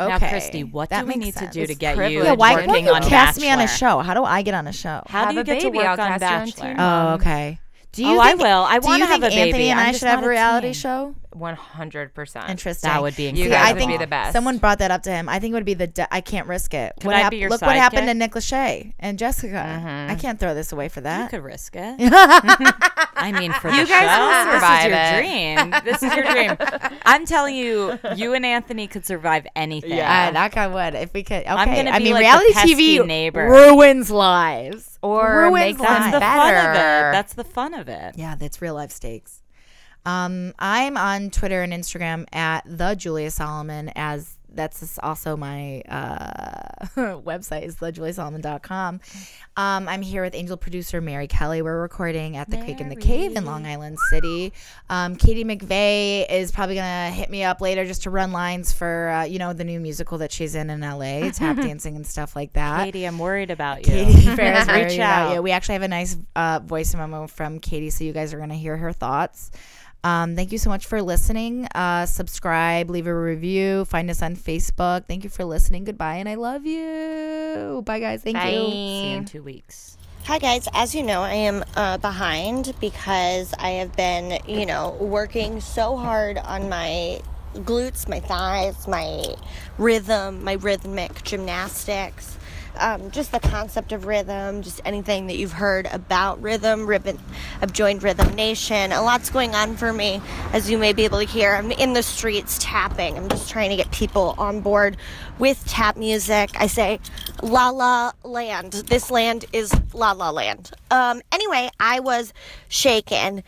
[SPEAKER 2] Okay.
[SPEAKER 3] Now, Christy, what
[SPEAKER 2] That
[SPEAKER 3] do we
[SPEAKER 2] makes
[SPEAKER 3] need
[SPEAKER 2] sense.
[SPEAKER 3] to do to
[SPEAKER 4] It's
[SPEAKER 3] get you
[SPEAKER 4] privilege.
[SPEAKER 2] Yeah, why
[SPEAKER 3] working
[SPEAKER 2] won't you
[SPEAKER 3] on
[SPEAKER 2] cast me on a
[SPEAKER 3] Bachelor?
[SPEAKER 2] show? How do I get on a show?
[SPEAKER 3] How
[SPEAKER 4] Have
[SPEAKER 3] do you
[SPEAKER 4] a
[SPEAKER 3] get to
[SPEAKER 4] baby,
[SPEAKER 3] work
[SPEAKER 4] I'll
[SPEAKER 3] on
[SPEAKER 4] cast you on
[SPEAKER 3] Bachelor?
[SPEAKER 4] TV.
[SPEAKER 2] Oh, okay. Do
[SPEAKER 3] Oh, I will. I
[SPEAKER 2] do
[SPEAKER 3] wanna
[SPEAKER 2] you
[SPEAKER 3] have
[SPEAKER 2] think
[SPEAKER 3] a baby.
[SPEAKER 2] Anthony and
[SPEAKER 3] I'm
[SPEAKER 2] I
[SPEAKER 3] just
[SPEAKER 2] should have a
[SPEAKER 3] not a
[SPEAKER 2] reality
[SPEAKER 3] teen.
[SPEAKER 2] show.
[SPEAKER 4] One hundred percent.
[SPEAKER 2] Interesting.
[SPEAKER 3] would be
[SPEAKER 2] See,
[SPEAKER 3] incredible.
[SPEAKER 2] I
[SPEAKER 3] That would
[SPEAKER 2] think
[SPEAKER 3] be the
[SPEAKER 4] best.
[SPEAKER 2] someone brought that up to him. I think it would be the de- I can't risk it.
[SPEAKER 3] Could
[SPEAKER 2] what
[SPEAKER 3] I
[SPEAKER 2] hap-
[SPEAKER 3] be your
[SPEAKER 2] look what happened
[SPEAKER 3] sidekick? Mm-hmm.
[SPEAKER 2] to Nick Lachey and Jessica. I can't throw this away for
[SPEAKER 3] You
[SPEAKER 2] that.
[SPEAKER 3] could risk it. I mean, for Oh, you the
[SPEAKER 4] guys
[SPEAKER 3] show,
[SPEAKER 4] will survive it.
[SPEAKER 3] this is your dream. This is your dream. I'm telling you, you and Anthony could survive anything.
[SPEAKER 2] Uh, knock on wood. If we could, okay.
[SPEAKER 3] I'm gonna
[SPEAKER 2] I
[SPEAKER 3] be
[SPEAKER 2] mean,
[SPEAKER 3] like the
[SPEAKER 2] reality
[SPEAKER 3] pesky
[SPEAKER 2] TV
[SPEAKER 3] neighbor.
[SPEAKER 2] ruins lives
[SPEAKER 4] Or
[SPEAKER 2] ruins
[SPEAKER 4] make them
[SPEAKER 2] lives.
[SPEAKER 3] That's the fun of
[SPEAKER 4] Better.
[SPEAKER 3] it. That's the fun of it.
[SPEAKER 2] Yeah, that's real life stakes. Um, I'm on Twitter and Instagram at the Julia Solomon as that's just also my uh, website is thejuliasolomon.com. Um, I'm here with Angel producer Mary Kelly. We're recording at the Creek in the Cave in Long Island City. Um, Katie McVeigh is probably gonna hit me up later just to run lines for uh, you know the new musical that she's in in LA, tap dancing and stuff like that.
[SPEAKER 3] Katie, I'm worried about you.
[SPEAKER 2] Katie Ferris, reach
[SPEAKER 3] Reach
[SPEAKER 2] out.
[SPEAKER 3] out.
[SPEAKER 2] you. We actually have a nice uh, voice memo from Katie, so you guys are going to hear her thoughts. Um, thank you so much for listening. Uh, subscribe, leave a review, find us on Facebook. Thank you for listening. Goodbye, and I love you. Bye, guys. Thank you.
[SPEAKER 3] See you in two weeks.
[SPEAKER 5] Hi, guys. As you know, I am uh, behind because I have been, you know, working so hard on my glutes, my thighs, my rhythm, my rhythmic gymnastics. Um, just the concept of rhythm, just anything that you've heard about rhythm, ribbon, I've joined Rhythm Nation. A lot's going on for me, as you may be able to hear. I'm in the streets tapping. I'm just trying to get people on board with tap music. I say, La La Land. This land is La La Land. Um, anyway, I was shaken.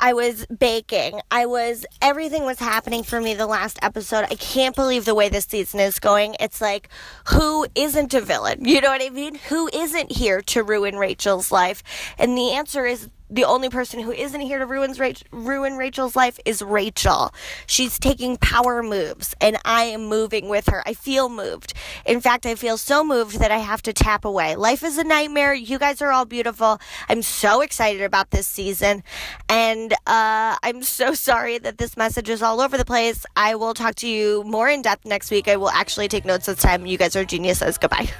[SPEAKER 5] I was baking. I was everything was happening for me the last episode. I can't believe the way this season is going. It's like who isn't a villain? You know what I mean? Who isn't here to ruin Rachel's life? And the answer is the only person who isn't here to ruin, Rach- ruin Rachel's life is Rachel. She's taking power moves, and I am moving with her. I feel moved. In fact, I feel so moved that I have to tap away. Life is a nightmare. You guys are all beautiful. I'm so excited about this season, and uh, I'm so sorry that this message is all over the place. I will talk to you more in depth next week. I will actually take notes this time. You guys are geniuses. Goodbye.